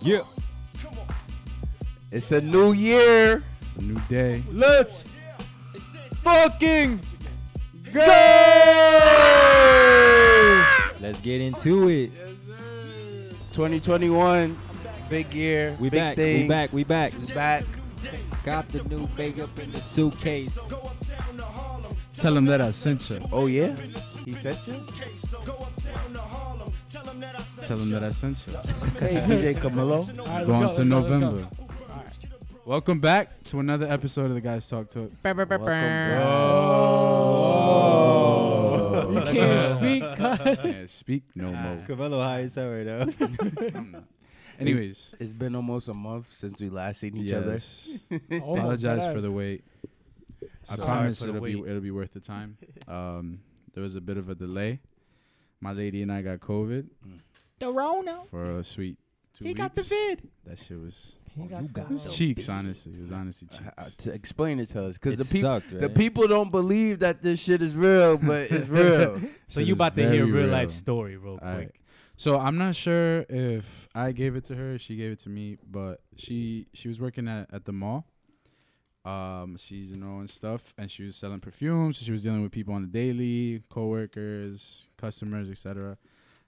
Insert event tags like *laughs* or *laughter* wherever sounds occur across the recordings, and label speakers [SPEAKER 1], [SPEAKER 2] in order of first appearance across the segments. [SPEAKER 1] Yeah.
[SPEAKER 2] It's a new year.
[SPEAKER 1] It's a new day.
[SPEAKER 2] Let's fucking go!
[SPEAKER 1] Let's get into it.
[SPEAKER 2] 2021, big year,
[SPEAKER 1] We
[SPEAKER 2] big
[SPEAKER 1] back.
[SPEAKER 2] things.
[SPEAKER 1] We back. We back.
[SPEAKER 2] We back.
[SPEAKER 1] Got the new bag up in the suitcase.
[SPEAKER 3] Tell him that I sent you.
[SPEAKER 2] Oh yeah, he sent you.
[SPEAKER 3] Tell him that I sent you.
[SPEAKER 2] Hey DJ Camilo,
[SPEAKER 3] Going to November. Welcome back to another episode of the Guys Talk Talk.
[SPEAKER 4] *laughs* You can't
[SPEAKER 3] *laughs*
[SPEAKER 4] speak.
[SPEAKER 3] Yeah, speak no more.
[SPEAKER 4] Cavello high as hell
[SPEAKER 1] *laughs*
[SPEAKER 4] right now.
[SPEAKER 3] I'm not. Anyways,
[SPEAKER 2] it's been almost a month since we last seen each other.
[SPEAKER 3] yes. Apologize for the wait. I
[SPEAKER 2] Sorry
[SPEAKER 3] promise
[SPEAKER 4] for the
[SPEAKER 3] it'll be
[SPEAKER 4] wait.
[SPEAKER 3] it'll be worth the time. Um, there was a bit of a delay. My lady and I got COVID
[SPEAKER 4] The *laughs* Rona.
[SPEAKER 3] for a sweet two weeks.
[SPEAKER 4] vid.
[SPEAKER 3] That shit was
[SPEAKER 4] He got
[SPEAKER 3] it was cheeks. Honestly, it was honestly cheeks.
[SPEAKER 2] Uh, to explain it to us, because
[SPEAKER 1] It
[SPEAKER 2] the people
[SPEAKER 1] sucked,
[SPEAKER 2] the
[SPEAKER 1] right?
[SPEAKER 2] people don't believe that this shit is real, but it's *laughs* real.
[SPEAKER 3] Shit
[SPEAKER 4] So you
[SPEAKER 3] is
[SPEAKER 4] about to hear a
[SPEAKER 3] very
[SPEAKER 4] real life
[SPEAKER 3] real.
[SPEAKER 4] story real quick.
[SPEAKER 3] All right. So I'm not sure if I gave it to her, she gave it to me, but she she was working at, at the mall. Um, she's you know and stuff, and she was selling perfumes. So she was dealing with people on the daily, coworkers, customers, etc.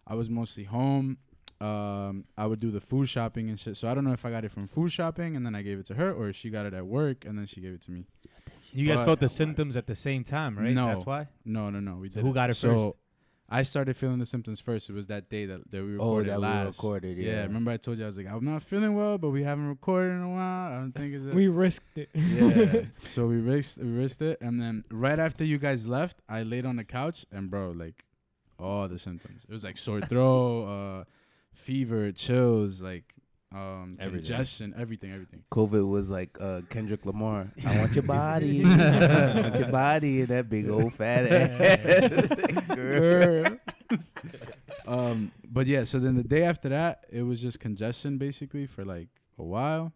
[SPEAKER 3] I was mostly home. Um, I would do the food shopping and shit. So I don't know if I got it from food shopping and then I gave it to her, or if she got it at work and then she gave it to me.
[SPEAKER 4] You guys
[SPEAKER 3] But-
[SPEAKER 4] felt the symptoms at the same time, right?
[SPEAKER 3] No.
[SPEAKER 4] That's why.
[SPEAKER 3] No, no, no. We did.
[SPEAKER 4] who got it first?
[SPEAKER 3] I started feeling the symptoms first. It was that day that, that we
[SPEAKER 2] Oh,
[SPEAKER 3] recorded
[SPEAKER 2] that we
[SPEAKER 3] last.
[SPEAKER 2] recorded, yeah.
[SPEAKER 3] remember I told you I was like, I'm not feeling well, but we haven't recorded in a while. I don't think it's. A-
[SPEAKER 4] risked it.
[SPEAKER 3] *laughs* yeah.
[SPEAKER 2] *laughs*
[SPEAKER 3] so we risked, we risked it, and then right after you guys left, I laid on the couch and bro, like, all the symptoms. It was
[SPEAKER 2] *laughs*
[SPEAKER 3] like sore throat, uh, fever, chills, like, um,
[SPEAKER 1] Everything.
[SPEAKER 3] congestion, everything, everything.
[SPEAKER 2] COVID was like uh, Kendrick Lamar. I want your body, *laughs*
[SPEAKER 3] *laughs*
[SPEAKER 2] I want your body, and that big old fat ass. Girl.
[SPEAKER 3] um, but yeah, so then the day after that, it was just congestion basically for like a while.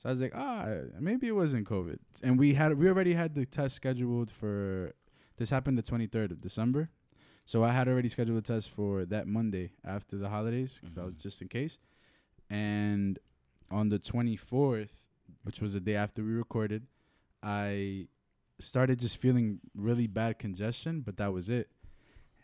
[SPEAKER 3] So I was like, ah, maybe it wasn't COVID. And we had we already had the test scheduled for this happened the 23rd of December. So I had already scheduled a test for that Monday after the holidays because I was just in case. And on the 24th, which was the day after we recorded, I started just feeling really bad congestion, but that was it.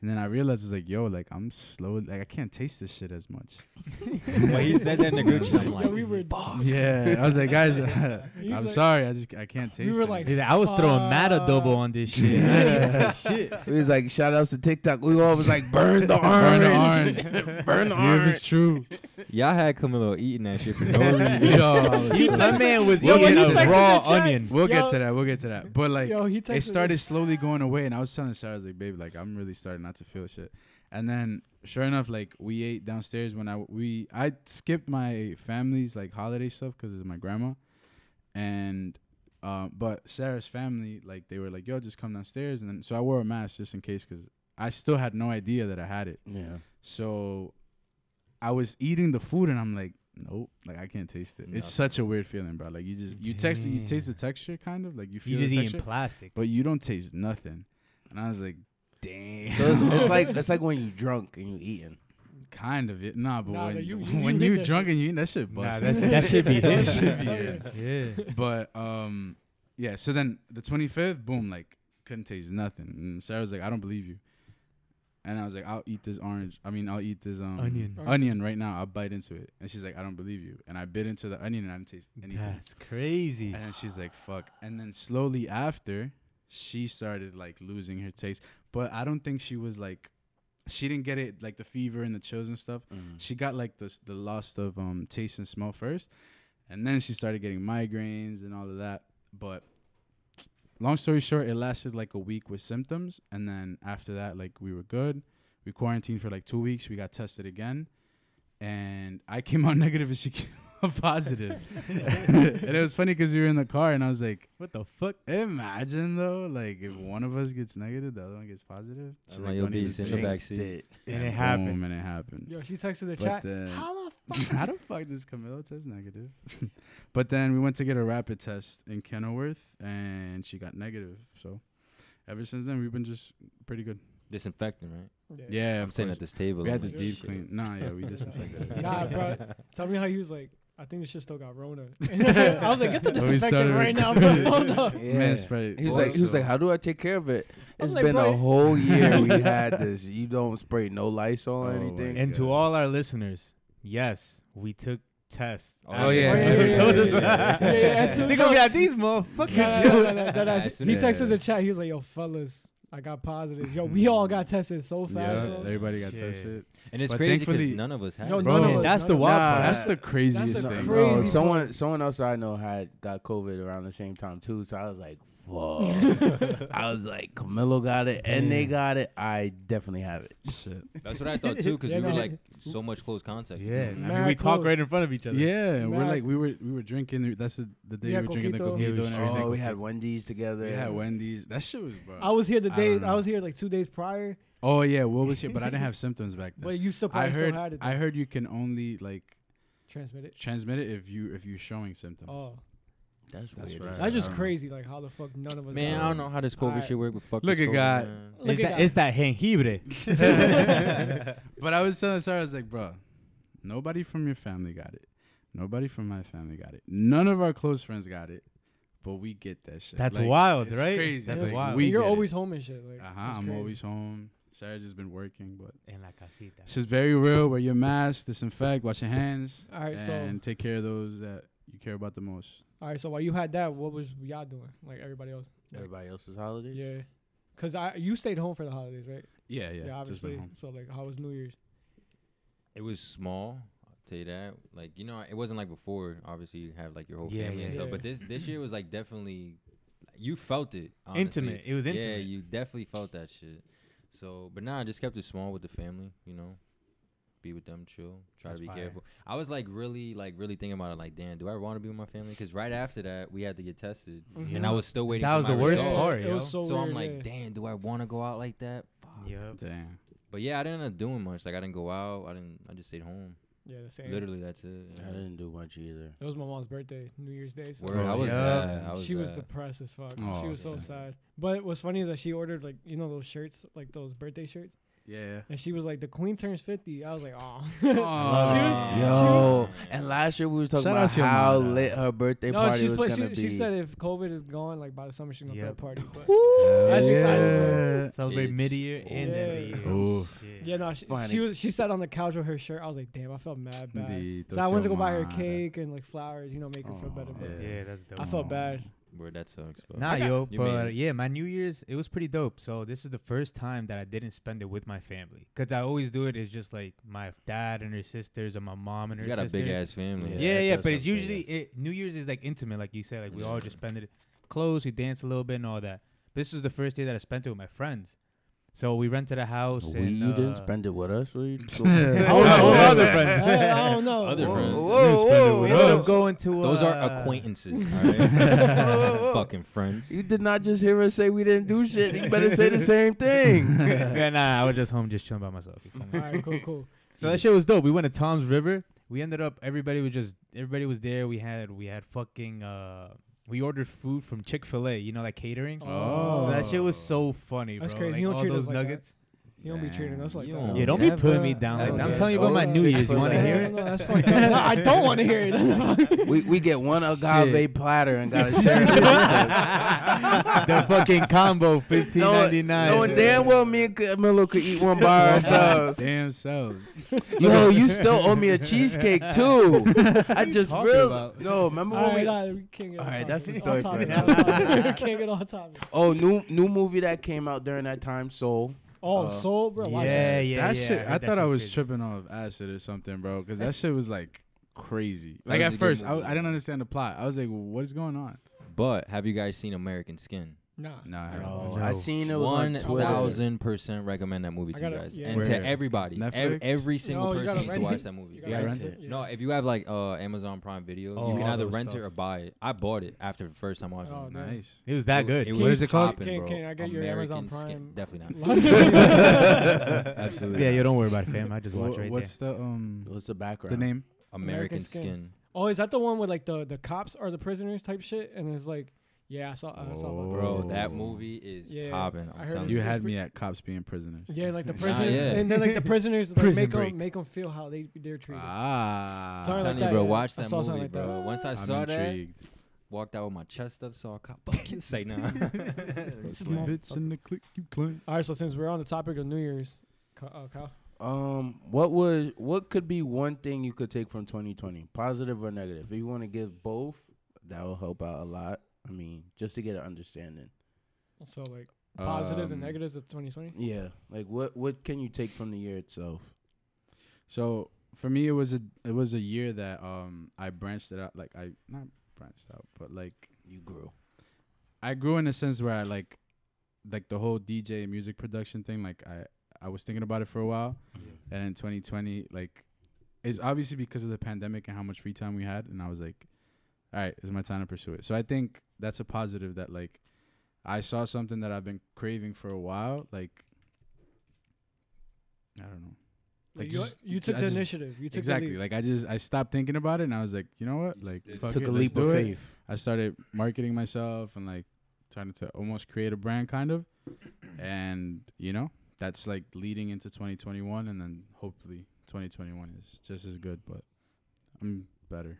[SPEAKER 3] And then I realized I was like, yo, like I'm slow, like I can't taste this shit as much.
[SPEAKER 1] *laughs* when he said that in the group
[SPEAKER 5] *laughs*
[SPEAKER 1] chat, I'm *laughs* like,
[SPEAKER 3] Oh. Yeah, I was like, *laughs* guys,
[SPEAKER 5] He's
[SPEAKER 3] I'm
[SPEAKER 5] like-
[SPEAKER 3] sorry, I just I can't taste.
[SPEAKER 5] We were
[SPEAKER 3] it. *laughs*
[SPEAKER 5] like,
[SPEAKER 4] I was throwing mad adobo on this
[SPEAKER 5] *laughs*
[SPEAKER 4] shit. I ain't even-
[SPEAKER 1] shit.
[SPEAKER 2] We was like, shout outs to TikTok. We all was like, burn the
[SPEAKER 3] burn
[SPEAKER 2] orange.
[SPEAKER 3] the orange, *laughs* burn the orange. If it's *laughs* true,
[SPEAKER 1] Y'all had Camilo eating that shit for *laughs* no
[SPEAKER 3] *laughs*
[SPEAKER 1] reason.
[SPEAKER 3] yo, I was so-
[SPEAKER 4] My man was
[SPEAKER 5] Yo, when
[SPEAKER 4] eating
[SPEAKER 5] he
[SPEAKER 4] a
[SPEAKER 5] texted
[SPEAKER 4] raw
[SPEAKER 5] the chat-
[SPEAKER 4] onion.
[SPEAKER 3] We'll get
[SPEAKER 5] Yo.
[SPEAKER 3] to that. We'll get to that. But like,
[SPEAKER 5] Yo, he
[SPEAKER 3] it
[SPEAKER 5] texted
[SPEAKER 3] started slowly going away, and I was telling Sarah, I was like, "Babe, like I'm really starting not to feel shit." And then, sure enough, like we ate downstairs when I we I skipped my family's like holiday stuff because it's my grandma, and um, but Sarah's family like they were like, "Yo, just come downstairs," and then so I wore a mask just in case because I still had no idea that I had it.
[SPEAKER 2] *laughs* Yeah.
[SPEAKER 3] So I was eating the food and I'm like, nope, like I can't taste it. It's such a weird feeling, bro. Like you just you text you taste the texture kind of like you feel
[SPEAKER 4] You just
[SPEAKER 3] the
[SPEAKER 4] eating
[SPEAKER 3] texture,
[SPEAKER 4] plastic.
[SPEAKER 3] but you don't taste nothing. And I was like, damn,
[SPEAKER 2] So it's, it's like it's like when you drunk and you eating.
[SPEAKER 3] *laughs* kind of it. Nah, but
[SPEAKER 5] Nah,
[SPEAKER 3] when
[SPEAKER 5] but
[SPEAKER 3] *laughs*
[SPEAKER 5] you-
[SPEAKER 3] you,
[SPEAKER 5] you-
[SPEAKER 3] when
[SPEAKER 5] you hit
[SPEAKER 3] you
[SPEAKER 5] that
[SPEAKER 3] drunk
[SPEAKER 5] shit.
[SPEAKER 3] and you eat that shit,
[SPEAKER 4] Nah,
[SPEAKER 3] busts.
[SPEAKER 4] that's, that
[SPEAKER 3] *laughs*
[SPEAKER 4] should be
[SPEAKER 3] That
[SPEAKER 4] his.
[SPEAKER 3] should be it.
[SPEAKER 4] Yeah.
[SPEAKER 3] but um yeah so then the 25th boom like couldn't taste nothing and sarah was like i don't believe you and i was like i'll eat this orange i mean i'll eat this um
[SPEAKER 4] Onion.
[SPEAKER 3] onion right now i'll bite into it and she's like i don't believe you and i bit into the onion and i didn't taste anything
[SPEAKER 4] That's crazy.
[SPEAKER 3] and then she's like fuck and then slowly after she started like losing her taste but i don't think she was like she didn't get it like the fever and the chills and stuff she got like the s- the loss of um taste and smell first, and then she started getting migraines and all of that. But long story short, it lasted like a week with symptoms, and then after that, like we were good. We quarantined for like two weeks. We got tested again, and I came out *laughs* negative, and she came out *laughs* positive. and it was funny because we were in the car, and I was like,
[SPEAKER 4] What the fuck?
[SPEAKER 3] "Imagine though, like if one of us gets negative, the other one gets positive." She's
[SPEAKER 1] I'm like, "Yo,
[SPEAKER 3] "Don't
[SPEAKER 1] B,
[SPEAKER 3] even
[SPEAKER 1] it's in
[SPEAKER 3] say
[SPEAKER 1] the
[SPEAKER 3] it."
[SPEAKER 1] back
[SPEAKER 2] Jinxed
[SPEAKER 1] seat.
[SPEAKER 2] it.
[SPEAKER 4] And it
[SPEAKER 3] boom,
[SPEAKER 4] happened.
[SPEAKER 3] and it happened.
[SPEAKER 5] Yo, she texted the
[SPEAKER 3] But
[SPEAKER 5] chat.
[SPEAKER 3] then-
[SPEAKER 5] How the fuck?
[SPEAKER 3] *laughs* How the fuck does Camilo test negative? *laughs* but then we went to get a rapid test in Kenilworth, and she got negative. So ever since then, we've been just pretty good.
[SPEAKER 1] Disinfecting, right?
[SPEAKER 3] Yeah,
[SPEAKER 1] I'm
[SPEAKER 3] of
[SPEAKER 1] sitting
[SPEAKER 3] course.
[SPEAKER 1] at this table.
[SPEAKER 3] We had
[SPEAKER 1] I'm
[SPEAKER 3] to
[SPEAKER 1] like,
[SPEAKER 3] deep
[SPEAKER 1] shit.
[SPEAKER 3] clean. Nah, yeah, we disinfected. it.
[SPEAKER 5] *laughs*
[SPEAKER 3] *laughs*
[SPEAKER 5] Nah, bro. Tell me how he was like. I think this shit still got Rona. I was like, get the
[SPEAKER 3] When we started
[SPEAKER 5] disinfectant right now,
[SPEAKER 3] recording.
[SPEAKER 5] bro. Hold
[SPEAKER 3] *laughs*
[SPEAKER 5] up.
[SPEAKER 3] *laughs* Man, spread.
[SPEAKER 2] He was like, he was
[SPEAKER 3] also-
[SPEAKER 2] like, how do I take care of it?
[SPEAKER 5] I was
[SPEAKER 2] It's
[SPEAKER 5] like,
[SPEAKER 2] been
[SPEAKER 5] bro,
[SPEAKER 2] a whole year
[SPEAKER 5] *laughs*
[SPEAKER 2] we had this. You don't spray no Lysol
[SPEAKER 3] Oh,
[SPEAKER 2] or
[SPEAKER 3] my
[SPEAKER 2] anything.
[SPEAKER 3] God.
[SPEAKER 4] And to all our listeners, yes, we took tests.
[SPEAKER 1] Oh,
[SPEAKER 4] after
[SPEAKER 3] yeah.
[SPEAKER 4] we
[SPEAKER 3] Yeah,
[SPEAKER 4] were
[SPEAKER 3] yeah,
[SPEAKER 4] told
[SPEAKER 3] yeah,
[SPEAKER 4] this.
[SPEAKER 3] yeah,
[SPEAKER 1] *laughs* yeah,
[SPEAKER 5] yeah, yeah. As soon
[SPEAKER 4] They
[SPEAKER 5] as
[SPEAKER 4] gonna be
[SPEAKER 5] I-
[SPEAKER 4] like these motherfuckers.
[SPEAKER 5] No, no, no, no, no, no, no.
[SPEAKER 1] As soon
[SPEAKER 5] He
[SPEAKER 1] as-
[SPEAKER 5] texted the chat. He was like, yo, fellas, I got positive. Yo, we all got tested so fast.
[SPEAKER 3] Mm. yeah,
[SPEAKER 5] bro.
[SPEAKER 3] everybody got
[SPEAKER 4] Shit.
[SPEAKER 3] tested.
[SPEAKER 1] And it's
[SPEAKER 3] But
[SPEAKER 1] crazy because
[SPEAKER 3] thankfully-
[SPEAKER 1] none of us had.
[SPEAKER 5] Yo,
[SPEAKER 1] it.
[SPEAKER 3] Bro,
[SPEAKER 5] none of us,
[SPEAKER 4] that's the
[SPEAKER 5] none of us.
[SPEAKER 4] wild
[SPEAKER 2] Nah.
[SPEAKER 4] part.
[SPEAKER 3] That's the craziest
[SPEAKER 5] that's a
[SPEAKER 3] thing.
[SPEAKER 5] crazy
[SPEAKER 2] No,
[SPEAKER 5] part.
[SPEAKER 2] someone someone else I know had got COVID around the same time too. So I was like,
[SPEAKER 3] *laughs*
[SPEAKER 2] whoa. I was like, Camilo got it and they got it. I definitely have it.
[SPEAKER 3] Shit.
[SPEAKER 1] That's what I thought too because
[SPEAKER 5] Yeah,
[SPEAKER 1] we were
[SPEAKER 5] no.
[SPEAKER 1] like so much close contact.
[SPEAKER 4] Yeah, I mean,
[SPEAKER 5] Mad
[SPEAKER 4] we talk
[SPEAKER 5] close.
[SPEAKER 4] right in front of each other.
[SPEAKER 3] Yeah, and we're
[SPEAKER 5] Mad-
[SPEAKER 3] like we were we were drinking. That's the, the day
[SPEAKER 5] Yeah,
[SPEAKER 3] we were drinking the
[SPEAKER 5] coquito.
[SPEAKER 3] coquito and everything.
[SPEAKER 2] Oh, we had Wendy's together.
[SPEAKER 3] we had Wendy's. That shit was bro.
[SPEAKER 5] I was here the
[SPEAKER 3] I
[SPEAKER 5] day.
[SPEAKER 3] don't
[SPEAKER 5] I,
[SPEAKER 3] know.
[SPEAKER 5] was here like two days prior,
[SPEAKER 3] oh yeah, what was shit? But I didn't
[SPEAKER 5] *laughs*
[SPEAKER 3] have symptoms back then.
[SPEAKER 5] but you still
[SPEAKER 3] I
[SPEAKER 5] probably
[SPEAKER 3] heard
[SPEAKER 5] still had it.
[SPEAKER 3] I heard you can only like
[SPEAKER 5] transmitted.
[SPEAKER 3] transmit it if you if you're showing symptoms.
[SPEAKER 5] Oh, *laughs*
[SPEAKER 2] That's,
[SPEAKER 3] That's
[SPEAKER 2] weird.
[SPEAKER 3] what I
[SPEAKER 2] as
[SPEAKER 3] heard.
[SPEAKER 5] that's just
[SPEAKER 3] I don't know.
[SPEAKER 5] crazy. Like how the fuck none of us.
[SPEAKER 1] Man, I
[SPEAKER 5] got
[SPEAKER 1] don't
[SPEAKER 5] it.
[SPEAKER 1] know how this COVID
[SPEAKER 5] Alright.
[SPEAKER 1] shit work, but fuck
[SPEAKER 3] Look
[SPEAKER 1] this
[SPEAKER 3] at
[SPEAKER 1] COVID,
[SPEAKER 3] God.
[SPEAKER 1] man.
[SPEAKER 5] Look
[SPEAKER 4] It's
[SPEAKER 5] at
[SPEAKER 4] that,
[SPEAKER 5] God.
[SPEAKER 4] it's that
[SPEAKER 3] *laughs*
[SPEAKER 4] jengibre.
[SPEAKER 3] But I was telling Sarah, I was like, bro, nobody from your family got it. Nobody from my family got it. None of our close friends got it. But we get that shit.
[SPEAKER 4] That's
[SPEAKER 3] Like,
[SPEAKER 4] wild,
[SPEAKER 3] it's
[SPEAKER 4] right?
[SPEAKER 3] crazy.
[SPEAKER 4] That's
[SPEAKER 5] Like,
[SPEAKER 4] wild.
[SPEAKER 3] we
[SPEAKER 5] you're
[SPEAKER 3] get it.
[SPEAKER 5] always home and shit. Like,
[SPEAKER 3] Uh-huh,
[SPEAKER 5] that's
[SPEAKER 3] I'm
[SPEAKER 5] crazy.
[SPEAKER 3] always home. Sarah just been working, but
[SPEAKER 4] En la casita.
[SPEAKER 3] it's just very real. Wear your mask, disinfect, wash your hands,
[SPEAKER 5] All right, so
[SPEAKER 3] and take care of those that you care about the most.
[SPEAKER 5] all right, so while you had that, what was y'all doing? Like everybody else.
[SPEAKER 2] Everybody else's holidays?
[SPEAKER 5] Yeah, cause I you stayed home for the holidays, right?
[SPEAKER 3] Yeah, yeah. just been
[SPEAKER 5] obviously.
[SPEAKER 3] home.
[SPEAKER 5] So like, how was New Year's?
[SPEAKER 1] It was small. I'll tell you that. Like you know, it wasn't like before. Obviously, you have like your whole
[SPEAKER 4] Yeah,
[SPEAKER 1] family and
[SPEAKER 5] yeah,
[SPEAKER 1] stuff.
[SPEAKER 5] yeah.
[SPEAKER 1] But this this year was like definitely, you felt it. honestly.
[SPEAKER 4] Intimate. It was
[SPEAKER 1] Yeah,
[SPEAKER 4] intimate.
[SPEAKER 1] you definitely felt that shit. So, but nah, I just kept it small with the family. You know, be with them, chill, try
[SPEAKER 4] That's
[SPEAKER 1] to be
[SPEAKER 4] fire.
[SPEAKER 1] careful. I was like really, like really thinking about it. Like, damn, do I want to be with my family? Because right after that, we had to get tested, and I
[SPEAKER 4] Mhm.
[SPEAKER 1] was still waiting.
[SPEAKER 4] That
[SPEAKER 1] for
[SPEAKER 4] was
[SPEAKER 1] my
[SPEAKER 4] the worst
[SPEAKER 1] results.
[SPEAKER 4] part,
[SPEAKER 5] It was
[SPEAKER 1] So,
[SPEAKER 5] so,
[SPEAKER 1] I'm
[SPEAKER 5] weird,
[SPEAKER 1] like,
[SPEAKER 5] yeah.
[SPEAKER 1] damn, do I want to go out like that? Fuck.
[SPEAKER 3] *laughs*
[SPEAKER 4] Yep.
[SPEAKER 3] Damn.
[SPEAKER 1] But yeah, I didn't end up doing much. Like I didn't go out. I didn't. I just stayed home.
[SPEAKER 5] yeah, the same.
[SPEAKER 1] Literally, that's it. yeah.
[SPEAKER 2] I didn't do much either.
[SPEAKER 5] It was my mom's birthday, New Year's Day. So
[SPEAKER 1] Word, I was
[SPEAKER 4] yeah.
[SPEAKER 1] that. I was
[SPEAKER 5] she was
[SPEAKER 1] that.
[SPEAKER 5] depressed as fuck.
[SPEAKER 3] Aw,
[SPEAKER 5] she was so
[SPEAKER 3] yeah.
[SPEAKER 5] sad. But what's funny is that she ordered like you know those shirts, like those birthday shirts,
[SPEAKER 3] Yeah.
[SPEAKER 5] and she was like, "The queen turns 50. I was like, "Oh,
[SPEAKER 3] Aw.
[SPEAKER 1] She
[SPEAKER 2] Yo, and last year we was talking
[SPEAKER 3] Shout out
[SPEAKER 2] about
[SPEAKER 3] to your
[SPEAKER 2] how
[SPEAKER 3] mom.
[SPEAKER 2] lit her birthday
[SPEAKER 5] *laughs* no,
[SPEAKER 2] party
[SPEAKER 5] she's
[SPEAKER 2] was
[SPEAKER 5] pla-
[SPEAKER 2] gonna
[SPEAKER 5] she,
[SPEAKER 2] be.
[SPEAKER 5] she said if COVID is gone, like by the summer she's gonna
[SPEAKER 4] Yep.
[SPEAKER 5] throw a party. But
[SPEAKER 2] Woo!
[SPEAKER 5] That's exciting,
[SPEAKER 4] Celebrate
[SPEAKER 1] It's-
[SPEAKER 4] mid year and
[SPEAKER 5] Yeah.
[SPEAKER 4] end
[SPEAKER 3] Ooh.
[SPEAKER 4] of the year.
[SPEAKER 5] yeah, no, she,
[SPEAKER 2] Funny.
[SPEAKER 5] she was she sat on the couch with her shirt. I was like, "Damn, I felt mad bad."
[SPEAKER 3] Di-
[SPEAKER 5] So I went to go buy her
[SPEAKER 3] tomada.
[SPEAKER 5] cake and like flowers, you know, make her feel better. But
[SPEAKER 3] Yeah.
[SPEAKER 4] Oh, Yeah, that's dope.
[SPEAKER 5] I felt bad.
[SPEAKER 1] Word, that sucks. But
[SPEAKER 4] Nah, yo,
[SPEAKER 1] You made
[SPEAKER 4] but
[SPEAKER 1] it.
[SPEAKER 4] yeah, my New Year's it was pretty dope. So this is the first time that I didn't spend it with my family because I always do it. It's just like my dad and her sisters or my mom and
[SPEAKER 1] you
[SPEAKER 4] her
[SPEAKER 1] got a
[SPEAKER 4] sisters.
[SPEAKER 1] big ass family.
[SPEAKER 4] Yeah, yeah,
[SPEAKER 2] that does
[SPEAKER 4] but it's
[SPEAKER 2] sound big
[SPEAKER 4] usually it, New Year's is like intimate, like you said, like we all just spend it close, we dance a little bit and all that. This was the first day that I spent it with my friends. So we rented a house.
[SPEAKER 2] We,
[SPEAKER 4] and,
[SPEAKER 2] you
[SPEAKER 4] uh,
[SPEAKER 2] didn't spend it with us, were
[SPEAKER 3] *laughs*
[SPEAKER 2] you?
[SPEAKER 4] Oh, no,
[SPEAKER 5] Oh,
[SPEAKER 4] other
[SPEAKER 5] yeah.
[SPEAKER 4] friends.
[SPEAKER 5] Hey, I don't know.
[SPEAKER 1] Other
[SPEAKER 5] Whoa.
[SPEAKER 1] friends.
[SPEAKER 3] You spend it
[SPEAKER 4] We
[SPEAKER 3] with
[SPEAKER 4] ended up
[SPEAKER 3] us.
[SPEAKER 4] going to
[SPEAKER 1] Those are
[SPEAKER 4] uh, *laughs*
[SPEAKER 1] acquaintances. all right? Fucking friends.
[SPEAKER 2] You did not just hear us say we didn't do shit. You better say the
[SPEAKER 1] *laughs*
[SPEAKER 2] same thing.
[SPEAKER 4] yeah, nah, I was just home, just chilling by myself. you feel me?
[SPEAKER 5] All right, cool, cool.
[SPEAKER 4] So that shit was dope. We went to Tom's River. We ended up everybody was just everybody was there. We had we had fucking uh we ordered food from Chick Fil A. You know, like catering.
[SPEAKER 5] Oh.
[SPEAKER 4] So that shit
[SPEAKER 3] *laughs*
[SPEAKER 4] was so funny,
[SPEAKER 5] That's
[SPEAKER 4] bro.
[SPEAKER 5] crazy.
[SPEAKER 4] Like,
[SPEAKER 5] You don't
[SPEAKER 4] all
[SPEAKER 5] treat us
[SPEAKER 4] those
[SPEAKER 5] like that. Oh,
[SPEAKER 4] nuggets.
[SPEAKER 5] You don't be treating us like
[SPEAKER 1] You
[SPEAKER 5] that.
[SPEAKER 1] don't
[SPEAKER 4] Yeah, don't be putting me
[SPEAKER 1] never-
[SPEAKER 4] down like that. I'm
[SPEAKER 2] Okay.
[SPEAKER 4] telling you about my
[SPEAKER 2] Oh,
[SPEAKER 4] New Year's. You want to
[SPEAKER 2] Chick-fil-A.
[SPEAKER 4] hear
[SPEAKER 5] No,
[SPEAKER 4] it?
[SPEAKER 5] no,
[SPEAKER 4] *laughs*
[SPEAKER 5] that's fucked up. No, *laughs* I don't want to hear *laughs* it.
[SPEAKER 2] *laughs* we we get one agave platter and gotta share it. with
[SPEAKER 4] the fucking combo, fifteen ninety
[SPEAKER 2] Knowing,
[SPEAKER 4] nine.
[SPEAKER 2] knowing damn well me and Camilo could eat one *laughs* by ourselves.
[SPEAKER 3] Damn selves. *laughs*
[SPEAKER 2] Yo, you still owe me a cheesecake too. *laughs* I just
[SPEAKER 4] talking
[SPEAKER 2] realized.
[SPEAKER 4] about?
[SPEAKER 2] No, remember
[SPEAKER 5] All
[SPEAKER 2] when
[SPEAKER 5] right,
[SPEAKER 2] we?
[SPEAKER 5] all right, we can't get
[SPEAKER 2] All
[SPEAKER 5] on
[SPEAKER 2] right,
[SPEAKER 5] topic.
[SPEAKER 2] that's the
[SPEAKER 5] On
[SPEAKER 2] story for
[SPEAKER 5] topic,
[SPEAKER 2] now.
[SPEAKER 5] on topic. *laughs* We can't get
[SPEAKER 2] *laughs*
[SPEAKER 5] on topic.
[SPEAKER 2] Oh, new new movie that came out during that time, Soul.
[SPEAKER 5] Oh,
[SPEAKER 2] Uh,
[SPEAKER 5] soul, bro. Watch
[SPEAKER 4] yeah,
[SPEAKER 5] that.
[SPEAKER 4] yeah,
[SPEAKER 3] that
[SPEAKER 4] yeah.
[SPEAKER 3] shit. I
[SPEAKER 4] heard that
[SPEAKER 3] thought I
[SPEAKER 4] shit's
[SPEAKER 3] was
[SPEAKER 4] crazy.
[SPEAKER 3] tripping off acid or something, bro. Because that shit was like crazy. Like
[SPEAKER 1] was a
[SPEAKER 3] at
[SPEAKER 1] good
[SPEAKER 3] first, I,
[SPEAKER 1] movie.
[SPEAKER 3] I didn't understand the plot. I was like, "What is going on?"
[SPEAKER 1] But have you guys seen American Skin?
[SPEAKER 5] Nah.
[SPEAKER 3] No, I haven't.
[SPEAKER 2] Oh,
[SPEAKER 4] no.
[SPEAKER 2] I seen it was
[SPEAKER 1] One
[SPEAKER 2] on Twitter.
[SPEAKER 1] thousand percent recommend that movie
[SPEAKER 5] I
[SPEAKER 1] to you
[SPEAKER 5] gotta-
[SPEAKER 1] guys
[SPEAKER 5] yeah.
[SPEAKER 1] and
[SPEAKER 3] Where?
[SPEAKER 1] to everybody. Ev-
[SPEAKER 3] Netflix?
[SPEAKER 1] every single
[SPEAKER 5] No, you
[SPEAKER 1] person
[SPEAKER 5] gotta
[SPEAKER 1] needs to
[SPEAKER 5] rent
[SPEAKER 1] watch
[SPEAKER 5] it.
[SPEAKER 1] that movie.
[SPEAKER 5] You
[SPEAKER 3] Yeah,
[SPEAKER 5] gotta
[SPEAKER 3] rent
[SPEAKER 5] it.
[SPEAKER 1] No, if you have like uh, Amazon Prime Video,
[SPEAKER 4] Oh,
[SPEAKER 1] you can
[SPEAKER 4] all
[SPEAKER 1] either
[SPEAKER 4] those
[SPEAKER 1] rent it
[SPEAKER 4] stuff.
[SPEAKER 1] or buy it. I bought it after the first time watching.
[SPEAKER 5] Oh,
[SPEAKER 1] it.
[SPEAKER 5] no.
[SPEAKER 3] Nice. *laughs*
[SPEAKER 4] It was that good.
[SPEAKER 1] It
[SPEAKER 5] Can
[SPEAKER 1] was
[SPEAKER 5] you-
[SPEAKER 1] popping,
[SPEAKER 5] can-
[SPEAKER 1] bro.
[SPEAKER 5] can I get your
[SPEAKER 1] American
[SPEAKER 5] Amazon Prime?
[SPEAKER 1] Skin. Definitely not.
[SPEAKER 5] *laughs* American
[SPEAKER 3] Absolutely.
[SPEAKER 4] yeah, you don't worry about it, fam. I just
[SPEAKER 3] Wha-
[SPEAKER 4] watch right
[SPEAKER 3] what's the um
[SPEAKER 2] *laughs* What's the
[SPEAKER 3] the
[SPEAKER 2] background?
[SPEAKER 3] name?
[SPEAKER 1] American
[SPEAKER 5] Skin.
[SPEAKER 1] Skin.
[SPEAKER 5] Oh, is that the one with like the the cops are the prisoners type shit, and it's like Yeah, I saw. I saw about that.
[SPEAKER 1] Bro, that
[SPEAKER 3] Oh.
[SPEAKER 1] movie is
[SPEAKER 5] Yeah,
[SPEAKER 1] popping.
[SPEAKER 5] I
[SPEAKER 1] I'm
[SPEAKER 5] heard
[SPEAKER 1] telling
[SPEAKER 5] it's
[SPEAKER 3] You
[SPEAKER 5] good
[SPEAKER 3] had
[SPEAKER 5] for-
[SPEAKER 3] me at cops being prisoners.
[SPEAKER 5] Yeah, like the
[SPEAKER 1] Nah,
[SPEAKER 5] prisoners,
[SPEAKER 1] yeah.
[SPEAKER 5] and then like the prisoners, like
[SPEAKER 4] Prison
[SPEAKER 5] make
[SPEAKER 4] break.
[SPEAKER 5] them, make 'em feel how they they're treated.
[SPEAKER 3] Ah.
[SPEAKER 1] I'm
[SPEAKER 5] Sorry,
[SPEAKER 1] telling
[SPEAKER 5] like
[SPEAKER 1] you,
[SPEAKER 5] that,
[SPEAKER 1] bro,
[SPEAKER 5] yeah.
[SPEAKER 1] watch
[SPEAKER 5] I
[SPEAKER 1] that
[SPEAKER 5] saw
[SPEAKER 1] movie,
[SPEAKER 5] something like that.
[SPEAKER 1] bro. Once I
[SPEAKER 3] I'm
[SPEAKER 1] saw that,
[SPEAKER 3] intrigued.
[SPEAKER 1] walked out with my chest up, saw a *laughs* cop. Fuck you, say nah. Just
[SPEAKER 5] Small.
[SPEAKER 1] playing.
[SPEAKER 3] Bitch in the click, you clank.
[SPEAKER 5] All right, so since we're on the topic of New Year's, Ka- uh, Kyle,
[SPEAKER 2] Um, what was what could be one thing you could take from 2020, positive or negative? If you want to give both, that will help out a lot. I mean, just to get an understanding.
[SPEAKER 5] so like positives and
[SPEAKER 3] Um,
[SPEAKER 5] negatives of 2020.
[SPEAKER 2] Yeah, like what what can you take from the year itself?
[SPEAKER 3] So for me, it was a it was a year that um I branched it out. Like I not branched out, but like
[SPEAKER 2] You grew.
[SPEAKER 3] I grew in a sense where I like like the whole DJ and music production thing. Like I I was thinking about it for a while, and in 2020, like it's obviously because of the pandemic and how much free time we had, and I was like, all right, it's my time to pursue it. So I think that's a positive that like I saw something that I've been craving for a while. Like I don't know.
[SPEAKER 5] Like
[SPEAKER 3] Like,
[SPEAKER 5] you,
[SPEAKER 3] just-
[SPEAKER 5] you took
[SPEAKER 3] I
[SPEAKER 5] the
[SPEAKER 3] just-
[SPEAKER 5] initiative. You took
[SPEAKER 3] exactly.
[SPEAKER 5] The lead.
[SPEAKER 3] Like I just I stopped thinking about it and I was like, you know what? Like fuck
[SPEAKER 2] Took
[SPEAKER 3] it,
[SPEAKER 2] a
[SPEAKER 3] let's
[SPEAKER 2] leap
[SPEAKER 3] do
[SPEAKER 2] of
[SPEAKER 3] it.
[SPEAKER 2] faith.
[SPEAKER 3] I started marketing myself and like trying to almost create a brand kind of. And you know, that's like leading into 2021 and then hopefully 2021 is just as good, but I'm better.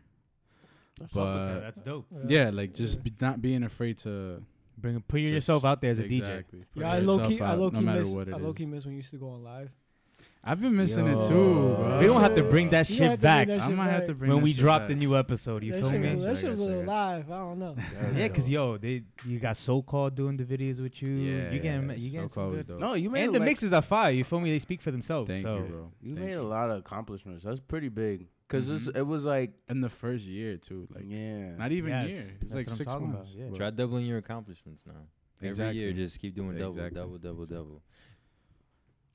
[SPEAKER 5] uh,
[SPEAKER 3] But
[SPEAKER 4] That's dope.
[SPEAKER 3] yeah, like just be not being afraid to
[SPEAKER 4] Bring put
[SPEAKER 3] just
[SPEAKER 4] yourself out there as a DJ.
[SPEAKER 3] exactly, put
[SPEAKER 5] yeah, I low
[SPEAKER 3] yourself
[SPEAKER 5] key, I
[SPEAKER 3] out,
[SPEAKER 5] low
[SPEAKER 3] no
[SPEAKER 5] key
[SPEAKER 3] matter
[SPEAKER 5] miss,
[SPEAKER 3] what it
[SPEAKER 5] I
[SPEAKER 3] is.
[SPEAKER 5] low key miss when you used to go on live.
[SPEAKER 3] I've been missing it
[SPEAKER 2] Yo.
[SPEAKER 3] too. Bro.
[SPEAKER 4] We don't have to
[SPEAKER 5] Yeah.
[SPEAKER 4] bring that
[SPEAKER 5] You
[SPEAKER 4] shit
[SPEAKER 5] had to bring
[SPEAKER 4] back
[SPEAKER 5] that
[SPEAKER 3] I
[SPEAKER 5] shit
[SPEAKER 3] might have
[SPEAKER 5] back.
[SPEAKER 3] to bring
[SPEAKER 4] when
[SPEAKER 3] that
[SPEAKER 4] we
[SPEAKER 3] shit
[SPEAKER 4] drop
[SPEAKER 3] back.
[SPEAKER 4] the new episode. You
[SPEAKER 5] that
[SPEAKER 4] feel
[SPEAKER 5] shit
[SPEAKER 4] me?
[SPEAKER 5] was, that
[SPEAKER 3] I
[SPEAKER 5] shit was
[SPEAKER 3] guess,
[SPEAKER 5] a
[SPEAKER 3] I
[SPEAKER 5] little
[SPEAKER 3] guess.
[SPEAKER 5] live. I don't know.
[SPEAKER 4] Yeah, cause yo, they you got so called doing the videos with you.
[SPEAKER 3] yeah,
[SPEAKER 4] you getting ma- you
[SPEAKER 3] so
[SPEAKER 4] getting some
[SPEAKER 3] called
[SPEAKER 4] good.
[SPEAKER 3] dope.
[SPEAKER 2] No, you made
[SPEAKER 4] And the
[SPEAKER 2] like-
[SPEAKER 4] mixes are fire. You feel me? They speak for themselves.
[SPEAKER 3] Thank
[SPEAKER 4] so
[SPEAKER 3] you, bro.
[SPEAKER 2] You
[SPEAKER 3] Thank
[SPEAKER 2] made
[SPEAKER 3] you.
[SPEAKER 2] a lot of accomplishments. That's pretty big. because
[SPEAKER 3] Mhm.
[SPEAKER 2] it was like,
[SPEAKER 3] in the first year too. Like
[SPEAKER 2] yeah,
[SPEAKER 3] not even
[SPEAKER 4] Yes,
[SPEAKER 3] year. It
[SPEAKER 4] that's
[SPEAKER 3] was like
[SPEAKER 4] what I'm
[SPEAKER 3] six
[SPEAKER 4] talking about,
[SPEAKER 3] months.
[SPEAKER 4] yeah.
[SPEAKER 3] but-
[SPEAKER 1] Try doubling your accomplishments now. Every year,
[SPEAKER 3] Exactly.
[SPEAKER 1] just keep doing double,
[SPEAKER 3] Exactly.
[SPEAKER 1] double, double,
[SPEAKER 3] Exactly.
[SPEAKER 1] double.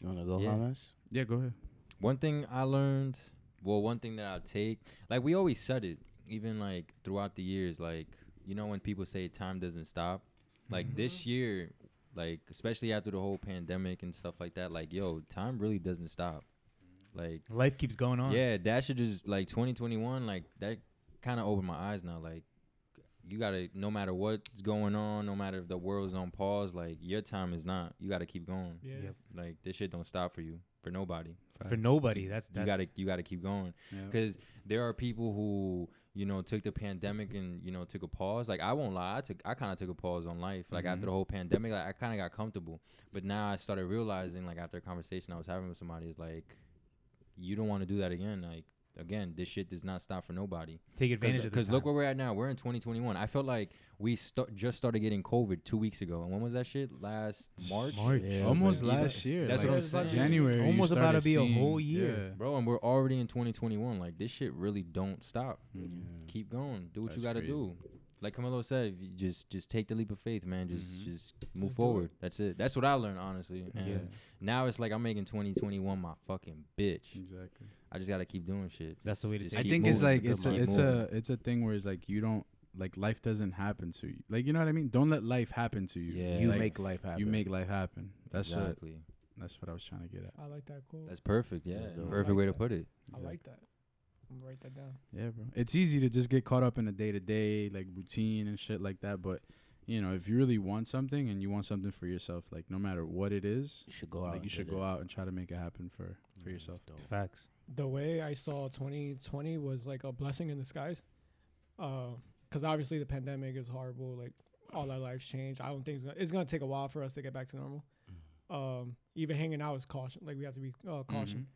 [SPEAKER 2] you want to go,
[SPEAKER 1] Yeah.
[SPEAKER 2] Hamas?
[SPEAKER 3] Yeah, go ahead.
[SPEAKER 1] One thing I learned, well, one thing that I take, like we always said it, even like throughout the years, like you know when people say time doesn't stop, like this year, like especially after the whole pandemic and stuff like that, like yo, time really doesn't stop. Like
[SPEAKER 4] life keeps going on.
[SPEAKER 1] yeah, that should just like 2021, like that kind of opened my eyes now. Like you gotta, no matter what's going on, no matter if the world's on pause, like your time is not. You gotta keep going.
[SPEAKER 5] Yeah.
[SPEAKER 4] Yep.
[SPEAKER 1] Like this shit don't stop for you, for nobody.
[SPEAKER 4] For nobody, that's that's
[SPEAKER 1] you gotta, you gotta keep going
[SPEAKER 3] Yeah.
[SPEAKER 1] because there are people who you know took the pandemic and you know took a pause like i won't lie i took i kind of took a pause on life like after
[SPEAKER 4] Mm-hmm.
[SPEAKER 3] Mhm.
[SPEAKER 1] the whole pandemic like i kind of got comfortable but now i started realizing like after a conversation i was having with somebody is like you don't want to do that again like again this shit does not stop for nobody
[SPEAKER 4] take advantage of the
[SPEAKER 1] because look
[SPEAKER 4] time.
[SPEAKER 1] where we're at now we're in 2021 i felt like we sta- just started getting covid two weeks ago and when was that shit last march
[SPEAKER 4] March.
[SPEAKER 2] Yeah, it was
[SPEAKER 3] Almost
[SPEAKER 2] like-
[SPEAKER 3] last year.
[SPEAKER 1] that's
[SPEAKER 3] like,
[SPEAKER 1] what i'm saying
[SPEAKER 3] January. you
[SPEAKER 4] Almost about to
[SPEAKER 3] started
[SPEAKER 4] be a whole
[SPEAKER 3] seeing-
[SPEAKER 4] year.
[SPEAKER 3] yeah.
[SPEAKER 1] bro and we're already in 2021 like this shit really don't stop
[SPEAKER 5] Mm.
[SPEAKER 1] keep going. Do what you
[SPEAKER 3] That's
[SPEAKER 1] gotta
[SPEAKER 3] crazy.
[SPEAKER 1] do. Like Camilo said, if you just just take the leap of faith, man. Just
[SPEAKER 3] Mhm.
[SPEAKER 1] just move
[SPEAKER 5] Mm-hmm. Just do it.
[SPEAKER 1] forward. That's it. That's what I learned honestly. And
[SPEAKER 4] Yeah.
[SPEAKER 1] Now it's like I'm making 2021 my fucking
[SPEAKER 5] Mm.
[SPEAKER 1] bitch.
[SPEAKER 3] Exactly.
[SPEAKER 1] I just gotta keep doing shit.
[SPEAKER 4] That's the way to
[SPEAKER 1] Just
[SPEAKER 4] take
[SPEAKER 3] I
[SPEAKER 1] keep
[SPEAKER 4] it.
[SPEAKER 3] think it's
[SPEAKER 1] moving.
[SPEAKER 3] like it's a,
[SPEAKER 2] Keep
[SPEAKER 3] it's
[SPEAKER 2] moving.
[SPEAKER 3] a it's a thing where it's like you don't like life doesn't happen to you. Like you know what I mean? Don't let life happen to you.
[SPEAKER 1] Yeah.
[SPEAKER 2] You
[SPEAKER 3] Like,
[SPEAKER 2] make life happen.
[SPEAKER 3] you make life happen. That's what
[SPEAKER 1] exactly.
[SPEAKER 3] that's what I was trying to get at.
[SPEAKER 5] I like that quote.
[SPEAKER 1] That's perfect. Yeah.
[SPEAKER 2] That's dope.
[SPEAKER 1] Perfect
[SPEAKER 5] Like
[SPEAKER 1] way to
[SPEAKER 5] that.
[SPEAKER 1] put it.
[SPEAKER 5] I like that. I'm gonna write that down.
[SPEAKER 3] Yeah, bro. It's easy to just get caught up in a day to day like routine and shit like that. But you know, if you really want something and you want something for yourself, like no matter what it is,
[SPEAKER 2] you should go out.
[SPEAKER 3] like you should go out and try to make it happen for for yourself.
[SPEAKER 2] Mm,
[SPEAKER 4] Facts.
[SPEAKER 5] The way I saw 2020 was like a blessing in disguise. Because obviously the pandemic is horrible. Like all our lives changed. I don't think it's gonna, it's gonna take a while for us to get back to normal. Um, even hanging out is caution. Like we have to be uh, caution.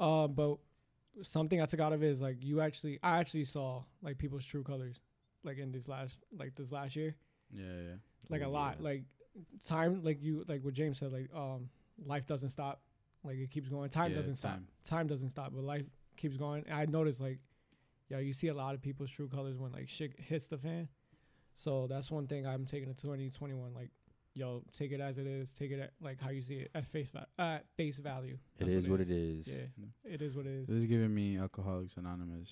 [SPEAKER 3] Mm-hmm.
[SPEAKER 5] Uh, but something I took out of it is like you actually, I actually saw like people's true colors, like in this last, like this last year,
[SPEAKER 3] Yeah, yeah.
[SPEAKER 5] like a
[SPEAKER 1] Yeah.
[SPEAKER 5] lot, like time, like you, like what James said, like um, life doesn't stop, like it keeps going. Time
[SPEAKER 3] Yeah,
[SPEAKER 5] doesn't stop.
[SPEAKER 3] time.
[SPEAKER 5] Time doesn't stop, but life keeps going. And I noticed like, yeah, you see a lot of people's true colors when like shit hits the fan. So that's one thing I'm taking to 2021. Like, yo, take it as it is. Take it at, like how you see it at face va- at face value.
[SPEAKER 1] It
[SPEAKER 5] That's
[SPEAKER 1] is what it is.
[SPEAKER 5] Yeah, it is what it is.
[SPEAKER 3] This is giving me Alcoholics Anonymous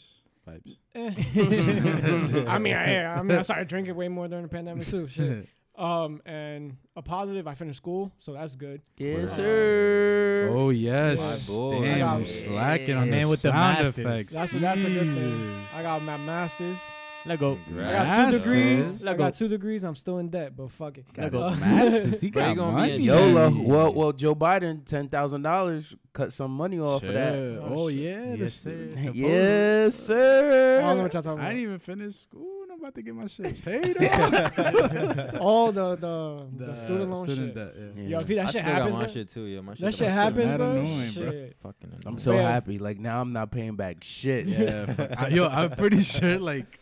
[SPEAKER 3] vibes. *laughs*
[SPEAKER 5] Eh. I mean, I, I mean, I started drinking way more during the pandemic too. Shit. Um, and a positive, I finished school, so that's good.
[SPEAKER 2] Yes,
[SPEAKER 1] Wow.
[SPEAKER 2] sir.
[SPEAKER 3] Oh yes,
[SPEAKER 5] My
[SPEAKER 1] boy.
[SPEAKER 3] Damn,
[SPEAKER 5] I got-
[SPEAKER 3] I'm slacking on
[SPEAKER 4] Man
[SPEAKER 3] the
[SPEAKER 4] with the
[SPEAKER 3] sound
[SPEAKER 4] masters.
[SPEAKER 3] effects.
[SPEAKER 5] That's a, that's a good thing.
[SPEAKER 3] Jesus.
[SPEAKER 5] I got my masters.
[SPEAKER 4] Let go.
[SPEAKER 5] I
[SPEAKER 1] Congrats.
[SPEAKER 5] got two
[SPEAKER 3] Masters.
[SPEAKER 5] degrees. I
[SPEAKER 4] Let
[SPEAKER 5] got
[SPEAKER 4] go.
[SPEAKER 5] two degrees. I'm still in debt, but fuck it.
[SPEAKER 2] Got
[SPEAKER 4] Lego.
[SPEAKER 2] his
[SPEAKER 3] Masters, he
[SPEAKER 1] Bro,
[SPEAKER 3] got
[SPEAKER 1] you gonna be
[SPEAKER 3] money.
[SPEAKER 1] a
[SPEAKER 2] YOLO. Well, well, Joe Biden, ten thousand dollars, cut some money off of that.
[SPEAKER 3] Yeah.
[SPEAKER 5] Oh,
[SPEAKER 3] Oh,
[SPEAKER 5] shit.
[SPEAKER 3] yeah.
[SPEAKER 4] Yes,
[SPEAKER 3] this-
[SPEAKER 4] sir.
[SPEAKER 2] Yes,
[SPEAKER 5] I
[SPEAKER 2] sir.
[SPEAKER 5] don't know what y'all talking
[SPEAKER 3] I didn't
[SPEAKER 5] about.
[SPEAKER 3] even finish school. and I'm about to get my *laughs* shit paid off.
[SPEAKER 5] *laughs* All
[SPEAKER 3] *laughs*
[SPEAKER 5] the the, the student loan shit.
[SPEAKER 3] debt, yeah.
[SPEAKER 5] Yo, if that
[SPEAKER 1] I
[SPEAKER 5] shit
[SPEAKER 1] still got
[SPEAKER 5] happens,
[SPEAKER 1] my
[SPEAKER 5] bro,
[SPEAKER 1] shit too. Yo, my shit.
[SPEAKER 5] that shit
[SPEAKER 1] about to-
[SPEAKER 5] happens,
[SPEAKER 3] mad
[SPEAKER 5] bro.
[SPEAKER 3] annoying, bro.
[SPEAKER 5] shit.
[SPEAKER 1] Fucking.
[SPEAKER 2] I'm
[SPEAKER 1] annoying.
[SPEAKER 2] so
[SPEAKER 5] Yeah.
[SPEAKER 2] happy. Like now, I'm not paying back shit. *laughs*
[SPEAKER 3] Yeah, fuck. I- yo, I'm pretty sure like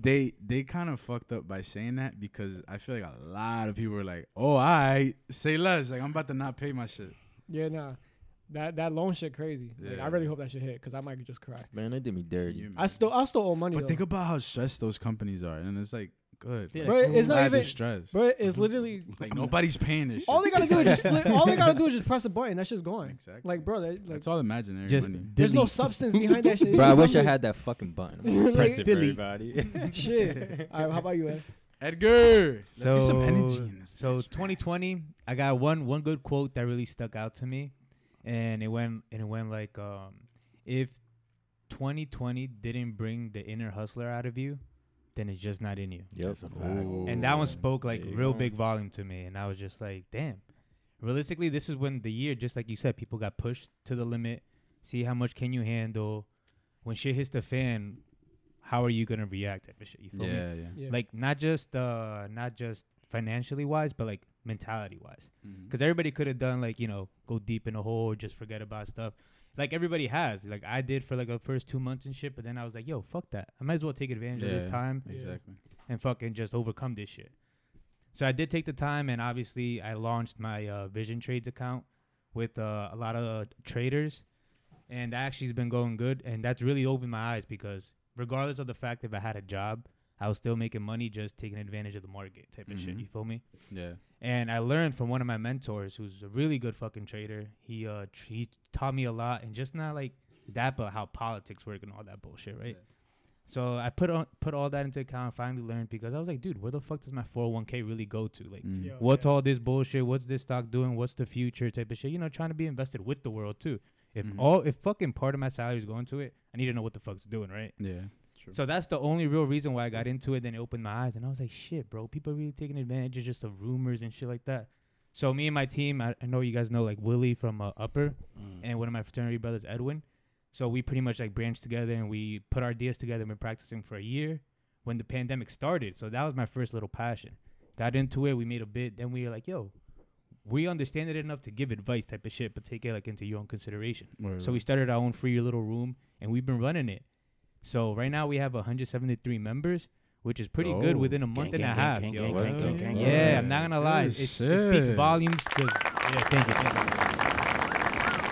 [SPEAKER 3] they they kind of fucked up by saying that because I feel like a lot of people are like, "Oh, I say less." Like I'm about to not pay my shit.
[SPEAKER 5] Yeah, nah. That that loan shit crazy. Like,
[SPEAKER 3] Yeah.
[SPEAKER 5] I really hope that shit hit because I might just cry.
[SPEAKER 1] Man, they did me dirty.
[SPEAKER 3] You-
[SPEAKER 5] I still I still owe money
[SPEAKER 3] but
[SPEAKER 5] though.
[SPEAKER 3] think about how stressed those companies are, and it's like, good.
[SPEAKER 4] Yeah.
[SPEAKER 3] Yeah.
[SPEAKER 5] Bro, it's not even.
[SPEAKER 3] stressed.
[SPEAKER 5] Bro, it's literally
[SPEAKER 3] like nobody's paying this. Shit.
[SPEAKER 5] all they gotta do
[SPEAKER 3] *laughs*
[SPEAKER 5] is just flip, all they gotta do
[SPEAKER 1] *laughs*
[SPEAKER 5] is just press a button. That shit's going.
[SPEAKER 3] Exactly.
[SPEAKER 5] Like, bro, that, like
[SPEAKER 3] it's all imaginary
[SPEAKER 4] Just
[SPEAKER 3] money.
[SPEAKER 5] there's no
[SPEAKER 4] delete.
[SPEAKER 5] substance
[SPEAKER 1] *laughs*
[SPEAKER 5] behind that shit. It's
[SPEAKER 1] Bro, I
[SPEAKER 5] just
[SPEAKER 1] wish I
[SPEAKER 5] *laughs* numbers.
[SPEAKER 1] had that fucking button. I'm gonna
[SPEAKER 5] Like,
[SPEAKER 1] press it for
[SPEAKER 4] delete.
[SPEAKER 1] everybody. *laughs*
[SPEAKER 5] Shit. All right, how about you, Ed?
[SPEAKER 3] Edgar, let's
[SPEAKER 4] So,
[SPEAKER 3] get some energy in this.
[SPEAKER 4] so
[SPEAKER 3] bitch, man.
[SPEAKER 4] 2020, I got one one good quote that really stuck out to me, and it went and it went like, um, if 2020 didn't bring the inner hustler out of you, then it's just not in you.
[SPEAKER 1] Yep.
[SPEAKER 2] That's a fact.
[SPEAKER 4] And that one
[SPEAKER 1] Ooh.
[SPEAKER 4] spoke like
[SPEAKER 1] There you
[SPEAKER 4] real
[SPEAKER 1] go.
[SPEAKER 4] big volume to me, and I was just like, damn. Realistically, this is when the year, just like you said, people got pushed to the limit. See how much can you handle. When shit hits the fan, how are you gonna react? Type of shit. You feel me? Mm-hmm.
[SPEAKER 3] Yeah, yeah.
[SPEAKER 5] Yeah.
[SPEAKER 4] like not just uh not just financially wise but like mentality wise
[SPEAKER 5] Mm-hmm.
[SPEAKER 3] Mhm.
[SPEAKER 4] because everybody could have done like you know go deep in a hole or just forget about stuff like everybody has like i did for like the first two months and shit but then i was like yo fuck that i might as well take advantage of this
[SPEAKER 3] Yeah.
[SPEAKER 4] time
[SPEAKER 5] Yeah.
[SPEAKER 3] Exactly.
[SPEAKER 4] and fucking just overcome this shit so i did take the time and obviously i launched my uh, vision trades account with uh, a lot of traders and that actually has been going good and that's really opened my eyes because regardless of the fact that i had a job i was still making money just taking advantage of the market type of shit
[SPEAKER 3] Mhm.
[SPEAKER 4] you feel me
[SPEAKER 3] Yeah.
[SPEAKER 4] and I learned from one of my mentors, who's a really good fucking trader. He uh tr- he taught me a lot, and just not like that, but how politics work and all that bullshit, right? So I put on put all that into account. Finally learned because I was like, dude, where the fuck does my 401k really go to? Like,
[SPEAKER 3] Mm.
[SPEAKER 5] Yo,
[SPEAKER 4] what's
[SPEAKER 5] yeah.
[SPEAKER 4] all this bullshit? What's this stock doing? What's the future type of shit? You know, trying to be invested with the world too. If
[SPEAKER 3] Mhm.
[SPEAKER 4] all if fucking part of my salary is going to it, I need to know what the fuck's doing, right?
[SPEAKER 3] Yeah.
[SPEAKER 4] So that's the only real reason why I got into it. Then it opened my eyes, and I was like, "Shit, bro, people are really taking advantage of just of rumors and shit like that." So me and my team, I, I know you guys know like Willie from uh, Upper,
[SPEAKER 2] Mm.
[SPEAKER 4] and one of my fraternity brothers, Edwin. So we pretty much like branched together and we put our ideas together. and Been practicing for a year when the pandemic started. So that was my first little passion. Got into it. We made a bit. Then we were like, "Yo, we understand it enough to give advice type of shit, but take it like into your own consideration."
[SPEAKER 3] Word,
[SPEAKER 4] So we
[SPEAKER 2] Mm.
[SPEAKER 3] word.
[SPEAKER 4] started our own free little room, and we've been running it. So right now we have 173 members, which is pretty good
[SPEAKER 3] Oh,
[SPEAKER 4] within a month
[SPEAKER 2] gang,
[SPEAKER 4] and a
[SPEAKER 2] gang,
[SPEAKER 4] half.
[SPEAKER 2] gang,
[SPEAKER 4] yo.
[SPEAKER 2] gang, gang, gang, gang,
[SPEAKER 4] yeah,
[SPEAKER 2] gang.
[SPEAKER 4] I'm not gonna
[SPEAKER 3] Good
[SPEAKER 4] lie, it's, it speaks
[SPEAKER 3] shit.
[SPEAKER 4] volumes. 'cause- yeah, thank you, thank you.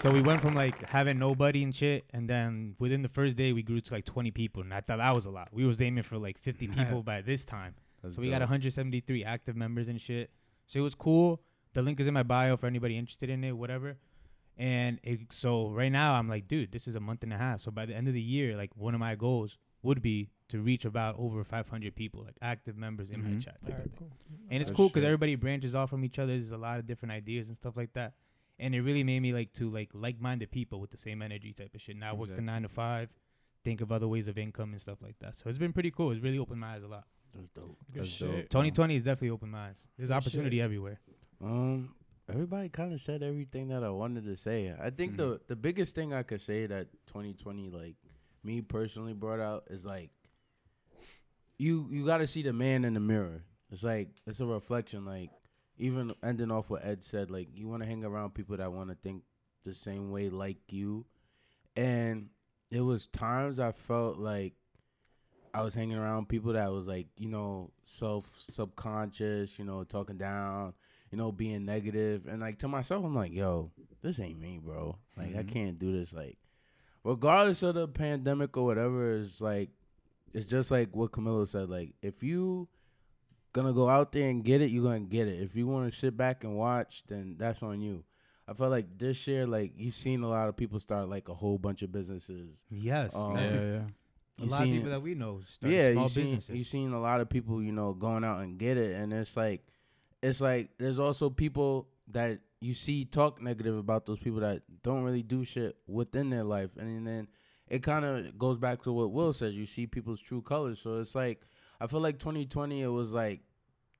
[SPEAKER 4] So we went from like having nobody and shit, and then within the first day we grew to like 20 people, and I thought that was a lot. We was aiming for
[SPEAKER 2] *laughs*
[SPEAKER 4] like 50 people by this time.
[SPEAKER 3] That's
[SPEAKER 4] So we got
[SPEAKER 3] dope.
[SPEAKER 4] 173 active members and shit. So it was cool. The link is in my bio for anybody interested in it, whatever. And it, so right now I'm like, dude, this is a month and a half. So by the end of the year, like one of my goals would be to reach about over 500 people, like active members in my
[SPEAKER 3] Mhm.
[SPEAKER 4] chat.
[SPEAKER 5] All
[SPEAKER 4] type of
[SPEAKER 5] right,
[SPEAKER 4] thing.
[SPEAKER 5] cool.
[SPEAKER 4] And it's
[SPEAKER 3] Oh,
[SPEAKER 4] cool because
[SPEAKER 3] shit.
[SPEAKER 4] everybody branches off from each other. There's a lot of different ideas and stuff like that. And it really made me like to like like-minded people with the same energy type of shit. Now work the
[SPEAKER 3] Exactly.
[SPEAKER 4] nine to five, think of other ways of income and stuff like that. So it's been pretty cool. It's really opened my eyes a lot.
[SPEAKER 2] That's dope.
[SPEAKER 5] Good
[SPEAKER 3] That's dope.
[SPEAKER 5] shit.
[SPEAKER 4] 2020 is definitely open my eyes. There's
[SPEAKER 5] Good
[SPEAKER 4] opportunity
[SPEAKER 5] shit.
[SPEAKER 4] everywhere.
[SPEAKER 2] Um, everybody kind of said everything that I wanted to say. I think
[SPEAKER 3] Mhm.
[SPEAKER 2] the the biggest thing I could say that 2020, like me personally, brought out is like you you got to see the man in the mirror. It's like it's a reflection. Like even ending off what Ed said, like you want to hang around people that want to think the same way like you. And it was times I felt like I was hanging around people that was like, you know, self subconscious, you know, talking down, you know, being negative. And like to myself, I'm like, yo, this ain't me, bro. Like I
[SPEAKER 3] Mhm.
[SPEAKER 2] can't do this. Like regardless of the pandemic or whatever, it's like it's just like what Camilo said. Like if you gonna go out there and get it, you're gonna get it. If you wanna sit back and watch, then that's on you. I felt like this year, like you've seen a lot of people start like a whole bunch of businesses.
[SPEAKER 4] Yes.
[SPEAKER 2] Um,
[SPEAKER 4] that's
[SPEAKER 3] Yeah,
[SPEAKER 4] the-
[SPEAKER 3] yeah.
[SPEAKER 4] a
[SPEAKER 2] You
[SPEAKER 4] lot of
[SPEAKER 2] seen-
[SPEAKER 4] people that we know started
[SPEAKER 2] yeah,
[SPEAKER 4] small
[SPEAKER 2] you seen
[SPEAKER 4] businesses.
[SPEAKER 2] you seen a lot of people, you know, going out and get it, and it's like, it's like there's also people that you see talk negative about those people that don't really do shit within their life, and then it kind of goes back to what Will says. You see people's true colors. So it's like I feel like 2020. It was like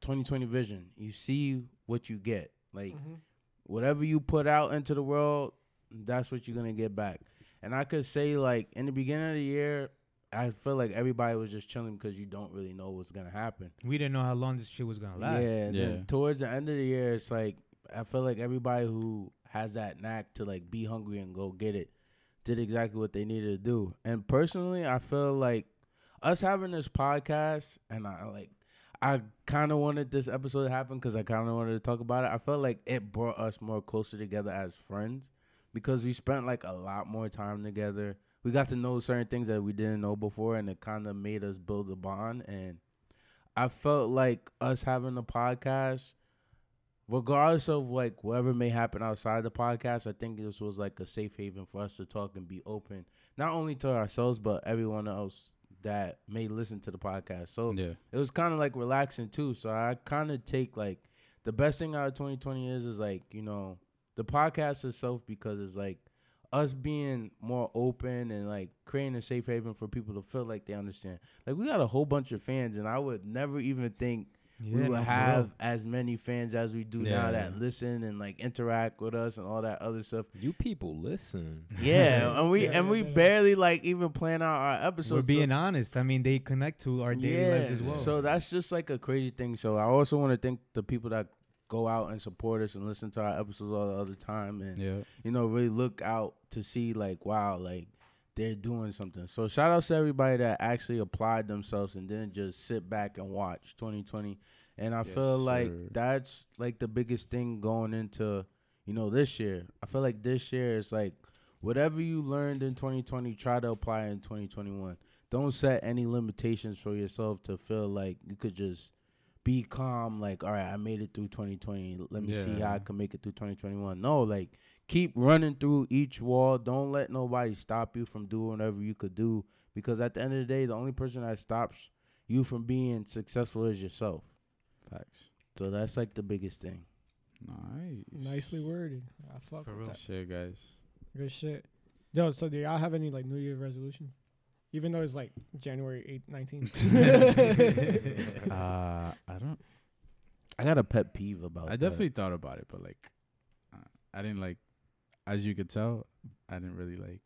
[SPEAKER 2] 2020 vision. You see what you get. Like
[SPEAKER 5] Mhm.
[SPEAKER 2] whatever you put out into the world, that's what you're gonna get back. And I could say like in the beginning of the year, I feel like everybody was just chilling because you don't really know what's gonna happen.
[SPEAKER 4] We didn't know how long this shit was gonna last.
[SPEAKER 2] Yeah, and
[SPEAKER 3] Yeah.
[SPEAKER 2] Then towards the end of the year, it's like I feel like everybody who has that knack to like be hungry and go get it did exactly what they needed to do. And personally, I feel like us having this podcast, and I like, I kind of wanted this episode to happen because I kind of wanted to talk about it. I felt like it brought us more closer together as friends because we spent like a lot more time together. We got to know certain things that we didn't know before, and it kind of made us build a bond. And I felt like us having a podcast, regardless of like whatever may happen outside the podcast, I think this was like a safe haven for us to talk and be open, not only to ourselves but everyone else that may listen to the podcast. So
[SPEAKER 3] Yeah.
[SPEAKER 2] it was kind of like relaxing too. So I kind of take like the best thing out of 2020 is is like you know the podcast itself because it's like us being more open and like creating a safe haven for people to feel like they understand. Like we got a whole bunch of fans, and I would never even think we
[SPEAKER 4] no,
[SPEAKER 2] would
[SPEAKER 4] for
[SPEAKER 2] have
[SPEAKER 4] real.
[SPEAKER 2] as many fans as we do
[SPEAKER 1] Yeah.
[SPEAKER 2] now that listen and like interact with us and all that other
[SPEAKER 4] *laughs*
[SPEAKER 2] stuff.
[SPEAKER 1] You people listen.
[SPEAKER 2] Yeah, and we
[SPEAKER 5] Yeah,
[SPEAKER 2] and
[SPEAKER 5] yeah,
[SPEAKER 2] we
[SPEAKER 5] yeah.
[SPEAKER 2] barely like even plan out our episodes.
[SPEAKER 4] We're
[SPEAKER 2] so-
[SPEAKER 4] being honest. I mean, they connect to our daily lives as well.
[SPEAKER 2] so that's just like a crazy thing. So I also want to thank the people that go out and support us and listen to our episodes all the other time and
[SPEAKER 3] Yeah.
[SPEAKER 2] you know really look out to see like wow like they're doing something. So shout out to everybody that actually applied themselves and didn't just sit back and watch 2020. And I
[SPEAKER 3] Yes,
[SPEAKER 2] feel like
[SPEAKER 3] sir.
[SPEAKER 2] that's like the biggest thing going into you know this year. I feel like this year is like whatever you learned in 2020 try to apply in 2021 don't set any limitations for yourself to feel like you could just be calm like all right i made it through 2020 let me see how i
[SPEAKER 3] Yeah.
[SPEAKER 2] can make it through 2021 no like keep running through each wall don't let nobody stop you from doing whatever you could do because at the end of the day the only person that stops you from being successful is yourself
[SPEAKER 3] Facts.
[SPEAKER 2] so that's like the biggest thing
[SPEAKER 3] Nice.
[SPEAKER 5] Nicely worded. I fuck
[SPEAKER 4] For
[SPEAKER 5] with
[SPEAKER 4] real.
[SPEAKER 5] that.
[SPEAKER 3] Shit, guys.
[SPEAKER 5] Good shit. Yo, so do y'all have any like New Year resolution? Even though it's like January
[SPEAKER 4] *laughs*
[SPEAKER 5] 8th, *laughs*
[SPEAKER 3] *laughs*
[SPEAKER 5] 19th.
[SPEAKER 3] uh, I don't.
[SPEAKER 2] i got a pet peeve about
[SPEAKER 3] I
[SPEAKER 2] that.
[SPEAKER 3] definitely thought about it, but like, uh, I didn't like. As you could tell, I didn't really like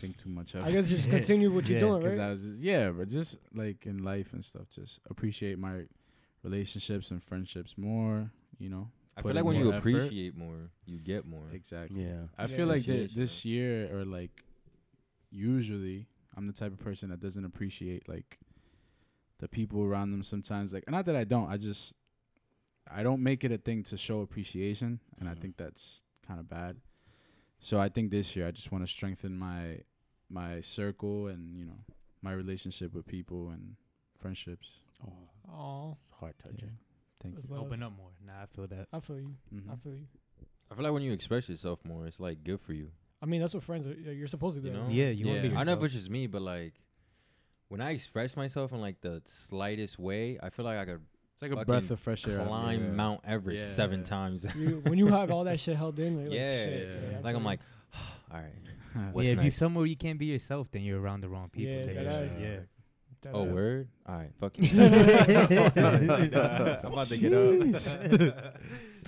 [SPEAKER 3] think too much of.
[SPEAKER 5] I guess just
[SPEAKER 3] *laughs*
[SPEAKER 5] continue what you're
[SPEAKER 4] Yeah,
[SPEAKER 5] doing,
[SPEAKER 3] Because
[SPEAKER 5] right?
[SPEAKER 3] I was just yeah, but just like in life and stuff, just appreciate my relationships and friendships more. You know,
[SPEAKER 1] I
[SPEAKER 3] Put
[SPEAKER 1] feel
[SPEAKER 3] in
[SPEAKER 1] like when you
[SPEAKER 3] more effort.
[SPEAKER 1] appreciate more, you get more.
[SPEAKER 3] exactly.
[SPEAKER 2] yeah
[SPEAKER 3] I
[SPEAKER 5] Yeah.
[SPEAKER 3] feel like
[SPEAKER 1] Appreciation,
[SPEAKER 3] th- this year or like usually I'm the type of person that doesn't appreciate like the people around them sometimes like not that I don't I just I don't make it a thing to show appreciation and I
[SPEAKER 2] Mhm.
[SPEAKER 3] think that's kind of bad. So I think this year I just want to strengthen my my circle and you know my relationship with people and friendships.
[SPEAKER 2] oh
[SPEAKER 5] Aw,
[SPEAKER 2] it's heart
[SPEAKER 3] Yeah.
[SPEAKER 2] touching
[SPEAKER 3] Thank
[SPEAKER 5] that's
[SPEAKER 3] you.
[SPEAKER 5] love.
[SPEAKER 4] Open up Mm-hmm. more. Nah, I feel that.
[SPEAKER 5] I feel you.
[SPEAKER 3] Mhm.
[SPEAKER 5] I feel you.
[SPEAKER 1] I feel like when you express yourself more, it's like good for you.
[SPEAKER 5] I mean, that's what friends are. You're supposed to do.
[SPEAKER 1] You know?
[SPEAKER 5] that.
[SPEAKER 4] Yeah, you want to
[SPEAKER 3] Yeah.
[SPEAKER 4] be.
[SPEAKER 1] I don't know if
[SPEAKER 4] yourself.
[SPEAKER 1] it's just me, but like when I express myself in like the slightest way, I feel like I could
[SPEAKER 3] It's like a
[SPEAKER 1] fucking
[SPEAKER 3] breath of fresh air. after
[SPEAKER 1] climb
[SPEAKER 3] that. *laughs*
[SPEAKER 1] *laughs* Mount Everest seven
[SPEAKER 3] Yeah.
[SPEAKER 1] times. *laughs*
[SPEAKER 5] You, when you have all that shit held in, like, like,
[SPEAKER 1] Yeah,
[SPEAKER 5] shit,
[SPEAKER 3] yeah.
[SPEAKER 5] I
[SPEAKER 1] like
[SPEAKER 5] feel
[SPEAKER 1] I'm *laughs*
[SPEAKER 5] you.
[SPEAKER 1] like, *sighs* all right. What's
[SPEAKER 4] yeah, if you
[SPEAKER 1] next?
[SPEAKER 4] somewhere you can't be yourself, then you're around the wrong people.
[SPEAKER 5] Yeah,
[SPEAKER 4] type
[SPEAKER 5] that
[SPEAKER 4] of
[SPEAKER 5] is.
[SPEAKER 4] shit. *laughs* yeah.
[SPEAKER 5] Dead
[SPEAKER 1] Oh
[SPEAKER 5] ass.
[SPEAKER 1] *laughs* word! All right, fuck yourself. I'm about to get up.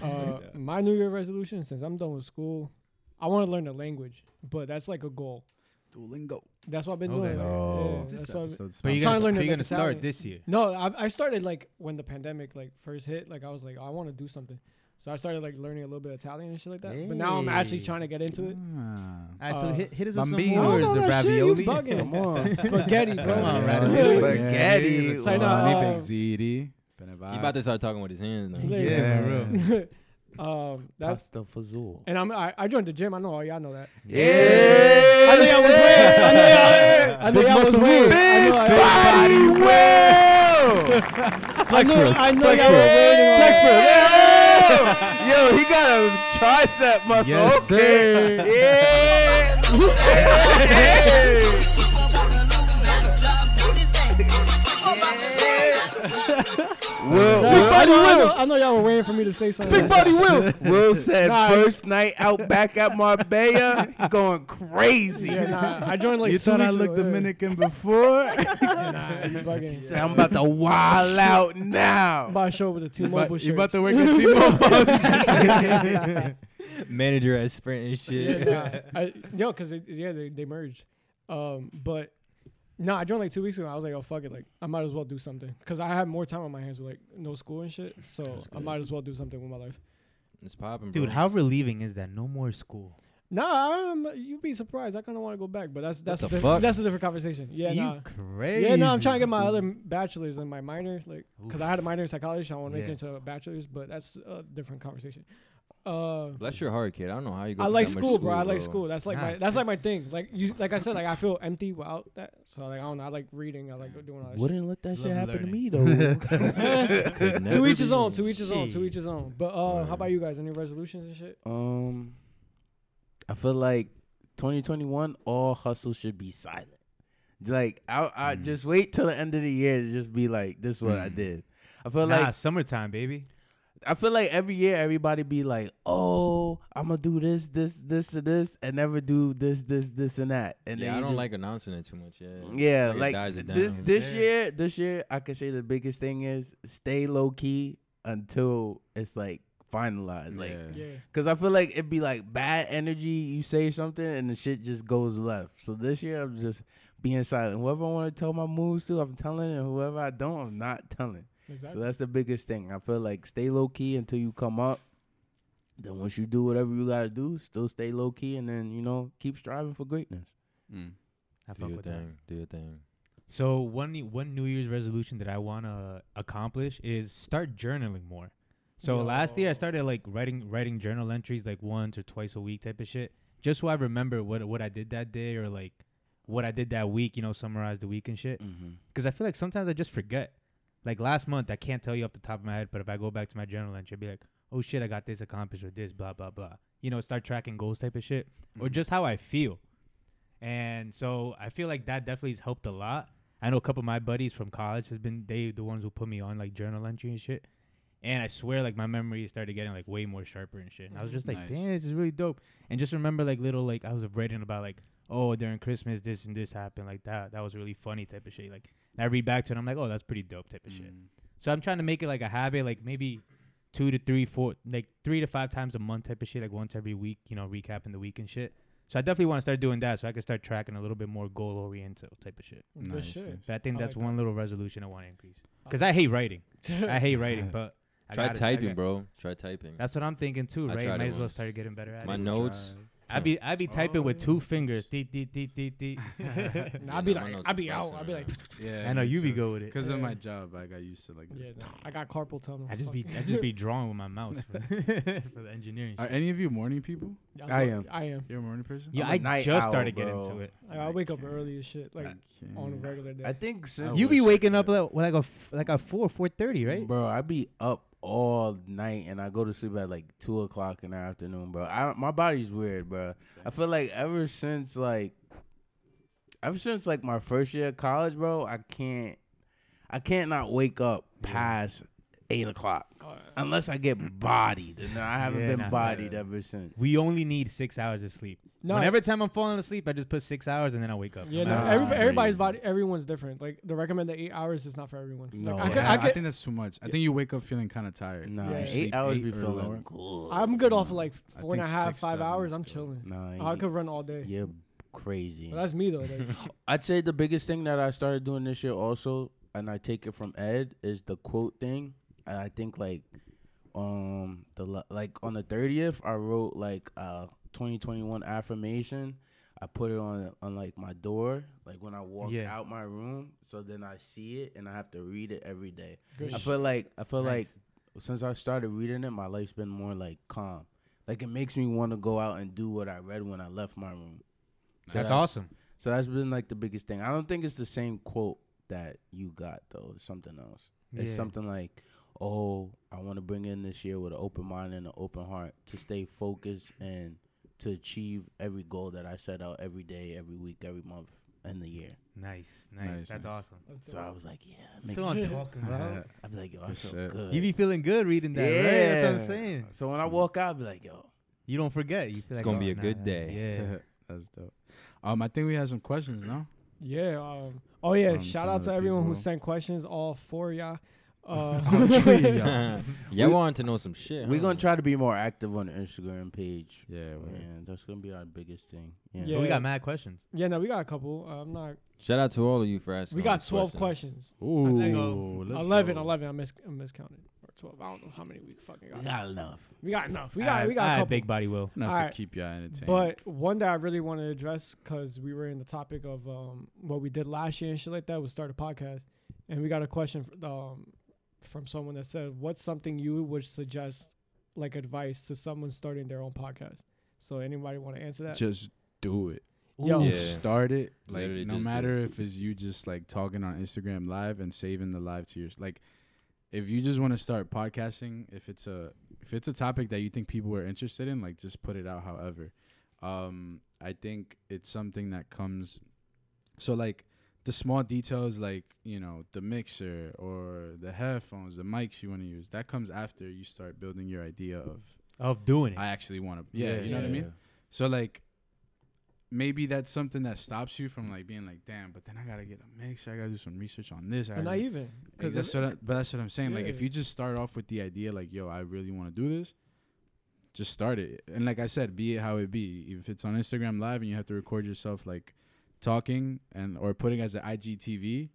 [SPEAKER 5] Uh, my New Year resolution, since I'm done with school, I want to learn a language, but that's like a goal.
[SPEAKER 3] Duolingo.
[SPEAKER 5] That's what I've been
[SPEAKER 4] Okay.
[SPEAKER 5] doing. like,
[SPEAKER 2] Oh.
[SPEAKER 5] yeah, that's what I've-
[SPEAKER 4] But you're
[SPEAKER 5] trying
[SPEAKER 4] gonna, so
[SPEAKER 5] to learn
[SPEAKER 4] you're
[SPEAKER 5] to make
[SPEAKER 4] gonna start
[SPEAKER 5] Italian.
[SPEAKER 4] this year.
[SPEAKER 5] no, I, I started like when the pandemic like first hit. Like I was like, I want to do something, so I started like learning a little bit of Italian and shit like that. But now I'm actually
[SPEAKER 4] Hey.
[SPEAKER 5] trying to get into
[SPEAKER 3] *laughs*
[SPEAKER 5] it.
[SPEAKER 3] Ah.
[SPEAKER 4] All right, so
[SPEAKER 5] Uh,
[SPEAKER 4] hit, hit us with some
[SPEAKER 3] Bambino.
[SPEAKER 4] more. Oh,
[SPEAKER 3] I don't
[SPEAKER 4] Is it
[SPEAKER 5] you
[SPEAKER 4] ravioli? *laughs*
[SPEAKER 5] bugging.
[SPEAKER 2] come on
[SPEAKER 5] Spaghetti, bro.
[SPEAKER 4] Come on,
[SPEAKER 5] Yeah.
[SPEAKER 4] Radish.
[SPEAKER 5] Yeah.
[SPEAKER 2] Spaghetti.
[SPEAKER 5] Sai da-
[SPEAKER 1] *laughs* He about to start talking with his hands now.
[SPEAKER 5] Yeah,
[SPEAKER 4] Yeah,
[SPEAKER 3] for real.
[SPEAKER 5] um, that's
[SPEAKER 2] pasta fazool
[SPEAKER 5] and I'm I, I joined the gym. I know all y'all know that.
[SPEAKER 2] Yeah.
[SPEAKER 5] I know y'all was weird. I know y'all- I know
[SPEAKER 4] Big
[SPEAKER 5] y'all was
[SPEAKER 4] muscle
[SPEAKER 5] weird. I know- I know- I know- I know y'all were waiting on that.
[SPEAKER 2] Yo, he got a tricep muscle.
[SPEAKER 4] Yes,
[SPEAKER 2] okay. Yeah.
[SPEAKER 4] sir.
[SPEAKER 2] Yeah. *laughs* Will, Will, Buddy
[SPEAKER 5] know, I,
[SPEAKER 2] Will.
[SPEAKER 5] know, I know y'all were waiting for me to say something.
[SPEAKER 2] Big Buddy Will. Will said
[SPEAKER 5] Nah,
[SPEAKER 2] first night out back at
[SPEAKER 5] *laughs*
[SPEAKER 2] Marbella, going crazy.
[SPEAKER 5] Yeah, nah, I joined like
[SPEAKER 3] you
[SPEAKER 5] two
[SPEAKER 3] thought I
[SPEAKER 5] weeks
[SPEAKER 3] looked
[SPEAKER 5] ago, yeah.
[SPEAKER 3] Dominican
[SPEAKER 5] *laughs*
[SPEAKER 3] before?
[SPEAKER 5] Yeah, nah, you bugging.
[SPEAKER 2] Said, *laughs* I'm about to wild out now.
[SPEAKER 5] I'm about to show up with the two mobile shirts.
[SPEAKER 3] you about to work
[SPEAKER 5] *laughs*
[SPEAKER 3] at T-Mobile?
[SPEAKER 1] Manager at Sprint *laughs* and shit.
[SPEAKER 5] yeah, nah, I, yo, cause it, yeah, they, they merged. Um, but no, I joined like two weeks ago. I was like, oh fuck it, like I might as well do something, cause I had more time on my hands with like no school and shit. So I might as well do something with my life.
[SPEAKER 1] It's popping,
[SPEAKER 4] Dude, how relieving is that? No more school.
[SPEAKER 5] Nah, I'm, you'd be surprised. I kind of want to go back, but that's that's
[SPEAKER 1] the
[SPEAKER 5] a diff-
[SPEAKER 1] fuck?
[SPEAKER 5] that's a different conversation. Yeah,
[SPEAKER 4] you
[SPEAKER 5] nah.
[SPEAKER 4] crazy.
[SPEAKER 5] Yeah, no, I'm trying to get my other m- bachelor's and my minor, like, because I
[SPEAKER 4] Oof.
[SPEAKER 5] had a minor in psychology, so I want to make
[SPEAKER 4] Yeah.
[SPEAKER 5] it into a bachelor's, but that's a different conversation. Uh,
[SPEAKER 1] Bless your heart, kid. I don't know how you go.
[SPEAKER 5] I
[SPEAKER 1] through
[SPEAKER 5] like
[SPEAKER 1] that much
[SPEAKER 5] school, bro. I like school. That's like
[SPEAKER 4] Nah,
[SPEAKER 5] my
[SPEAKER 4] it's
[SPEAKER 5] that's
[SPEAKER 4] good.
[SPEAKER 5] like my thing. Like you, like I said, like I feel empty without that. So like I don't know. I like reading. I like doing all that. Shit.
[SPEAKER 2] let that
[SPEAKER 4] Love learning.
[SPEAKER 5] *laughs*
[SPEAKER 2] though.
[SPEAKER 1] Could
[SPEAKER 5] To
[SPEAKER 1] never
[SPEAKER 5] each
[SPEAKER 1] be
[SPEAKER 5] his own. To each his own. To
[SPEAKER 4] Shit.
[SPEAKER 5] each his own. But um,
[SPEAKER 1] Word.
[SPEAKER 5] how about you guys? Any resolutions and shit?
[SPEAKER 2] um, I feel like 2021, all hustle should be silent. Like I, I
[SPEAKER 1] Mm.
[SPEAKER 2] just wait till the end of the year to just be like, this is what I
[SPEAKER 1] Mm.
[SPEAKER 2] did. I feel
[SPEAKER 4] nah,
[SPEAKER 2] like
[SPEAKER 4] summertime, baby.
[SPEAKER 2] I feel like every year everybody be like, "Oh, I'm gonna do this, this, this, and this, and never do this, this, this, and that." And
[SPEAKER 1] Yeah,
[SPEAKER 2] then
[SPEAKER 1] I
[SPEAKER 2] you
[SPEAKER 1] don't
[SPEAKER 2] just-
[SPEAKER 1] like announcing it too much. Yeah.
[SPEAKER 2] Yeah,
[SPEAKER 1] it
[SPEAKER 2] like
[SPEAKER 1] dies it
[SPEAKER 2] this
[SPEAKER 1] down.
[SPEAKER 2] this
[SPEAKER 4] Yeah.
[SPEAKER 2] year, this year I could say the biggest thing is stay low key until it's like finalized. Like,
[SPEAKER 5] Yeah.
[SPEAKER 2] cause I feel like it'd be like bad energy. You say something and the shit just goes left. So this year I'm just being silent. Whoever I want to tell my moves to, I'm telling, and whoever I don't, I'm not telling. So
[SPEAKER 5] Exactly.
[SPEAKER 2] that's the biggest thing. I feel like stay low key until you come up. Then once you do whatever you gotta do, still stay low key, and then you know keep striving for greatness.
[SPEAKER 4] I
[SPEAKER 1] Do
[SPEAKER 4] fuck
[SPEAKER 1] your
[SPEAKER 4] with that.
[SPEAKER 1] thing. Do your thing.
[SPEAKER 4] So one ne- one New Year's resolution that I want to accomplish is start journaling more. So last year I
[SPEAKER 5] Yo.
[SPEAKER 4] started like writing writing journal entries like once or twice a week type of shit, just so I remember what what I did that day or like what I did that week. You know, summarize the week and shit. Because I feel like sometimes I just forget. Like last month, I can't tell you off the top of my head, but if I go back to my journal entry, I'd be like, "Oh shit, I got this accomplished with this, blah blah blah." You know, start tracking goals type of shit, or
[SPEAKER 3] Mm-hmm.
[SPEAKER 4] just how I feel. And so I feel like that definitely has helped a lot. I know a couple of my buddies from college has been they the ones who put me on like journal entry and shit. And I swear, like my memory started getting like way more sharper and shit. And I was
[SPEAKER 5] Mhm.
[SPEAKER 4] just like,
[SPEAKER 3] Nice.
[SPEAKER 4] "Damn, this is really dope." And just remember, like little, like I was reading about like, "Oh, during Christmas, this and this happened, like that. That was really funny," type of shit. Like, and I read back to it, and I'm like, "Oh, that's pretty dope," type of shit. So I'm trying to make it like a habit, like maybe two to three, four, like three to five times a month type of shit, like once every week, you know, recapping the week and shit. So I definitely want to start doing that, so I can start tracking a little bit more goal oriented type of shit.
[SPEAKER 5] Good
[SPEAKER 3] Nice, *laughs*
[SPEAKER 5] shit.
[SPEAKER 4] But I think
[SPEAKER 5] I
[SPEAKER 4] that's
[SPEAKER 5] like
[SPEAKER 4] one little resolution I want to increase because I hate writing. I hate writing, but I
[SPEAKER 1] Try
[SPEAKER 4] gotta- I
[SPEAKER 1] typing,
[SPEAKER 4] got-
[SPEAKER 1] bro. Try typing.
[SPEAKER 4] That's what I'm thinking too,
[SPEAKER 1] I
[SPEAKER 4] right?
[SPEAKER 1] tried
[SPEAKER 4] Might
[SPEAKER 1] it
[SPEAKER 4] as well
[SPEAKER 1] once.
[SPEAKER 4] start getting better at
[SPEAKER 1] My
[SPEAKER 4] it.
[SPEAKER 1] notes.
[SPEAKER 4] I be I be typing with
[SPEAKER 2] Oh.
[SPEAKER 4] two fingers. Dee, dee, dee, dee, dee.
[SPEAKER 5] *laughs*
[SPEAKER 4] *laughs*
[SPEAKER 5] Nah,
[SPEAKER 1] Yeah,
[SPEAKER 5] I'd be
[SPEAKER 1] nah, my
[SPEAKER 5] like,
[SPEAKER 1] notes
[SPEAKER 5] I'd be
[SPEAKER 1] are
[SPEAKER 5] out. I'd be
[SPEAKER 1] busting
[SPEAKER 5] like,
[SPEAKER 1] right
[SPEAKER 3] Yeah,
[SPEAKER 4] I know you be good with it.
[SPEAKER 3] Because of
[SPEAKER 5] Yeah.
[SPEAKER 3] my job, I got used to like
[SPEAKER 5] yeah,
[SPEAKER 3] this.
[SPEAKER 5] nah, I got carpal tunnel.
[SPEAKER 4] I just be
[SPEAKER 5] Fuck.
[SPEAKER 4] I just be drawing with my mouse for, for the engineering.
[SPEAKER 3] Are
[SPEAKER 4] shit.
[SPEAKER 3] any of you morning people?
[SPEAKER 5] Yeah,
[SPEAKER 2] I am.
[SPEAKER 5] I am.
[SPEAKER 3] You're a morning person?
[SPEAKER 4] Yeah,
[SPEAKER 2] I'm a
[SPEAKER 4] I
[SPEAKER 2] night
[SPEAKER 4] just
[SPEAKER 2] owl,
[SPEAKER 4] started getting
[SPEAKER 2] bro.
[SPEAKER 4] to it.
[SPEAKER 5] Like, I wake up early as shit, like
[SPEAKER 3] I can't.
[SPEAKER 5] on a regular
[SPEAKER 2] I
[SPEAKER 5] day.
[SPEAKER 2] think
[SPEAKER 3] I
[SPEAKER 2] since
[SPEAKER 4] You be
[SPEAKER 3] wish I
[SPEAKER 4] waking up
[SPEAKER 3] could.
[SPEAKER 4] like, like a f- like a four four thirty, right?
[SPEAKER 2] Bro, I be up all night and I go to sleep at like two o'clock in the afternoon, bro. I, my body's weird, bro. I feel like ever since like, ever since like my first year of college, bro, I can't, I can't not wake up past eight o'clock
[SPEAKER 3] Oh,
[SPEAKER 2] unless I get bodied. And I haven't
[SPEAKER 4] Yeah,
[SPEAKER 2] been
[SPEAKER 4] nah.
[SPEAKER 2] bodied ever since.
[SPEAKER 4] We only need six hours of sleep.
[SPEAKER 5] No,
[SPEAKER 4] Whenever time I'm falling asleep, I just put six hours and then I wake up.
[SPEAKER 5] Yeah,
[SPEAKER 4] I'm
[SPEAKER 5] no,
[SPEAKER 4] like,
[SPEAKER 2] That's
[SPEAKER 5] every, everybody's
[SPEAKER 3] crazy.
[SPEAKER 5] body, everyone's different. Like the recommended eight hours is not for everyone.
[SPEAKER 2] No.
[SPEAKER 5] like,
[SPEAKER 3] I,
[SPEAKER 5] I,
[SPEAKER 2] Yeah,
[SPEAKER 5] could,
[SPEAKER 3] Oh, I,
[SPEAKER 5] I could,
[SPEAKER 3] think that's too much. I think you wake up feeling kind of tired.
[SPEAKER 2] Nah,
[SPEAKER 5] Yeah.
[SPEAKER 3] You
[SPEAKER 2] eight
[SPEAKER 3] sleep
[SPEAKER 2] hours
[SPEAKER 3] eight
[SPEAKER 2] be
[SPEAKER 3] or
[SPEAKER 2] feeling
[SPEAKER 3] lower.
[SPEAKER 2] *laughs* good.
[SPEAKER 5] I'm good off of
[SPEAKER 3] Mm.
[SPEAKER 5] like
[SPEAKER 3] I
[SPEAKER 5] four and a
[SPEAKER 3] think
[SPEAKER 5] half,
[SPEAKER 3] six,
[SPEAKER 5] five
[SPEAKER 3] seven
[SPEAKER 5] hours.
[SPEAKER 3] is
[SPEAKER 5] I'm
[SPEAKER 3] good.
[SPEAKER 5] chilling.
[SPEAKER 2] Nah,
[SPEAKER 5] Oh, I
[SPEAKER 2] you-
[SPEAKER 5] could run all day.
[SPEAKER 2] you're crazy.
[SPEAKER 5] But that's me though. Like,
[SPEAKER 2] I'd say the biggest thing that I started doing this year also, and I take it from Ed, is the quote thing. And I think like, um, the la- like on the thirtieth, I wrote like uh 2021 affirmation. I put it on on like my door, like when I walk
[SPEAKER 4] Yeah.
[SPEAKER 2] out my room. So then I see it and I have to read it every day.
[SPEAKER 5] good
[SPEAKER 2] I
[SPEAKER 5] shit.
[SPEAKER 2] feel like I feel like
[SPEAKER 4] Nice.
[SPEAKER 2] since I started reading it, my life's been more like calm. Like it makes me want to go out and do what I read when I left my room. So
[SPEAKER 4] that's awesome.
[SPEAKER 2] so that's been like the biggest thing. I don't think it's the same quote that you got though. It's something else. It's
[SPEAKER 4] Yeah.
[SPEAKER 2] something like, "Oh, I want to bring in this year with an open mind and an open heart to stay focused and to achieve every goal that I set out every day, every week, every month." in the year.
[SPEAKER 4] Nice, nice.
[SPEAKER 3] Nice,
[SPEAKER 4] That's
[SPEAKER 3] nice.
[SPEAKER 4] awesome.
[SPEAKER 5] That's
[SPEAKER 2] So
[SPEAKER 5] dope.
[SPEAKER 2] I was like, yeah,
[SPEAKER 4] That's what I'm talking about.
[SPEAKER 2] I'd be like, yo, I
[SPEAKER 3] Good
[SPEAKER 2] feel
[SPEAKER 3] shit.
[SPEAKER 2] good.
[SPEAKER 4] You be feeling good reading that. right? That's what I'm saying.
[SPEAKER 2] So when I walk out, I'll be like, yo,
[SPEAKER 4] You don't forget. You feel
[SPEAKER 1] It's
[SPEAKER 4] like,
[SPEAKER 1] gonna
[SPEAKER 4] oh,
[SPEAKER 1] be a
[SPEAKER 4] nah,
[SPEAKER 1] good *laughs*
[SPEAKER 4] nah,
[SPEAKER 1] day.
[SPEAKER 4] Yeah.
[SPEAKER 3] *laughs* That's dope. Um, I think we had some questions, no?
[SPEAKER 5] Yeah. Um, oh yeah.
[SPEAKER 3] From
[SPEAKER 5] shout
[SPEAKER 3] some
[SPEAKER 5] out
[SPEAKER 3] other
[SPEAKER 5] to everyone who
[SPEAKER 3] people.
[SPEAKER 5] sent questions. All four of y'all. Uh,
[SPEAKER 1] yeah,
[SPEAKER 2] We-
[SPEAKER 1] wanted to know some shit.
[SPEAKER 2] we're
[SPEAKER 1] huh?
[SPEAKER 2] gonna try to be more active on the Instagram page.
[SPEAKER 3] Yeah.
[SPEAKER 2] Yeah,
[SPEAKER 3] word.
[SPEAKER 2] that's gonna be our biggest thing.
[SPEAKER 4] But
[SPEAKER 5] Yeah.
[SPEAKER 4] we got mad questions.
[SPEAKER 5] *laughs* yeah. No, we got a couple. Uh, I'm not.
[SPEAKER 1] Shout out to all of you for asking.
[SPEAKER 5] We
[SPEAKER 1] all
[SPEAKER 5] got
[SPEAKER 1] these
[SPEAKER 5] 12
[SPEAKER 1] questions.
[SPEAKER 5] questions.
[SPEAKER 3] Ooh,
[SPEAKER 5] think,
[SPEAKER 4] um,
[SPEAKER 3] let's
[SPEAKER 5] 11,
[SPEAKER 3] go.
[SPEAKER 5] 11. I mis I miscounted or 12. I don't know how many we fucking
[SPEAKER 2] we
[SPEAKER 5] got.
[SPEAKER 2] got enough.
[SPEAKER 5] We got enough. We got.
[SPEAKER 4] I,
[SPEAKER 5] we got a
[SPEAKER 4] I
[SPEAKER 5] couple.
[SPEAKER 4] big body will.
[SPEAKER 3] Enough to
[SPEAKER 5] Alright,
[SPEAKER 3] keep y'all entertained.
[SPEAKER 5] But one that I really want to address because we were in the topic of um, what we did last year and shit like that was start a podcast, and we got a question fr- um, from someone that said, "What's something you would suggest, like advice to someone starting their own podcast?" So anybody want to answer that?
[SPEAKER 3] just do it.
[SPEAKER 5] Yo.
[SPEAKER 3] Just
[SPEAKER 1] Yeah.
[SPEAKER 3] start it. Like
[SPEAKER 1] Literally
[SPEAKER 3] no
[SPEAKER 1] just do
[SPEAKER 3] matter
[SPEAKER 1] it.
[SPEAKER 3] if it's you just like talking on Instagram live and saving the live to your like if you just want to start podcasting, if it's a if it's a topic that you think people are interested in, like just put it out however. Um I think it's something that comes so like the small details like, you know, the mixer or the headphones, the mics you want to use, that comes after you start building your idea of
[SPEAKER 4] Of doing it.
[SPEAKER 3] I actually want to yeah, you know what I mean?
[SPEAKER 1] Yeah.
[SPEAKER 3] So like maybe that's something that stops you from like being like, damn, but then I gotta get a mixer, I gotta do some research on this. I
[SPEAKER 5] Or
[SPEAKER 3] gotta
[SPEAKER 5] not
[SPEAKER 3] do-"
[SPEAKER 5] even
[SPEAKER 3] Like, that's what I, but that's what I'm saying. Like if
[SPEAKER 5] Yeah.
[SPEAKER 3] you just start off with the idea like, yo, I really wanna do this, just start it. And like I said, be it how it be. If it's on Instagram live and you have to record yourself like talking and or putting as an IGTV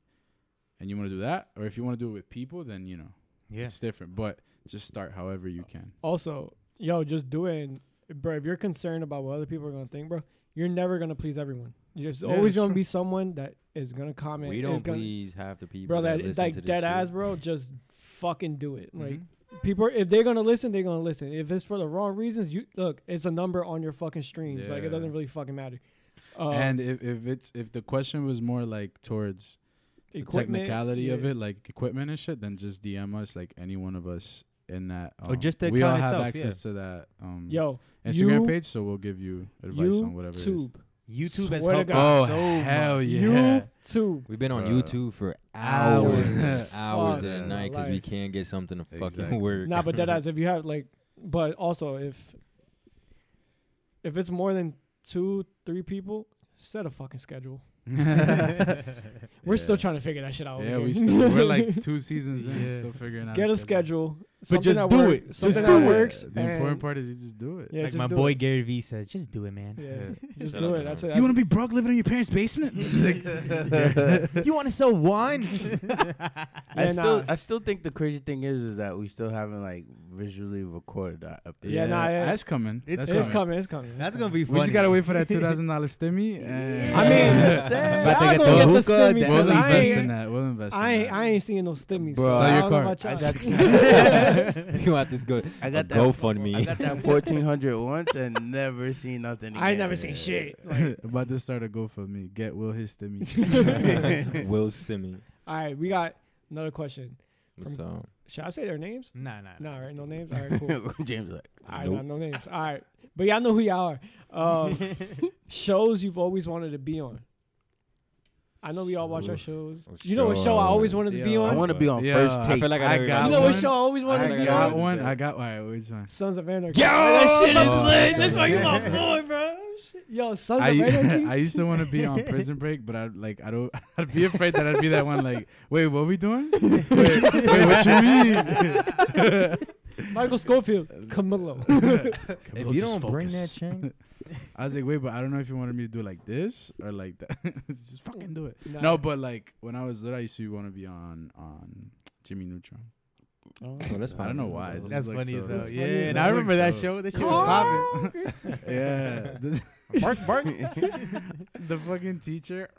[SPEAKER 3] and you wanna do that, or if you wanna do it with people, then you know,
[SPEAKER 4] yeah.
[SPEAKER 3] it's different. But just start however you can.
[SPEAKER 5] also, yo, just do it, and, bro. If you're concerned about what other people are gonna think, bro, you're never gonna please everyone. There's
[SPEAKER 3] Yeah,
[SPEAKER 5] always
[SPEAKER 3] that's
[SPEAKER 5] gonna
[SPEAKER 3] true.
[SPEAKER 5] be someone that is gonna comment.
[SPEAKER 1] We
[SPEAKER 5] is
[SPEAKER 1] don't
[SPEAKER 5] gonna-
[SPEAKER 1] please half the people.
[SPEAKER 5] bro.
[SPEAKER 1] that
[SPEAKER 5] That
[SPEAKER 1] listen
[SPEAKER 5] like
[SPEAKER 1] to this
[SPEAKER 5] dead
[SPEAKER 1] shit.
[SPEAKER 5] ass, bro. Just fucking do it. Like
[SPEAKER 3] Mhm.
[SPEAKER 5] people, if they're gonna listen, they're gonna listen. If it's for the wrong reasons, you look. It's a number on your fucking streams. Like it
[SPEAKER 3] Yeah.
[SPEAKER 5] doesn't really fucking matter. Uh,
[SPEAKER 3] and if, if it's if the question was more like towards the
[SPEAKER 5] equipment,
[SPEAKER 3] technicality of
[SPEAKER 5] yeah.
[SPEAKER 3] it, like equipment and shit, then just DM us, like any one of us in that. um,
[SPEAKER 4] Or just the
[SPEAKER 3] we all have
[SPEAKER 4] account itself,
[SPEAKER 3] access to that um,
[SPEAKER 5] Yo,
[SPEAKER 3] Instagram
[SPEAKER 5] you-
[SPEAKER 3] page, so we'll give you advice on whatever. It is. *laughs* Oh,
[SPEAKER 5] YouTube,
[SPEAKER 4] Mm-hmm. YouTube has
[SPEAKER 5] Swear to
[SPEAKER 4] helped
[SPEAKER 5] God.
[SPEAKER 4] us
[SPEAKER 1] Oh,
[SPEAKER 4] so much.
[SPEAKER 5] yeah. YouTube.
[SPEAKER 1] We've been on
[SPEAKER 3] Bruh.
[SPEAKER 1] YouTube for
[SPEAKER 4] Hours.
[SPEAKER 1] hours, and hours
[SPEAKER 5] Fuck
[SPEAKER 1] at
[SPEAKER 5] yeah.
[SPEAKER 1] night because we
[SPEAKER 5] Life.
[SPEAKER 1] can't get something to
[SPEAKER 3] Exactly.
[SPEAKER 1] fucking work.
[SPEAKER 5] Nah, but dead ass. If you have like, but also if if it's more than two, three people, set a fucking schedule.
[SPEAKER 3] *laughs*
[SPEAKER 5] *laughs* We're still
[SPEAKER 3] Yeah.
[SPEAKER 5] trying to figure that shit out.
[SPEAKER 3] Yeah,
[SPEAKER 5] over
[SPEAKER 3] we
[SPEAKER 5] here.
[SPEAKER 3] still,
[SPEAKER 5] *laughs*
[SPEAKER 3] we're like two seasons in,
[SPEAKER 4] Yeah.
[SPEAKER 3] still figuring out.
[SPEAKER 5] get a schedule.
[SPEAKER 4] But
[SPEAKER 5] something
[SPEAKER 4] just
[SPEAKER 5] that
[SPEAKER 4] do
[SPEAKER 5] work-
[SPEAKER 4] it. Just
[SPEAKER 5] Something
[SPEAKER 4] do
[SPEAKER 5] that
[SPEAKER 4] it.
[SPEAKER 5] works.
[SPEAKER 3] The important
[SPEAKER 5] and-
[SPEAKER 3] part is you just do it.
[SPEAKER 5] Yeah,
[SPEAKER 4] like
[SPEAKER 5] just
[SPEAKER 4] my
[SPEAKER 5] do
[SPEAKER 4] boy
[SPEAKER 5] it.
[SPEAKER 4] Gary Vee says, just do it, man.
[SPEAKER 5] Yeah, just
[SPEAKER 1] Shut
[SPEAKER 5] do
[SPEAKER 1] up,
[SPEAKER 5] it. That's it.
[SPEAKER 1] Aaron.
[SPEAKER 5] That's-
[SPEAKER 3] wanna be broke living in your parents' basement?
[SPEAKER 4] you want to sell wine?
[SPEAKER 2] I
[SPEAKER 5] Yeah,
[SPEAKER 2] still,
[SPEAKER 5] nah.
[SPEAKER 2] I still think the crazy thing is, is that we still haven't like visually recorded that episode.
[SPEAKER 5] Yeah, nah, yeah.
[SPEAKER 3] that's coming.
[SPEAKER 4] It's-
[SPEAKER 3] that's
[SPEAKER 5] It's coming. It's
[SPEAKER 4] *laughs*
[SPEAKER 5] coming.
[SPEAKER 4] That's gonna be
[SPEAKER 3] We
[SPEAKER 4] funny.
[SPEAKER 3] just gotta wait for
[SPEAKER 5] *laughs*
[SPEAKER 3] that two thousand dollar stimmy. And *laughs*
[SPEAKER 5] I mean,
[SPEAKER 4] About to
[SPEAKER 5] y'all
[SPEAKER 4] get the
[SPEAKER 5] gonna get the
[SPEAKER 4] hookah,
[SPEAKER 5] stimmy
[SPEAKER 4] that-
[SPEAKER 3] we'll
[SPEAKER 5] because I
[SPEAKER 3] invest in
[SPEAKER 5] ain't,
[SPEAKER 3] that. We'll invest.
[SPEAKER 5] I
[SPEAKER 3] in
[SPEAKER 5] ain't,
[SPEAKER 3] that.
[SPEAKER 5] I ain't seeing no stimmies.
[SPEAKER 2] Bro,
[SPEAKER 5] so
[SPEAKER 2] Sell
[SPEAKER 5] I
[SPEAKER 3] your
[SPEAKER 5] don't
[SPEAKER 3] car.
[SPEAKER 5] Know about
[SPEAKER 2] I
[SPEAKER 5] y'all. *laughs*
[SPEAKER 1] you gonna have this go.
[SPEAKER 2] I got
[SPEAKER 1] a
[SPEAKER 2] that. I
[SPEAKER 1] GoFundMe.
[SPEAKER 2] got that fourteen hundred once and never seen nothing. Again.
[SPEAKER 5] I ain't never seen shit.
[SPEAKER 2] *laughs*
[SPEAKER 5] Like,
[SPEAKER 3] *laughs* About to start a GoFundMe. Get Will his
[SPEAKER 5] *laughs*
[SPEAKER 3] stimmy.
[SPEAKER 1] Will Stimmy.
[SPEAKER 5] all right, we got another question.
[SPEAKER 1] What's up?
[SPEAKER 5] Should I say their names?
[SPEAKER 4] Nah, nah,
[SPEAKER 5] No, right? No names. All
[SPEAKER 2] *laughs*
[SPEAKER 5] right, cool. All
[SPEAKER 2] James like,
[SPEAKER 5] right,
[SPEAKER 1] Nope.
[SPEAKER 5] nah, no names. All right, but y'all know who y'all are.
[SPEAKER 2] *laughs*
[SPEAKER 5] Um, shows you've always wanted to be on. I know we all watch our
[SPEAKER 1] Oof.
[SPEAKER 5] shows.
[SPEAKER 1] Oh,
[SPEAKER 5] You know what
[SPEAKER 1] show
[SPEAKER 5] show I
[SPEAKER 1] I
[SPEAKER 5] always
[SPEAKER 1] wanted
[SPEAKER 5] wanted
[SPEAKER 3] to
[SPEAKER 5] to be
[SPEAKER 3] be on.
[SPEAKER 2] I
[SPEAKER 5] on?
[SPEAKER 2] want to be on
[SPEAKER 3] Yeah,
[SPEAKER 2] first
[SPEAKER 3] I
[SPEAKER 2] take.
[SPEAKER 1] feel like
[SPEAKER 3] *laughs*
[SPEAKER 1] I know
[SPEAKER 2] got
[SPEAKER 5] You know what
[SPEAKER 2] one.
[SPEAKER 5] show I always wanted to
[SPEAKER 2] I
[SPEAKER 5] be
[SPEAKER 1] got
[SPEAKER 5] on?
[SPEAKER 3] got one. I got why. Which one?
[SPEAKER 5] Sons of Anarchy.
[SPEAKER 2] Yo,
[SPEAKER 5] that shit is
[SPEAKER 3] Oh,
[SPEAKER 5] lit.
[SPEAKER 3] Sons
[SPEAKER 5] That's
[SPEAKER 3] of
[SPEAKER 5] why you
[SPEAKER 2] *laughs*
[SPEAKER 5] my
[SPEAKER 3] Anarchy.
[SPEAKER 5] boy, bro. Shit. Yo, Sons
[SPEAKER 3] I,
[SPEAKER 5] of Anarchy.
[SPEAKER 3] *laughs*
[SPEAKER 5] *laughs*
[SPEAKER 3] I used to want to be on Prison Break, but I like I don't. *laughs* I'd be afraid that I'd be that one. Like, wait, what we doing? Wait, wait what you mean?
[SPEAKER 5] *laughs* Michael Schofield, Camilo.
[SPEAKER 1] If you don't bring that
[SPEAKER 4] *laughs*
[SPEAKER 1] chain,
[SPEAKER 3] I was like, wait, but I don't know if you wanted me to do like this or like that. *laughs* Just fucking do it.
[SPEAKER 5] Nah.
[SPEAKER 3] No, but like when I was little, I used to want to be on on Jimmy Neutron.
[SPEAKER 1] Oh, that's
[SPEAKER 3] I
[SPEAKER 1] fine.
[SPEAKER 3] don't know why. It
[SPEAKER 4] That's
[SPEAKER 3] just looks
[SPEAKER 4] funny as
[SPEAKER 3] so-
[SPEAKER 4] hell.
[SPEAKER 3] it
[SPEAKER 4] Yeah,
[SPEAKER 5] funny as
[SPEAKER 4] and
[SPEAKER 3] hell.
[SPEAKER 4] I remember that
[SPEAKER 3] Looks
[SPEAKER 4] show. That shit was popping.
[SPEAKER 5] Carl.
[SPEAKER 4] *laughs*
[SPEAKER 3] Yeah. the,
[SPEAKER 4] Bark, bark.
[SPEAKER 3] *laughs* the fucking teacher.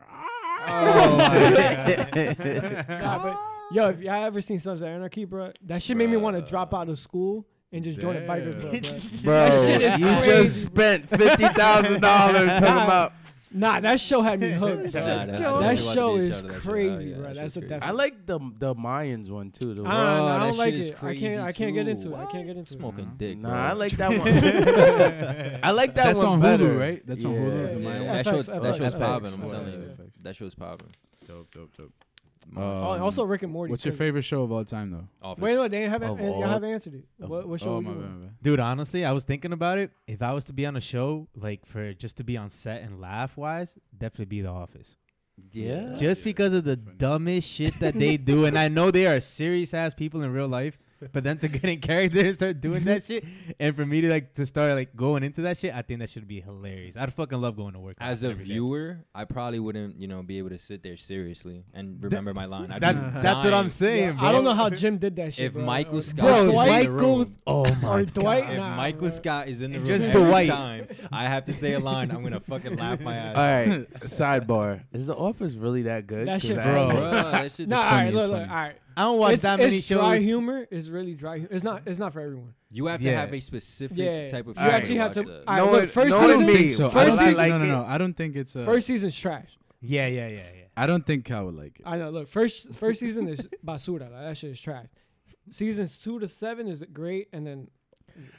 [SPEAKER 3] *laughs*
[SPEAKER 4] Oh
[SPEAKER 5] Nah, but yo, if y'all ever seen Sons of Anarchy, bro, that shit made me want to drop out of school and just join a biker club, bro.
[SPEAKER 2] Bro,
[SPEAKER 5] shit is
[SPEAKER 2] you
[SPEAKER 5] crazy. *laughs*
[SPEAKER 2] just spent fifty thousand dollars talking about
[SPEAKER 5] Nah, that show had
[SPEAKER 1] *laughs*
[SPEAKER 5] me hooked.
[SPEAKER 1] Nah,
[SPEAKER 5] bro.
[SPEAKER 1] nah,
[SPEAKER 5] that,
[SPEAKER 1] nah,
[SPEAKER 5] show,
[SPEAKER 1] I definitely wanted to
[SPEAKER 5] is
[SPEAKER 1] shout out that shit. Oh,
[SPEAKER 5] crazy,
[SPEAKER 1] yeah,
[SPEAKER 5] bro.
[SPEAKER 1] that
[SPEAKER 5] That's
[SPEAKER 1] shit's
[SPEAKER 5] a
[SPEAKER 1] crazy.
[SPEAKER 5] definite.
[SPEAKER 2] I like the the Mayans one too. The
[SPEAKER 5] Uh,
[SPEAKER 1] Bro,
[SPEAKER 5] nah, I
[SPEAKER 1] that
[SPEAKER 5] don't like
[SPEAKER 1] shit is
[SPEAKER 5] it. I can't. I
[SPEAKER 1] crazy,
[SPEAKER 5] can't get
[SPEAKER 1] too.
[SPEAKER 5] into it. I can't get into it.
[SPEAKER 1] Smoking
[SPEAKER 3] Nah.
[SPEAKER 1] dick.
[SPEAKER 2] nah, I
[SPEAKER 1] bro.
[SPEAKER 2] like that one. I like that
[SPEAKER 3] That's
[SPEAKER 2] one
[SPEAKER 3] on Hulu,
[SPEAKER 2] better.
[SPEAKER 3] right? That's on Hulu,
[SPEAKER 1] Yeah,
[SPEAKER 3] the Mayan
[SPEAKER 1] that
[SPEAKER 5] FX,
[SPEAKER 1] show's that show's
[SPEAKER 5] FX,
[SPEAKER 1] popping. I'm
[SPEAKER 5] FX,
[SPEAKER 1] telling
[SPEAKER 5] FX.
[SPEAKER 1] you, that show's popping.
[SPEAKER 3] Dope, dope, dope.
[SPEAKER 5] Oh,
[SPEAKER 3] Um,
[SPEAKER 5] also, Rick and Morty.
[SPEAKER 3] what's your
[SPEAKER 5] crazy.
[SPEAKER 3] favorite show of all time, though?
[SPEAKER 1] Office.
[SPEAKER 5] Wait, no, they haven't.
[SPEAKER 2] Of
[SPEAKER 5] and Y'all
[SPEAKER 2] all-
[SPEAKER 5] haven't answered it.
[SPEAKER 2] of-
[SPEAKER 5] What, what show?
[SPEAKER 3] oh
[SPEAKER 5] we
[SPEAKER 3] my
[SPEAKER 5] doing?
[SPEAKER 3] bad, my bad.
[SPEAKER 4] Dude, honestly, I was thinking about it. If I was to be on a show, like for just to be on set and laugh wise, definitely be The Office.
[SPEAKER 2] *laughs* Yeah.
[SPEAKER 4] Just
[SPEAKER 3] Yeah,
[SPEAKER 4] because of the
[SPEAKER 3] funny.
[SPEAKER 4] dumbest shit that they do, and I know they are serious ass people in real life, but then to get in character and start doing that shit, and for me to like to start like going into that shit, I think that should be hilarious. I'd fucking love going to work
[SPEAKER 1] As a
[SPEAKER 4] every day.
[SPEAKER 1] viewer, I probably wouldn't, you know, be able to sit there seriously and remember my line. I'd be
[SPEAKER 4] That- that's what I'm
[SPEAKER 1] dying.
[SPEAKER 5] Yeah,
[SPEAKER 4] saying, bro.
[SPEAKER 5] I don't know how Jim did that shit.
[SPEAKER 1] If
[SPEAKER 5] bro.
[SPEAKER 1] Michael
[SPEAKER 5] Or-
[SPEAKER 1] Scott
[SPEAKER 4] Bro,
[SPEAKER 1] is
[SPEAKER 4] Dwight
[SPEAKER 1] in the room,
[SPEAKER 4] goes. *laughs* Oh
[SPEAKER 5] *laughs*
[SPEAKER 1] *laughs*
[SPEAKER 4] my
[SPEAKER 5] or Dwight,
[SPEAKER 1] if
[SPEAKER 5] nah,
[SPEAKER 1] Michael
[SPEAKER 5] bro.
[SPEAKER 1] Scott is in the room
[SPEAKER 4] Just
[SPEAKER 1] every
[SPEAKER 4] Dwight.
[SPEAKER 1] time I have to say a line, I'm gonna fucking laugh my ass.
[SPEAKER 2] All right. Sidebar: Is The Office really that good?
[SPEAKER 5] That
[SPEAKER 2] 'Cause
[SPEAKER 5] shit-
[SPEAKER 2] I-
[SPEAKER 4] Bro.
[SPEAKER 1] Bruh, that shit
[SPEAKER 5] Nah,
[SPEAKER 1] is
[SPEAKER 5] all
[SPEAKER 1] funny,
[SPEAKER 5] right,
[SPEAKER 1] it's
[SPEAKER 5] look, look, all
[SPEAKER 1] funny.
[SPEAKER 5] right.
[SPEAKER 4] I don't watch
[SPEAKER 5] it's,
[SPEAKER 4] that many
[SPEAKER 5] it's
[SPEAKER 4] shows.
[SPEAKER 5] dry humor. It's really dry. hu- It's not. It's not for everyone.
[SPEAKER 1] You have to
[SPEAKER 4] Yeah.
[SPEAKER 1] have a specific
[SPEAKER 5] Yeah.
[SPEAKER 1] type of.
[SPEAKER 5] You
[SPEAKER 1] humor
[SPEAKER 5] actually have
[SPEAKER 1] watch
[SPEAKER 5] to-
[SPEAKER 1] that.
[SPEAKER 5] I-
[SPEAKER 2] No
[SPEAKER 5] look,
[SPEAKER 2] one-
[SPEAKER 5] first
[SPEAKER 2] no one
[SPEAKER 5] season-
[SPEAKER 2] me.
[SPEAKER 3] So I
[SPEAKER 5] first
[SPEAKER 3] don't
[SPEAKER 5] season-
[SPEAKER 3] think,
[SPEAKER 2] like
[SPEAKER 3] no, no,
[SPEAKER 2] it.
[SPEAKER 3] no. I don't think it's a.
[SPEAKER 5] First season's trash.
[SPEAKER 4] Yeah, yeah, yeah, yeah.
[SPEAKER 3] I don't think I would like it.
[SPEAKER 5] I know. Look, first first season is *laughs* basura. Like, that shit is trash. F- Seasons two to seven is great, and then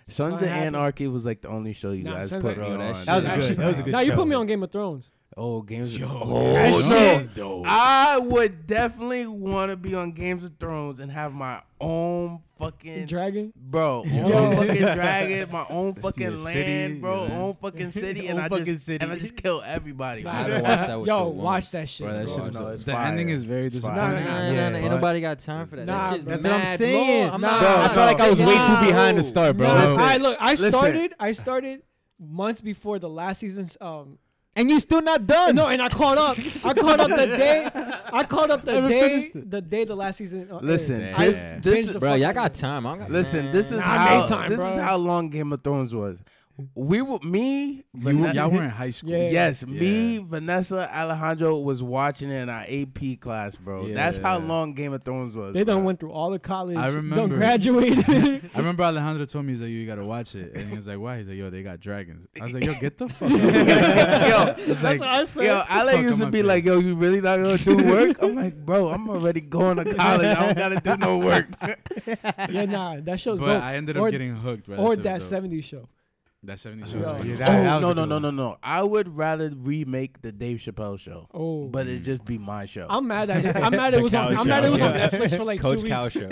[SPEAKER 2] Sons
[SPEAKER 5] Son
[SPEAKER 2] of
[SPEAKER 5] happened.
[SPEAKER 2] Anarchy was like the only show you
[SPEAKER 5] Nah,
[SPEAKER 2] guys
[SPEAKER 5] Sons
[SPEAKER 2] put
[SPEAKER 5] of-
[SPEAKER 2] me
[SPEAKER 1] Yo, that
[SPEAKER 2] on.
[SPEAKER 1] shit That was
[SPEAKER 4] good, that was a good
[SPEAKER 5] Now you
[SPEAKER 4] show.
[SPEAKER 5] put me on Game of Thrones.
[SPEAKER 2] Oh, Games of
[SPEAKER 3] that
[SPEAKER 2] Oh,
[SPEAKER 3] shit
[SPEAKER 2] shit. I would definitely want to be on Games of Thrones and have my own fucking
[SPEAKER 5] Dragon.
[SPEAKER 2] bro,
[SPEAKER 5] Yo.
[SPEAKER 2] own fucking dragon, my own
[SPEAKER 3] your
[SPEAKER 2] fucking
[SPEAKER 3] city,
[SPEAKER 2] land, bro,
[SPEAKER 3] yeah.
[SPEAKER 2] own fucking city, and
[SPEAKER 4] Own
[SPEAKER 2] I
[SPEAKER 4] fucking
[SPEAKER 2] just
[SPEAKER 4] city.
[SPEAKER 2] and I just kill everybody.
[SPEAKER 1] I haven't watched
[SPEAKER 5] *laughs*
[SPEAKER 1] that.
[SPEAKER 5] Yo,
[SPEAKER 1] show once.
[SPEAKER 5] watch that shit.
[SPEAKER 3] Bro, that
[SPEAKER 1] bro.
[SPEAKER 3] shit is
[SPEAKER 1] No,
[SPEAKER 3] dope.
[SPEAKER 2] it's
[SPEAKER 3] the
[SPEAKER 2] fire.
[SPEAKER 3] ending is very
[SPEAKER 2] It's fire.
[SPEAKER 3] disappointing.
[SPEAKER 1] *laughs*
[SPEAKER 5] Nah,
[SPEAKER 1] Nah,
[SPEAKER 5] nah,
[SPEAKER 1] nah,
[SPEAKER 4] Yeah,
[SPEAKER 1] nah,
[SPEAKER 3] but-
[SPEAKER 1] ain't nobody got time for that.
[SPEAKER 5] Nah,
[SPEAKER 1] that shit's
[SPEAKER 5] bro.
[SPEAKER 4] That's what I'm
[SPEAKER 1] mad
[SPEAKER 4] saying.
[SPEAKER 1] long. I'm
[SPEAKER 4] Nah,
[SPEAKER 1] not,
[SPEAKER 2] Bro,
[SPEAKER 1] I'm
[SPEAKER 2] I
[SPEAKER 1] not
[SPEAKER 2] felt like I
[SPEAKER 1] saying-
[SPEAKER 2] was way too
[SPEAKER 4] behind to start, bro.
[SPEAKER 5] No,
[SPEAKER 2] Listen.
[SPEAKER 5] I look. I
[SPEAKER 2] Listen.
[SPEAKER 5] started. I started months before the last season's. Um,
[SPEAKER 4] And you still not done.
[SPEAKER 5] no, and I caught up. I caught up the day. I caught up the
[SPEAKER 3] Haven't
[SPEAKER 5] day.
[SPEAKER 3] finished it.
[SPEAKER 5] The day the last season. uh,
[SPEAKER 2] Listen,
[SPEAKER 5] aired.
[SPEAKER 3] Damn.
[SPEAKER 5] I
[SPEAKER 2] this
[SPEAKER 3] Yeah.
[SPEAKER 2] this
[SPEAKER 5] binged
[SPEAKER 2] is
[SPEAKER 5] the
[SPEAKER 1] Bro,
[SPEAKER 5] fuck
[SPEAKER 1] y'all
[SPEAKER 5] out
[SPEAKER 1] got
[SPEAKER 5] of it.
[SPEAKER 1] time. I don't got
[SPEAKER 2] listen, this is
[SPEAKER 5] Nah, I
[SPEAKER 2] how
[SPEAKER 5] made time,
[SPEAKER 2] this
[SPEAKER 5] bro.
[SPEAKER 2] is how long Game of Thrones was. We were me,
[SPEAKER 3] You,
[SPEAKER 2] Vanessa-
[SPEAKER 3] y'all were in high school.
[SPEAKER 5] Yeah.
[SPEAKER 2] Yes, me,
[SPEAKER 3] Yeah.
[SPEAKER 2] Vanessa, Alejandro was watching it in our AP class, bro. That's how
[SPEAKER 3] Yeah.
[SPEAKER 2] long Game of Thrones was.
[SPEAKER 5] They done
[SPEAKER 2] bro.
[SPEAKER 5] went through all the college.
[SPEAKER 3] I
[SPEAKER 5] Done
[SPEAKER 3] remember.
[SPEAKER 5] graduated.
[SPEAKER 3] I remember Alejandro told me he's like, "Yo, you gotta watch it," and he was like, "Why?" He's like, "Yo, they got dragons." I was like, "Yo, get the fuck." out of
[SPEAKER 5] *laughs*
[SPEAKER 3] here."
[SPEAKER 2] Yo,
[SPEAKER 3] *laughs* It's
[SPEAKER 5] That's
[SPEAKER 3] like,
[SPEAKER 5] what I said.
[SPEAKER 2] Yo,
[SPEAKER 3] Fuck,
[SPEAKER 2] Ale
[SPEAKER 3] I'm
[SPEAKER 2] used to
[SPEAKER 3] up
[SPEAKER 2] be
[SPEAKER 3] there.
[SPEAKER 2] like, "Yo, you really not gonna do work?"
[SPEAKER 4] *laughs*
[SPEAKER 2] I'm like, "Bro, I'm already going to college. I don't gotta do no work."
[SPEAKER 5] yeah, nah, that show's
[SPEAKER 3] but
[SPEAKER 5] dope.
[SPEAKER 3] I ended up
[SPEAKER 5] Or-
[SPEAKER 3] getting hooked. Bro.
[SPEAKER 5] Or
[SPEAKER 3] shit was
[SPEAKER 5] that
[SPEAKER 3] dope.
[SPEAKER 5] '70s show.
[SPEAKER 3] That seventy
[SPEAKER 5] Yo.
[SPEAKER 3] shows.
[SPEAKER 5] Yeah,
[SPEAKER 3] Yeah,
[SPEAKER 5] that-
[SPEAKER 2] oh,
[SPEAKER 4] was
[SPEAKER 2] no, no,
[SPEAKER 4] a good
[SPEAKER 2] no,
[SPEAKER 4] one.
[SPEAKER 2] no, no! I would rather remake the Dave Chappelle show,
[SPEAKER 5] Oh,
[SPEAKER 2] but
[SPEAKER 4] Mm.
[SPEAKER 2] it just be my show. *laughs*
[SPEAKER 5] I'm mad that it, I'm mad it
[SPEAKER 4] The
[SPEAKER 5] was on.
[SPEAKER 4] cow
[SPEAKER 5] I'm mad it was on
[SPEAKER 1] show.
[SPEAKER 5] Netflix for like
[SPEAKER 1] Coach
[SPEAKER 5] two
[SPEAKER 1] Cow
[SPEAKER 5] weeks.
[SPEAKER 1] show.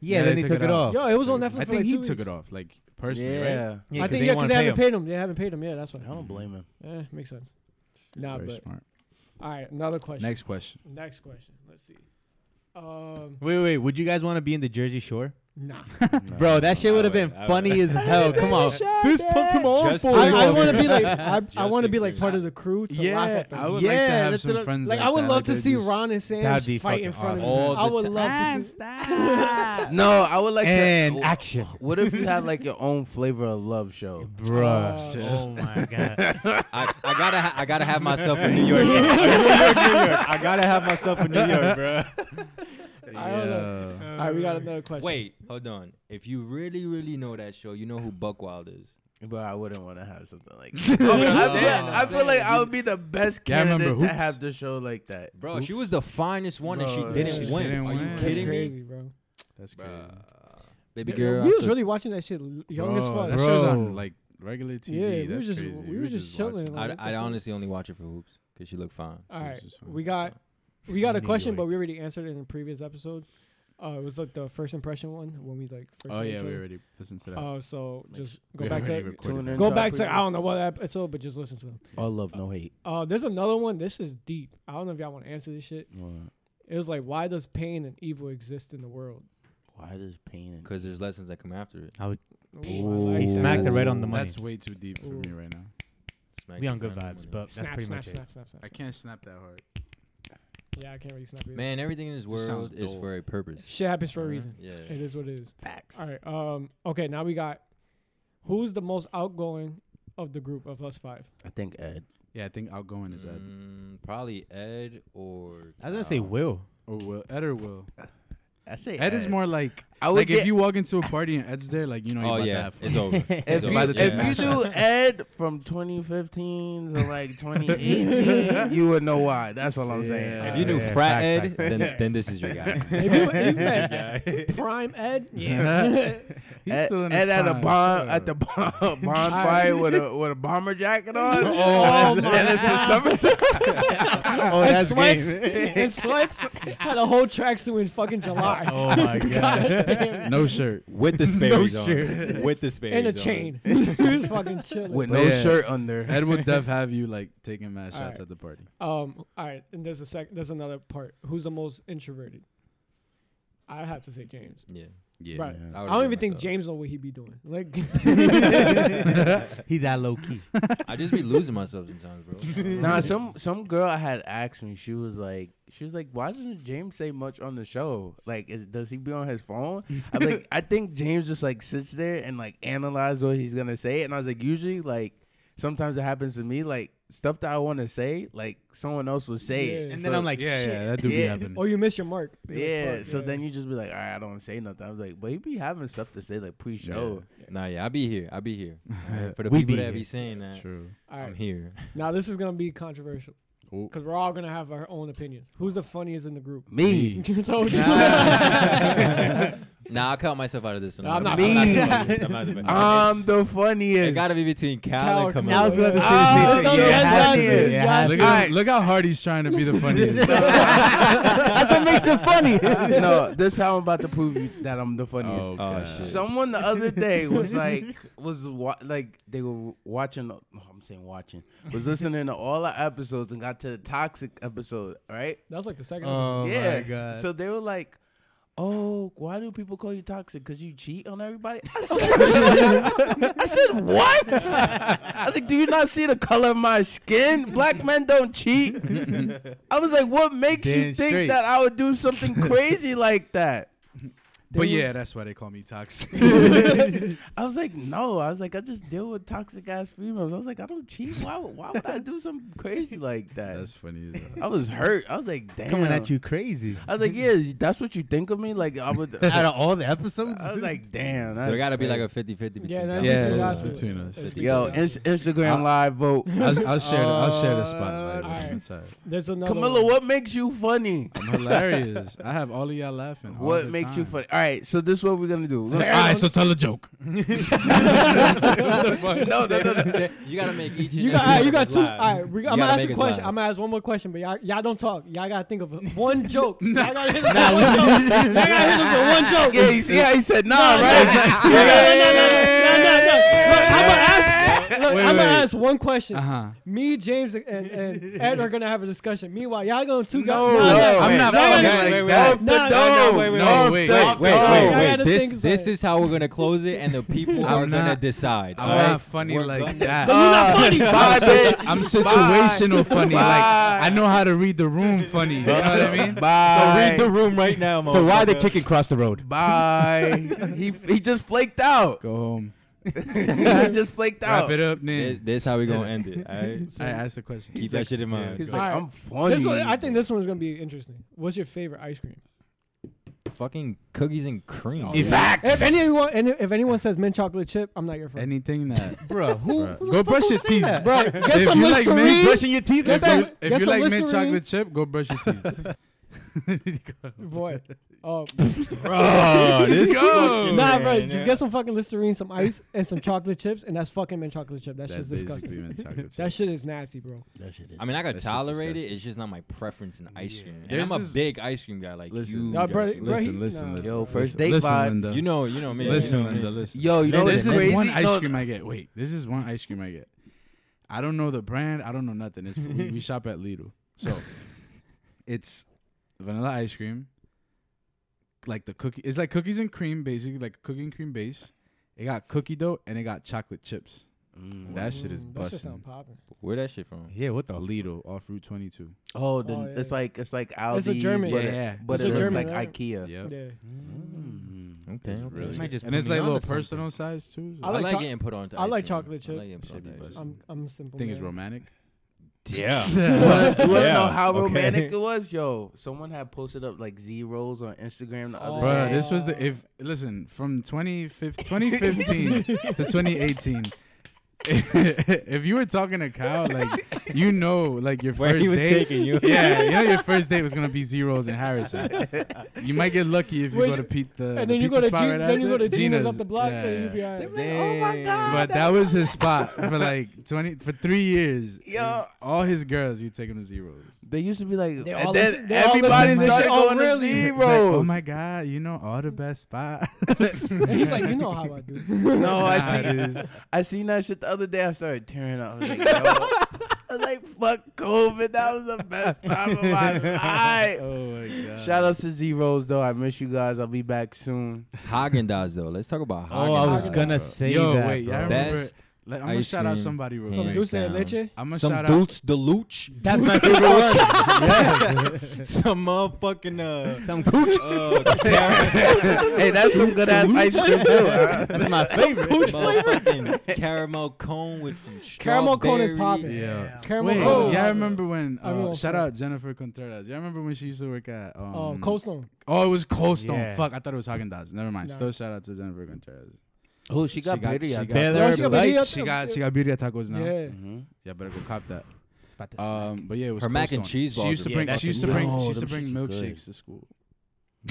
[SPEAKER 4] Yeah, then they took it off.
[SPEAKER 5] Yo, it was on Netflix.
[SPEAKER 3] I
[SPEAKER 5] for like
[SPEAKER 3] think he
[SPEAKER 5] two
[SPEAKER 3] took it
[SPEAKER 5] weeks.
[SPEAKER 3] off, like personally, right?
[SPEAKER 2] yeah,
[SPEAKER 5] I think yeah, because they haven't paid him. They haven't paid him. Yeah, that's why.
[SPEAKER 2] I don't blame
[SPEAKER 4] *laughs*
[SPEAKER 2] him.
[SPEAKER 5] Eh, makes sense. Nah,
[SPEAKER 3] Very
[SPEAKER 5] but
[SPEAKER 3] smart.
[SPEAKER 5] all right, another question.
[SPEAKER 3] Next question.
[SPEAKER 5] Next question. Let's see. Um,
[SPEAKER 4] Wait, wait. Would you guys want to be in the Jersey Shore,
[SPEAKER 5] nah.
[SPEAKER 4] bro? That shit
[SPEAKER 1] I
[SPEAKER 4] would have
[SPEAKER 1] would,
[SPEAKER 4] been
[SPEAKER 1] I
[SPEAKER 4] funny
[SPEAKER 1] *laughs* would.
[SPEAKER 4] as hell. Come on, this pumped him
[SPEAKER 1] *laughs*
[SPEAKER 4] on
[SPEAKER 1] Just
[SPEAKER 4] for.
[SPEAKER 5] *laughs* I,
[SPEAKER 1] you
[SPEAKER 5] I
[SPEAKER 1] over
[SPEAKER 5] want to be
[SPEAKER 1] here.
[SPEAKER 5] *laughs* like I, I want to
[SPEAKER 1] Just
[SPEAKER 5] be like part
[SPEAKER 1] experience.
[SPEAKER 5] of the crew to laugh
[SPEAKER 3] Yeah,
[SPEAKER 5] at them.
[SPEAKER 3] I would
[SPEAKER 4] Yeah,
[SPEAKER 3] like to have
[SPEAKER 4] that's what I-
[SPEAKER 3] some friends.
[SPEAKER 5] like
[SPEAKER 3] Like,
[SPEAKER 5] I would
[SPEAKER 3] that,
[SPEAKER 5] love
[SPEAKER 3] like,
[SPEAKER 5] to
[SPEAKER 3] they're
[SPEAKER 5] see
[SPEAKER 3] just-
[SPEAKER 5] Ron and
[SPEAKER 4] That'd
[SPEAKER 5] Sam
[SPEAKER 4] be
[SPEAKER 5] fight in
[SPEAKER 4] fucking
[SPEAKER 5] front
[SPEAKER 4] awesome.
[SPEAKER 5] of
[SPEAKER 1] All
[SPEAKER 5] me. I
[SPEAKER 1] the
[SPEAKER 5] would
[SPEAKER 1] ti-
[SPEAKER 5] love to.
[SPEAKER 2] *laughs*
[SPEAKER 5] See,
[SPEAKER 1] *laughs*
[SPEAKER 2] No, I Oh, would like *laughs*
[SPEAKER 4] and
[SPEAKER 2] to.
[SPEAKER 4] action,
[SPEAKER 2] What if you had like your own flavor of love show?
[SPEAKER 4] Bruh. *laughs*
[SPEAKER 5] Oh,
[SPEAKER 3] shit.
[SPEAKER 4] oh my god.
[SPEAKER 1] I, I gotta ha- I gotta have myself in New York. New
[SPEAKER 3] *laughs*
[SPEAKER 1] York,
[SPEAKER 2] *laughs*
[SPEAKER 1] New York. *laughs* I gotta have myself in New York, bro.
[SPEAKER 5] I don't know.
[SPEAKER 3] Yeah.
[SPEAKER 5] all right, we got another question.
[SPEAKER 1] Wait, hold on. If you really, really know that show, you know who Buckwild is.
[SPEAKER 2] But I wouldn't want to have something
[SPEAKER 3] *laughs*
[SPEAKER 2] like that. I, feel, I feel like I would be the best
[SPEAKER 3] Oh, Yeah, I remember
[SPEAKER 2] candidate to
[SPEAKER 3] Hoops.
[SPEAKER 2] have the show like that.
[SPEAKER 1] Bro, she was the finest one and she
[SPEAKER 2] Bro,
[SPEAKER 1] didn't
[SPEAKER 5] she
[SPEAKER 1] win.
[SPEAKER 3] didn't
[SPEAKER 1] Are
[SPEAKER 3] win.
[SPEAKER 1] you
[SPEAKER 5] That's
[SPEAKER 1] kidding me?
[SPEAKER 5] crazy, bro.
[SPEAKER 3] That's crazy.
[SPEAKER 1] Bruh. Baby
[SPEAKER 5] Yeah,
[SPEAKER 1] girl.
[SPEAKER 5] we
[SPEAKER 1] I
[SPEAKER 5] was
[SPEAKER 1] saw-
[SPEAKER 5] really watching that shit l- young as
[SPEAKER 3] Bro,
[SPEAKER 5] fuck.
[SPEAKER 3] That show's
[SPEAKER 4] Bro.
[SPEAKER 3] on like regular TV.
[SPEAKER 5] Yeah, we
[SPEAKER 3] That's
[SPEAKER 5] was just-
[SPEAKER 3] crazy.
[SPEAKER 5] we was just chilling,
[SPEAKER 3] watching.
[SPEAKER 5] like-
[SPEAKER 1] I'd,
[SPEAKER 5] what the
[SPEAKER 1] I'd
[SPEAKER 5] fuck?
[SPEAKER 1] honestly only watch it for hoops because she looked fine.
[SPEAKER 5] All
[SPEAKER 3] It was
[SPEAKER 5] right,
[SPEAKER 3] just fine.
[SPEAKER 5] we got we got a
[SPEAKER 4] New
[SPEAKER 5] question,
[SPEAKER 4] York.
[SPEAKER 5] but we already answered it in a previous episode. Uh, it was like the first impression one when we like. First
[SPEAKER 3] Oh
[SPEAKER 5] met
[SPEAKER 3] yeah,
[SPEAKER 5] each
[SPEAKER 3] we
[SPEAKER 5] other.
[SPEAKER 3] already listened to that.
[SPEAKER 5] Oh, so
[SPEAKER 2] Like,
[SPEAKER 5] just go
[SPEAKER 3] We
[SPEAKER 5] back
[SPEAKER 3] already
[SPEAKER 5] to
[SPEAKER 3] recorded
[SPEAKER 2] Tune
[SPEAKER 3] that.
[SPEAKER 2] in.
[SPEAKER 5] go
[SPEAKER 2] Sorry,
[SPEAKER 5] back to
[SPEAKER 2] pretty-
[SPEAKER 5] I don't know what episode, but just listen to them.
[SPEAKER 2] All love, no hate.
[SPEAKER 5] Uh, there's another one. This is deep. I don't know if y'all want to answer this shit. It was like, why does pain and evil exist in the world?
[SPEAKER 2] Why does pain? And-
[SPEAKER 1] Because there's lessons that come after it.
[SPEAKER 5] Ooh, I
[SPEAKER 4] He
[SPEAKER 5] that.
[SPEAKER 4] smacked it
[SPEAKER 5] That's-
[SPEAKER 4] right on the money.
[SPEAKER 3] That's way too deep for
[SPEAKER 5] Ooh.
[SPEAKER 3] me right now.
[SPEAKER 1] Smack
[SPEAKER 4] we
[SPEAKER 1] the
[SPEAKER 4] on good
[SPEAKER 1] ground,
[SPEAKER 4] vibes,
[SPEAKER 1] man.
[SPEAKER 4] but that's
[SPEAKER 5] Snap,
[SPEAKER 4] pretty
[SPEAKER 5] snap,
[SPEAKER 4] much
[SPEAKER 5] snap, snap, snap.
[SPEAKER 3] I can't snap that hard.
[SPEAKER 5] Yeah, I can't really snap either.
[SPEAKER 1] Man, everything in this
[SPEAKER 3] This sounds
[SPEAKER 1] world is
[SPEAKER 3] dull.
[SPEAKER 1] for a purpose.
[SPEAKER 5] Shit happens for a
[SPEAKER 3] Mhm.
[SPEAKER 5] reason.
[SPEAKER 1] Yeah.
[SPEAKER 5] It is what it is.
[SPEAKER 2] Facts.
[SPEAKER 5] All right. Um. Okay. Now we got who's the most outgoing of the group of us
[SPEAKER 4] *laughs*
[SPEAKER 5] five.
[SPEAKER 2] I think Ed.
[SPEAKER 3] Yeah, I think outgoing is Ed.
[SPEAKER 1] Mm, probably Ed or. uh,
[SPEAKER 4] I was gonna say
[SPEAKER 1] Kyle.
[SPEAKER 3] Oh,
[SPEAKER 4] Will.
[SPEAKER 3] Or Will. Ed or Will.
[SPEAKER 2] I say
[SPEAKER 3] Ed is more like
[SPEAKER 2] I would
[SPEAKER 3] like if
[SPEAKER 2] get-
[SPEAKER 3] you walk into a party and Ed's there, like you know, you
[SPEAKER 1] oh
[SPEAKER 3] about
[SPEAKER 1] yeah,
[SPEAKER 3] to have
[SPEAKER 1] it's
[SPEAKER 3] fun.
[SPEAKER 1] over.
[SPEAKER 2] If
[SPEAKER 1] It's
[SPEAKER 2] you,
[SPEAKER 1] over.
[SPEAKER 3] by the time
[SPEAKER 2] if you do Ed from 2015 to like 2018, you would know why. That's all I'm saying.
[SPEAKER 3] Yeah.
[SPEAKER 1] If you do
[SPEAKER 4] Yeah,
[SPEAKER 1] frat Ed,
[SPEAKER 4] facts, facts,
[SPEAKER 1] then
[SPEAKER 2] facts.
[SPEAKER 1] then this is your guy. *laughs*
[SPEAKER 5] If you- isn't that prime Ed?
[SPEAKER 2] *laughs*
[SPEAKER 3] Yeah. He's
[SPEAKER 2] Ed,
[SPEAKER 3] still in
[SPEAKER 2] Ed *laughs*
[SPEAKER 3] his
[SPEAKER 2] at a
[SPEAKER 3] prime.
[SPEAKER 2] bon-
[SPEAKER 3] Shut
[SPEAKER 2] at
[SPEAKER 3] up.
[SPEAKER 2] the *laughs* bon- bonfire with a with a bomber jacket on. *laughs*
[SPEAKER 3] Oh,
[SPEAKER 2] and it's the *laughs* summertime.
[SPEAKER 3] oh,
[SPEAKER 5] and
[SPEAKER 3] that's
[SPEAKER 5] sweats,
[SPEAKER 3] game.
[SPEAKER 5] and sweats had a whole tracksuit in
[SPEAKER 4] *laughs*
[SPEAKER 5] fucking July.
[SPEAKER 4] Oh my
[SPEAKER 5] *laughs*
[SPEAKER 4] god.
[SPEAKER 5] Goddamn.
[SPEAKER 3] No shirt.
[SPEAKER 1] With
[SPEAKER 3] *laughs*
[SPEAKER 1] the Sperry's
[SPEAKER 4] shit.
[SPEAKER 1] on. With the Sperry's
[SPEAKER 5] and a
[SPEAKER 1] on.
[SPEAKER 5] chain. *laughs* he was fucking chilling.
[SPEAKER 2] with
[SPEAKER 3] But
[SPEAKER 2] no
[SPEAKER 3] yeah.
[SPEAKER 2] shirt under.
[SPEAKER 3] Ed would def have you like taking mad shots
[SPEAKER 5] Alright.
[SPEAKER 3] at the party.
[SPEAKER 5] Um. All right. And there's a sec. There's another part. Who's the most introverted? I have to say James.
[SPEAKER 1] Yeah.
[SPEAKER 3] Yeah.
[SPEAKER 5] Right.
[SPEAKER 1] I,
[SPEAKER 5] I
[SPEAKER 1] would
[SPEAKER 5] don't
[SPEAKER 1] agree
[SPEAKER 5] even think
[SPEAKER 1] myself.
[SPEAKER 5] James know what he be doing.
[SPEAKER 2] *laughs*
[SPEAKER 5] Like,
[SPEAKER 4] *laughs*
[SPEAKER 5] *laughs*
[SPEAKER 4] he that low key.
[SPEAKER 1] I just be losing myself sometimes,
[SPEAKER 5] *laughs*
[SPEAKER 1] bro.
[SPEAKER 2] *laughs* Nah, some some girl I had asked me. She was like, she was like, why doesn't James say much on the show? Like, is, does he be on his phone? I'm *laughs* like, I think James just like sits there and like analyze what he's gonna say. And I was like, usually like sometimes it happens to me. Like stuff that I want to say, like someone else would say it.
[SPEAKER 5] Yeah.
[SPEAKER 4] And
[SPEAKER 2] So-
[SPEAKER 4] then I'm like,
[SPEAKER 3] yeah,
[SPEAKER 4] shit.
[SPEAKER 3] yeah, that do be
[SPEAKER 2] Yeah.
[SPEAKER 3] happening.
[SPEAKER 5] oh, you miss your mark. You're like,
[SPEAKER 2] yeah.
[SPEAKER 5] fuck,
[SPEAKER 2] so then you just be like, all right, I don't want to say nothing. I was like, but he be having stuff to say like pre-show.
[SPEAKER 1] Nah, yeah, I be here. I be *laughs* here. Alright, For the
[SPEAKER 4] We
[SPEAKER 1] people
[SPEAKER 4] be
[SPEAKER 1] that
[SPEAKER 4] here.
[SPEAKER 1] be saying that,
[SPEAKER 3] True.
[SPEAKER 5] All
[SPEAKER 1] I'm
[SPEAKER 5] right. *laughs*
[SPEAKER 1] here.
[SPEAKER 5] Now this is gonna be controversial
[SPEAKER 3] Oh.
[SPEAKER 5] because we're all gonna have our own opinions. Who's the funniest in the group?
[SPEAKER 2] Me.
[SPEAKER 5] So would *laughs* you say-
[SPEAKER 1] Nah, I cut myself out of this. one.
[SPEAKER 5] Nah, I'm not-
[SPEAKER 1] I'm
[SPEAKER 2] Me.
[SPEAKER 1] not doing this. I'm not
[SPEAKER 5] *laughs*
[SPEAKER 1] doing this.
[SPEAKER 2] I'm the
[SPEAKER 1] it *laughs*
[SPEAKER 2] funniest. *laughs*
[SPEAKER 1] gotta be between Cal,
[SPEAKER 5] Ah, Cal-
[SPEAKER 1] and
[SPEAKER 5] Cal's
[SPEAKER 1] Camilo.
[SPEAKER 5] gonna
[SPEAKER 4] about to say
[SPEAKER 2] Oh,
[SPEAKER 4] the same
[SPEAKER 2] no,
[SPEAKER 4] thing.
[SPEAKER 2] that's
[SPEAKER 4] Yeah,
[SPEAKER 2] not
[SPEAKER 4] has
[SPEAKER 2] it.
[SPEAKER 4] to.
[SPEAKER 5] Yeah,
[SPEAKER 4] Yeah, has
[SPEAKER 5] has
[SPEAKER 3] Look
[SPEAKER 5] to.
[SPEAKER 2] All
[SPEAKER 3] at,
[SPEAKER 2] right.
[SPEAKER 3] look how hard he's trying to be the funniest.
[SPEAKER 4] That's what makes it funny.
[SPEAKER 2] *laughs* no, this is how I'm about to prove you that I'm the
[SPEAKER 3] *laughs*
[SPEAKER 2] funniest.
[SPEAKER 3] oh,
[SPEAKER 1] Oh,
[SPEAKER 3] God.
[SPEAKER 1] shit.
[SPEAKER 2] Someone the other day was like, was wa- like they were watching. oh, I'm saying watching was listening to all our episodes and got to the toxic episode, right?
[SPEAKER 5] That was like the second. episode.
[SPEAKER 4] Oh
[SPEAKER 2] yeah.
[SPEAKER 4] my god.
[SPEAKER 2] So they were like, "Oh, why do people call you toxic? Cause you cheat on everybody."
[SPEAKER 4] *laughs*
[SPEAKER 2] I said, I said, "What?" I was like, "Do you not see the color of my skin? Black men don't cheat." I was like, "What makes you
[SPEAKER 4] Damn
[SPEAKER 2] think
[SPEAKER 4] straight.
[SPEAKER 2] that I would do
[SPEAKER 4] *laughs*
[SPEAKER 2] something crazy like that?" *laughs*
[SPEAKER 3] But
[SPEAKER 2] They were-
[SPEAKER 3] yeah, that's why they call me *laughs* toxic.
[SPEAKER 2] I was like, no. I was like, I just deal with toxic ass females. I was like, I don't cheat. Why? would- Why would I do something crazy like that?
[SPEAKER 3] that's funny. as hell.
[SPEAKER 2] I was hurt. I was like, damn.
[SPEAKER 4] coming at you crazy.
[SPEAKER 2] I was like, yeah, that's what you think of me. Like I
[SPEAKER 4] *laughs*
[SPEAKER 2] would.
[SPEAKER 4] Out
[SPEAKER 2] I
[SPEAKER 4] of all the episodes,
[SPEAKER 2] was
[SPEAKER 4] *laughs*
[SPEAKER 2] like, damn.
[SPEAKER 1] So it
[SPEAKER 2] that's
[SPEAKER 1] gotta be like
[SPEAKER 2] crazy.
[SPEAKER 1] a 50-50 between
[SPEAKER 5] Yeah,
[SPEAKER 1] Cal
[SPEAKER 5] that's
[SPEAKER 3] Yeah,
[SPEAKER 5] between
[SPEAKER 3] yeah,
[SPEAKER 5] us.
[SPEAKER 3] it's between us.
[SPEAKER 5] It's
[SPEAKER 2] Yo,
[SPEAKER 5] between us.
[SPEAKER 2] ins- Instagram live vote.
[SPEAKER 3] I'll, I'll share. The, I'll share the spotlight.
[SPEAKER 5] Alright.
[SPEAKER 3] It's alright.
[SPEAKER 5] There's another.
[SPEAKER 2] Camilla,
[SPEAKER 5] one.
[SPEAKER 2] what makes you funny?
[SPEAKER 3] I'm hilarious. I have all of y'all laughing. all
[SPEAKER 2] What
[SPEAKER 3] the
[SPEAKER 2] makes you
[SPEAKER 3] time.
[SPEAKER 2] funny? All right, so this is what we're gonna do. We're
[SPEAKER 5] Sarah-
[SPEAKER 2] gonna-
[SPEAKER 3] All right, so tell a joke.
[SPEAKER 2] no, no, no, no.
[SPEAKER 1] You gotta make each.
[SPEAKER 5] You
[SPEAKER 1] and every
[SPEAKER 5] got, all
[SPEAKER 1] one
[SPEAKER 5] right, you
[SPEAKER 1] of
[SPEAKER 5] got
[SPEAKER 1] us
[SPEAKER 5] two.
[SPEAKER 1] laugh.
[SPEAKER 5] All right, we,
[SPEAKER 1] You
[SPEAKER 5] I'm
[SPEAKER 1] gotta
[SPEAKER 5] gonna
[SPEAKER 1] make
[SPEAKER 5] ask you a
[SPEAKER 1] us
[SPEAKER 5] question.
[SPEAKER 1] laugh.
[SPEAKER 5] I'm gonna ask one more question, but y'all, y'all don't talk. Y'all gotta think of one joke. Y'all gotta hit us
[SPEAKER 4] Nah,
[SPEAKER 5] with one joke. Y'all gotta hit us with one joke.
[SPEAKER 2] Yeah, you see how he said nah,
[SPEAKER 5] No, no,
[SPEAKER 2] right?
[SPEAKER 5] no,
[SPEAKER 2] It's like-
[SPEAKER 5] no, no, no, no, no, no, no, no. Look, I'm gonna ask- look,
[SPEAKER 3] Wait,
[SPEAKER 5] I'm gonna
[SPEAKER 3] wait.
[SPEAKER 5] ask one question.
[SPEAKER 3] Uh huh.
[SPEAKER 5] Me, James, and, and Ed are gonna have a discussion. Meanwhile, y'all gonna two
[SPEAKER 2] No,
[SPEAKER 5] guys.
[SPEAKER 2] no,
[SPEAKER 3] I'm
[SPEAKER 2] wait,
[SPEAKER 3] not
[SPEAKER 2] no,
[SPEAKER 3] fucking
[SPEAKER 2] no,
[SPEAKER 3] like
[SPEAKER 2] wait, wait,
[SPEAKER 3] that.
[SPEAKER 2] Off the
[SPEAKER 5] No, no, no,
[SPEAKER 2] dome.
[SPEAKER 1] wait, wait,
[SPEAKER 2] Off
[SPEAKER 3] wait,
[SPEAKER 2] the
[SPEAKER 3] wait,
[SPEAKER 1] Wait, wait,
[SPEAKER 2] dome.
[SPEAKER 5] Oh, I
[SPEAKER 1] wait,
[SPEAKER 5] gotta
[SPEAKER 1] wait.
[SPEAKER 5] think
[SPEAKER 1] This,
[SPEAKER 5] of
[SPEAKER 1] this
[SPEAKER 5] something.
[SPEAKER 1] is how we're gonna close it, and the
[SPEAKER 5] *laughs*
[SPEAKER 1] people
[SPEAKER 3] I'm
[SPEAKER 1] are gonna
[SPEAKER 3] not-
[SPEAKER 1] decide.
[SPEAKER 3] I'm
[SPEAKER 1] all right?
[SPEAKER 3] not funny
[SPEAKER 1] We're
[SPEAKER 3] like
[SPEAKER 1] gonna-
[SPEAKER 3] that.
[SPEAKER 2] Ah, bye, bitch.
[SPEAKER 3] I'm situational funny.
[SPEAKER 2] Bye.
[SPEAKER 3] Like I know how to read the room funny. You know what I mean?
[SPEAKER 2] Bye.
[SPEAKER 1] room right now,
[SPEAKER 4] so why the
[SPEAKER 1] motherfucker.
[SPEAKER 4] chicken cross the road?
[SPEAKER 2] Bye. he he just flaked out.
[SPEAKER 3] Go home.
[SPEAKER 2] he just flaked
[SPEAKER 3] Wrap
[SPEAKER 2] out.
[SPEAKER 3] it up,
[SPEAKER 1] This,
[SPEAKER 3] man.
[SPEAKER 1] this how we gonna end it. All right.
[SPEAKER 3] I asked the question.
[SPEAKER 1] Keep that shit in mind.
[SPEAKER 2] He's
[SPEAKER 1] Go.
[SPEAKER 2] like,
[SPEAKER 5] Alright.
[SPEAKER 2] I'm funny.
[SPEAKER 5] This one, I think this one's gonna be interesting. What's your favorite ice cream?
[SPEAKER 1] fucking cookies and cream.
[SPEAKER 3] Oh,
[SPEAKER 5] If- If anyone, any, if anyone says mint chocolate chip, I'm not your friend.
[SPEAKER 3] Anything that.
[SPEAKER 4] Bro, who
[SPEAKER 3] Bruh. Go brush your teeth,
[SPEAKER 5] Bro, get
[SPEAKER 3] If
[SPEAKER 5] some
[SPEAKER 3] you like mint,
[SPEAKER 5] Listerine.
[SPEAKER 3] brush
[SPEAKER 4] brushing your teeth?
[SPEAKER 5] Get
[SPEAKER 3] If
[SPEAKER 5] some-
[SPEAKER 3] you, if
[SPEAKER 5] get
[SPEAKER 3] you
[SPEAKER 5] some
[SPEAKER 3] like mint
[SPEAKER 5] Listerine.
[SPEAKER 3] chocolate chip, go brush your teeth.
[SPEAKER 5] Boy, oh,
[SPEAKER 1] Bro, this
[SPEAKER 3] Go.
[SPEAKER 5] nah, bro. Just get some fucking Listerine, some ice, and some chocolate chips, and that's fucking mint chocolate chip. That shit's
[SPEAKER 3] That's
[SPEAKER 5] disgusting.
[SPEAKER 3] basically mint chocolate chip.
[SPEAKER 5] That shit is nasty, bro.
[SPEAKER 2] That shit is.
[SPEAKER 1] I mean, I could
[SPEAKER 3] That's just
[SPEAKER 1] tolerate it.
[SPEAKER 3] disgusting.
[SPEAKER 1] It's just not my preference in ice cream. And
[SPEAKER 3] There's
[SPEAKER 1] I'm a
[SPEAKER 3] this-
[SPEAKER 1] big ice cream guy. Like
[SPEAKER 3] Listen.
[SPEAKER 1] huge
[SPEAKER 3] Nah,
[SPEAKER 1] ice
[SPEAKER 5] bro,
[SPEAKER 1] cream.
[SPEAKER 5] bro, he-
[SPEAKER 3] *laughs* listen, listen,
[SPEAKER 5] nah.
[SPEAKER 3] listen.
[SPEAKER 2] Yo,
[SPEAKER 3] listen,
[SPEAKER 2] first date
[SPEAKER 3] listen,
[SPEAKER 2] vibe.
[SPEAKER 3] Linda.
[SPEAKER 1] you know, you know me.
[SPEAKER 3] listen,
[SPEAKER 1] you know me.
[SPEAKER 3] Linda. Listen.
[SPEAKER 2] Yo, you know what's
[SPEAKER 3] this is
[SPEAKER 2] Oh, crazy?
[SPEAKER 3] one ice
[SPEAKER 2] No,
[SPEAKER 3] cream I get. Wait, this is one ice cream I get. I don't know the brand. I don't know nothing. It's we, we shop at Lidl, so it's vanilla ice cream. Like the cookie, it's like cookies and cream, basically like cookie and cream base. It got cookie dough and it got chocolate chips.
[SPEAKER 2] Mm.
[SPEAKER 3] That shit is
[SPEAKER 5] Mm, That shit
[SPEAKER 3] busting.
[SPEAKER 5] sound popping.
[SPEAKER 1] Where that shit from?
[SPEAKER 4] Yeah, what the?
[SPEAKER 3] Lidl off Route 22.
[SPEAKER 2] Oh, the,
[SPEAKER 5] Oh, yeah.
[SPEAKER 2] it's like it's like Aldi.
[SPEAKER 5] It's a German-
[SPEAKER 2] but, it-
[SPEAKER 3] Yeah.
[SPEAKER 2] but
[SPEAKER 5] It's
[SPEAKER 2] it
[SPEAKER 5] a
[SPEAKER 2] looks
[SPEAKER 5] German,
[SPEAKER 2] like
[SPEAKER 5] right?
[SPEAKER 2] IKEA.
[SPEAKER 3] Yep.
[SPEAKER 5] Yeah.
[SPEAKER 2] Mm. *laughs*
[SPEAKER 1] Okay, okay.
[SPEAKER 3] Really
[SPEAKER 4] Might
[SPEAKER 3] good.
[SPEAKER 4] just
[SPEAKER 3] and
[SPEAKER 4] put
[SPEAKER 3] it's
[SPEAKER 4] me
[SPEAKER 3] like
[SPEAKER 4] on
[SPEAKER 3] little
[SPEAKER 4] to something.
[SPEAKER 3] personal size too. so
[SPEAKER 1] I
[SPEAKER 5] like
[SPEAKER 1] like
[SPEAKER 5] choc-
[SPEAKER 1] getting put on.
[SPEAKER 5] I like chocolate
[SPEAKER 1] I
[SPEAKER 5] chip.
[SPEAKER 1] like getting put
[SPEAKER 3] Should be
[SPEAKER 1] onto ice
[SPEAKER 3] busting.
[SPEAKER 1] cream.
[SPEAKER 5] I'm I'm a simple.
[SPEAKER 3] Thing is
[SPEAKER 5] man.
[SPEAKER 3] romantic.
[SPEAKER 1] Yeah.
[SPEAKER 2] You wanna, you wanna
[SPEAKER 1] Yeah,
[SPEAKER 2] know how
[SPEAKER 1] okay.
[SPEAKER 2] romantic it was? Yo, someone had posted up like zeros on Instagram the
[SPEAKER 5] Oh,
[SPEAKER 2] other
[SPEAKER 3] Bro,
[SPEAKER 2] day.
[SPEAKER 3] this was the if listen from 2015 2015 to 2018. *laughs* if you were talking to Kyle, like you know, like your
[SPEAKER 1] Where
[SPEAKER 3] first
[SPEAKER 1] he was
[SPEAKER 3] date,
[SPEAKER 1] taking you.
[SPEAKER 3] yeah, you know your first date was gonna be zeros in Harrison. You might get lucky if you
[SPEAKER 5] When
[SPEAKER 3] go
[SPEAKER 5] you-
[SPEAKER 3] to Pete the,
[SPEAKER 5] and
[SPEAKER 3] the
[SPEAKER 5] then you go
[SPEAKER 3] pizza
[SPEAKER 5] to
[SPEAKER 3] spot
[SPEAKER 5] Gina,
[SPEAKER 3] right
[SPEAKER 5] then you go
[SPEAKER 3] after.
[SPEAKER 5] to Gina's up the block,
[SPEAKER 3] yeah,
[SPEAKER 5] then you
[SPEAKER 3] yeah.
[SPEAKER 5] be all right.
[SPEAKER 2] oh my god!
[SPEAKER 3] But that was his spot for like 20 for three years.
[SPEAKER 2] Yo.
[SPEAKER 3] all his girls, you take them to zeros.
[SPEAKER 2] They used to be like,
[SPEAKER 5] They're
[SPEAKER 2] and
[SPEAKER 5] all
[SPEAKER 2] then
[SPEAKER 5] listen- they're all
[SPEAKER 2] everybody
[SPEAKER 3] listening to
[SPEAKER 2] started
[SPEAKER 5] shit. Oh,
[SPEAKER 2] going to
[SPEAKER 5] really?
[SPEAKER 3] It's
[SPEAKER 2] zeros.
[SPEAKER 3] like, oh my god, you know all the best spots.
[SPEAKER 5] And *laughs* he's like,
[SPEAKER 3] *laughs*
[SPEAKER 5] you know how I do.
[SPEAKER 2] No, I
[SPEAKER 3] Nah, it
[SPEAKER 2] see.
[SPEAKER 3] is.
[SPEAKER 2] I seen that shit the other day. I started tearing up. I was like,
[SPEAKER 3] *laughs*
[SPEAKER 2] yo. I was like fuck COVID. That was the best time of
[SPEAKER 3] *laughs*
[SPEAKER 2] my life.
[SPEAKER 3] Oh my god.
[SPEAKER 2] Shout out to Zeros though. I miss you guys. I'll be back soon.
[SPEAKER 1] Haagen Dazs though. Let's talk about Haagen.
[SPEAKER 4] Oh, I was
[SPEAKER 5] Haagen-Dazs.
[SPEAKER 4] gonna say
[SPEAKER 3] Yo,
[SPEAKER 4] that.
[SPEAKER 3] wait,
[SPEAKER 4] bro.
[SPEAKER 3] I remember.
[SPEAKER 1] Best
[SPEAKER 3] Let, I'm gonna
[SPEAKER 1] ice
[SPEAKER 3] shout out
[SPEAKER 1] cream.
[SPEAKER 3] somebody real
[SPEAKER 5] Some
[SPEAKER 1] Hands
[SPEAKER 3] quick.
[SPEAKER 5] dulce de
[SPEAKER 1] down.
[SPEAKER 5] leche.
[SPEAKER 3] I'm gonna
[SPEAKER 1] some
[SPEAKER 3] shout out.
[SPEAKER 1] Dulce de Luch. *laughs*
[SPEAKER 4] That's my favorite one.
[SPEAKER 1] some motherfucking uh, some Cooch. Uh,
[SPEAKER 2] hey, that's some good ass ice cream too. huh? *laughs*
[SPEAKER 1] That's my favorite. Motherfucking caramel cone with some
[SPEAKER 5] Caramel cone is
[SPEAKER 1] strawberry.
[SPEAKER 5] popping.
[SPEAKER 3] Yeah.
[SPEAKER 5] *laughs* Caramel
[SPEAKER 3] Wait,
[SPEAKER 5] cone.
[SPEAKER 3] yeah, I remember when.
[SPEAKER 5] I
[SPEAKER 3] Uh,
[SPEAKER 5] will
[SPEAKER 3] shout
[SPEAKER 5] too.
[SPEAKER 3] out Jennifer Contreras. Yeah, I remember when she used to work at. Um,
[SPEAKER 5] Um, Cold Stone.
[SPEAKER 3] Oh, it was Cold Stone.
[SPEAKER 4] Yeah.
[SPEAKER 3] Fuck, I thought it was Haagen Dazs. Never mind.
[SPEAKER 5] No.
[SPEAKER 3] Still shout out to Jennifer Contreras.
[SPEAKER 2] Oh, she got
[SPEAKER 3] got-
[SPEAKER 2] beauty.
[SPEAKER 3] she
[SPEAKER 2] I
[SPEAKER 3] got-
[SPEAKER 2] thought.
[SPEAKER 5] Better she got
[SPEAKER 3] Like,
[SPEAKER 5] birria-
[SPEAKER 3] she got she got birria tacos now. Yeah,
[SPEAKER 5] Yeah.
[SPEAKER 2] Mhm.
[SPEAKER 3] better go cop that.
[SPEAKER 4] It's about to smack.
[SPEAKER 3] Um, but yeah, it was
[SPEAKER 1] Her
[SPEAKER 3] Cold
[SPEAKER 1] mac and
[SPEAKER 3] Stone.
[SPEAKER 1] cheese
[SPEAKER 3] She
[SPEAKER 1] balls
[SPEAKER 3] used to
[SPEAKER 1] are
[SPEAKER 3] bring.
[SPEAKER 4] fucking
[SPEAKER 3] She used to
[SPEAKER 4] good.
[SPEAKER 3] bring.
[SPEAKER 2] Yo,
[SPEAKER 3] She used to
[SPEAKER 2] them
[SPEAKER 3] bring
[SPEAKER 2] shits are good.
[SPEAKER 3] milkshakes to school.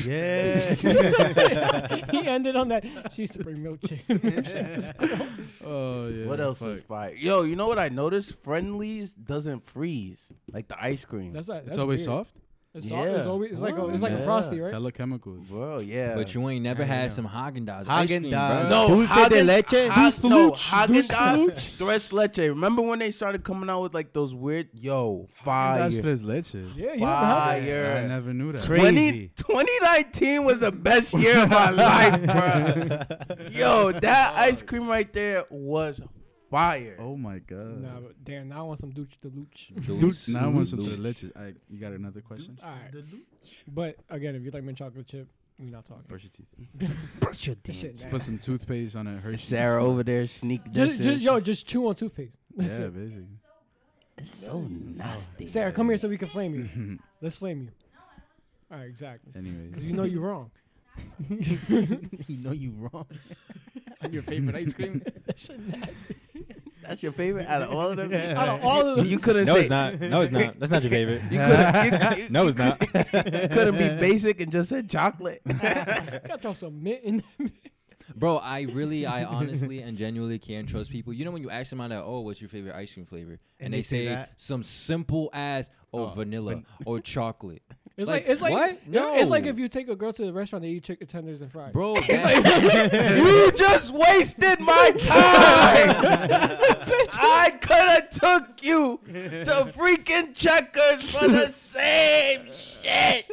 [SPEAKER 4] yeah.
[SPEAKER 3] Mm.
[SPEAKER 5] *laughs* he ended on that. She used to bring *laughs* milkshake. milkshakes to school.
[SPEAKER 3] Oh yeah.
[SPEAKER 2] What else
[SPEAKER 3] fuck.
[SPEAKER 2] is fire? Yo, you know what I noticed? Friendlies doesn't freeze like the ice cream.
[SPEAKER 5] That's that.
[SPEAKER 3] It's always soft.
[SPEAKER 5] It's, soft. it's
[SPEAKER 2] Yeah.
[SPEAKER 5] always it's like a, it's like
[SPEAKER 2] Yeah.
[SPEAKER 5] a frosty, right?
[SPEAKER 3] Hella chemicals.
[SPEAKER 2] Bro, yeah.
[SPEAKER 1] But you ain't never
[SPEAKER 4] I
[SPEAKER 1] had
[SPEAKER 4] know.
[SPEAKER 1] some Haagen Dazs.
[SPEAKER 4] Haagen-Dazs.
[SPEAKER 2] no
[SPEAKER 4] Dulce de
[SPEAKER 2] Haagen-
[SPEAKER 4] leche?
[SPEAKER 2] Ha-
[SPEAKER 4] Dulce
[SPEAKER 2] no
[SPEAKER 4] Luch?
[SPEAKER 2] Haagen
[SPEAKER 4] Dulce
[SPEAKER 2] Dazs, Tres Leche. Remember when they started coming out with like those weird yo fire?
[SPEAKER 3] That's tres leches.
[SPEAKER 5] Yeah, you haven't had that.
[SPEAKER 3] I
[SPEAKER 2] Fire.
[SPEAKER 3] never knew that.
[SPEAKER 4] Crazy.
[SPEAKER 2] 20, 2019 was the best year of my life, bro. Yo, that ice cream right there was fire.
[SPEAKER 3] Oh my god.
[SPEAKER 5] Nah, but damn, now I want some Dooch
[SPEAKER 3] *laughs*
[SPEAKER 5] Deluch.
[SPEAKER 1] Dulce
[SPEAKER 3] now I want some
[SPEAKER 1] Deluch.
[SPEAKER 3] delicious. I, you got another question?
[SPEAKER 5] *laughs* All right. But again, if you like mint chocolate chip, we not talking.
[SPEAKER 3] Brush your teeth.
[SPEAKER 4] Brush your
[SPEAKER 5] That
[SPEAKER 4] teeth.
[SPEAKER 5] shit,
[SPEAKER 3] Just
[SPEAKER 5] nah.
[SPEAKER 3] put some toothpaste on a Hershey's.
[SPEAKER 2] Sarah over there sneak this.
[SPEAKER 5] just, just,
[SPEAKER 2] in.
[SPEAKER 5] yo, just chew on toothpaste. *laughs*
[SPEAKER 3] Yeah,
[SPEAKER 5] That's it.
[SPEAKER 3] basically.
[SPEAKER 2] It's so nasty.
[SPEAKER 5] Sarah, come here so we can flame you. Let's flame you. All
[SPEAKER 3] *laughs*
[SPEAKER 5] right, exactly.
[SPEAKER 3] Anyways.
[SPEAKER 5] *laughs* You know you're wrong.
[SPEAKER 4] *laughs* you know you wrong.
[SPEAKER 5] Your favorite ice cream?
[SPEAKER 2] That's your favorite out of all of them.
[SPEAKER 5] *laughs* Out of all
[SPEAKER 2] *laughs*
[SPEAKER 5] of them, *laughs*
[SPEAKER 2] You couldn't
[SPEAKER 1] No,
[SPEAKER 2] say
[SPEAKER 1] it's not. No, it's not. That's not your favorite.
[SPEAKER 2] You couldn't, you,
[SPEAKER 1] no, it's not.
[SPEAKER 2] you couldn't be basic and just said chocolate.
[SPEAKER 5] got y'all some mint in
[SPEAKER 1] *laughs* Bro, I really, I honestly and genuinely can't trust people. You know when you ask them out, like, oh, what's your favorite ice cream flavor? And,
[SPEAKER 4] And
[SPEAKER 1] they,
[SPEAKER 4] they say
[SPEAKER 1] say
[SPEAKER 4] that?
[SPEAKER 1] some simple ass, oh,
[SPEAKER 4] Oh,
[SPEAKER 1] vanilla or chocolate.
[SPEAKER 5] It's
[SPEAKER 1] Like,
[SPEAKER 5] like, it's like
[SPEAKER 1] what?
[SPEAKER 5] it- it's like
[SPEAKER 1] No.
[SPEAKER 5] if you take a girl to the restaurant, they eat chicken tenders and fries.
[SPEAKER 1] Bro,
[SPEAKER 2] you just wasted my *laughs* time. I could have took you to freaking checkers for the same shit.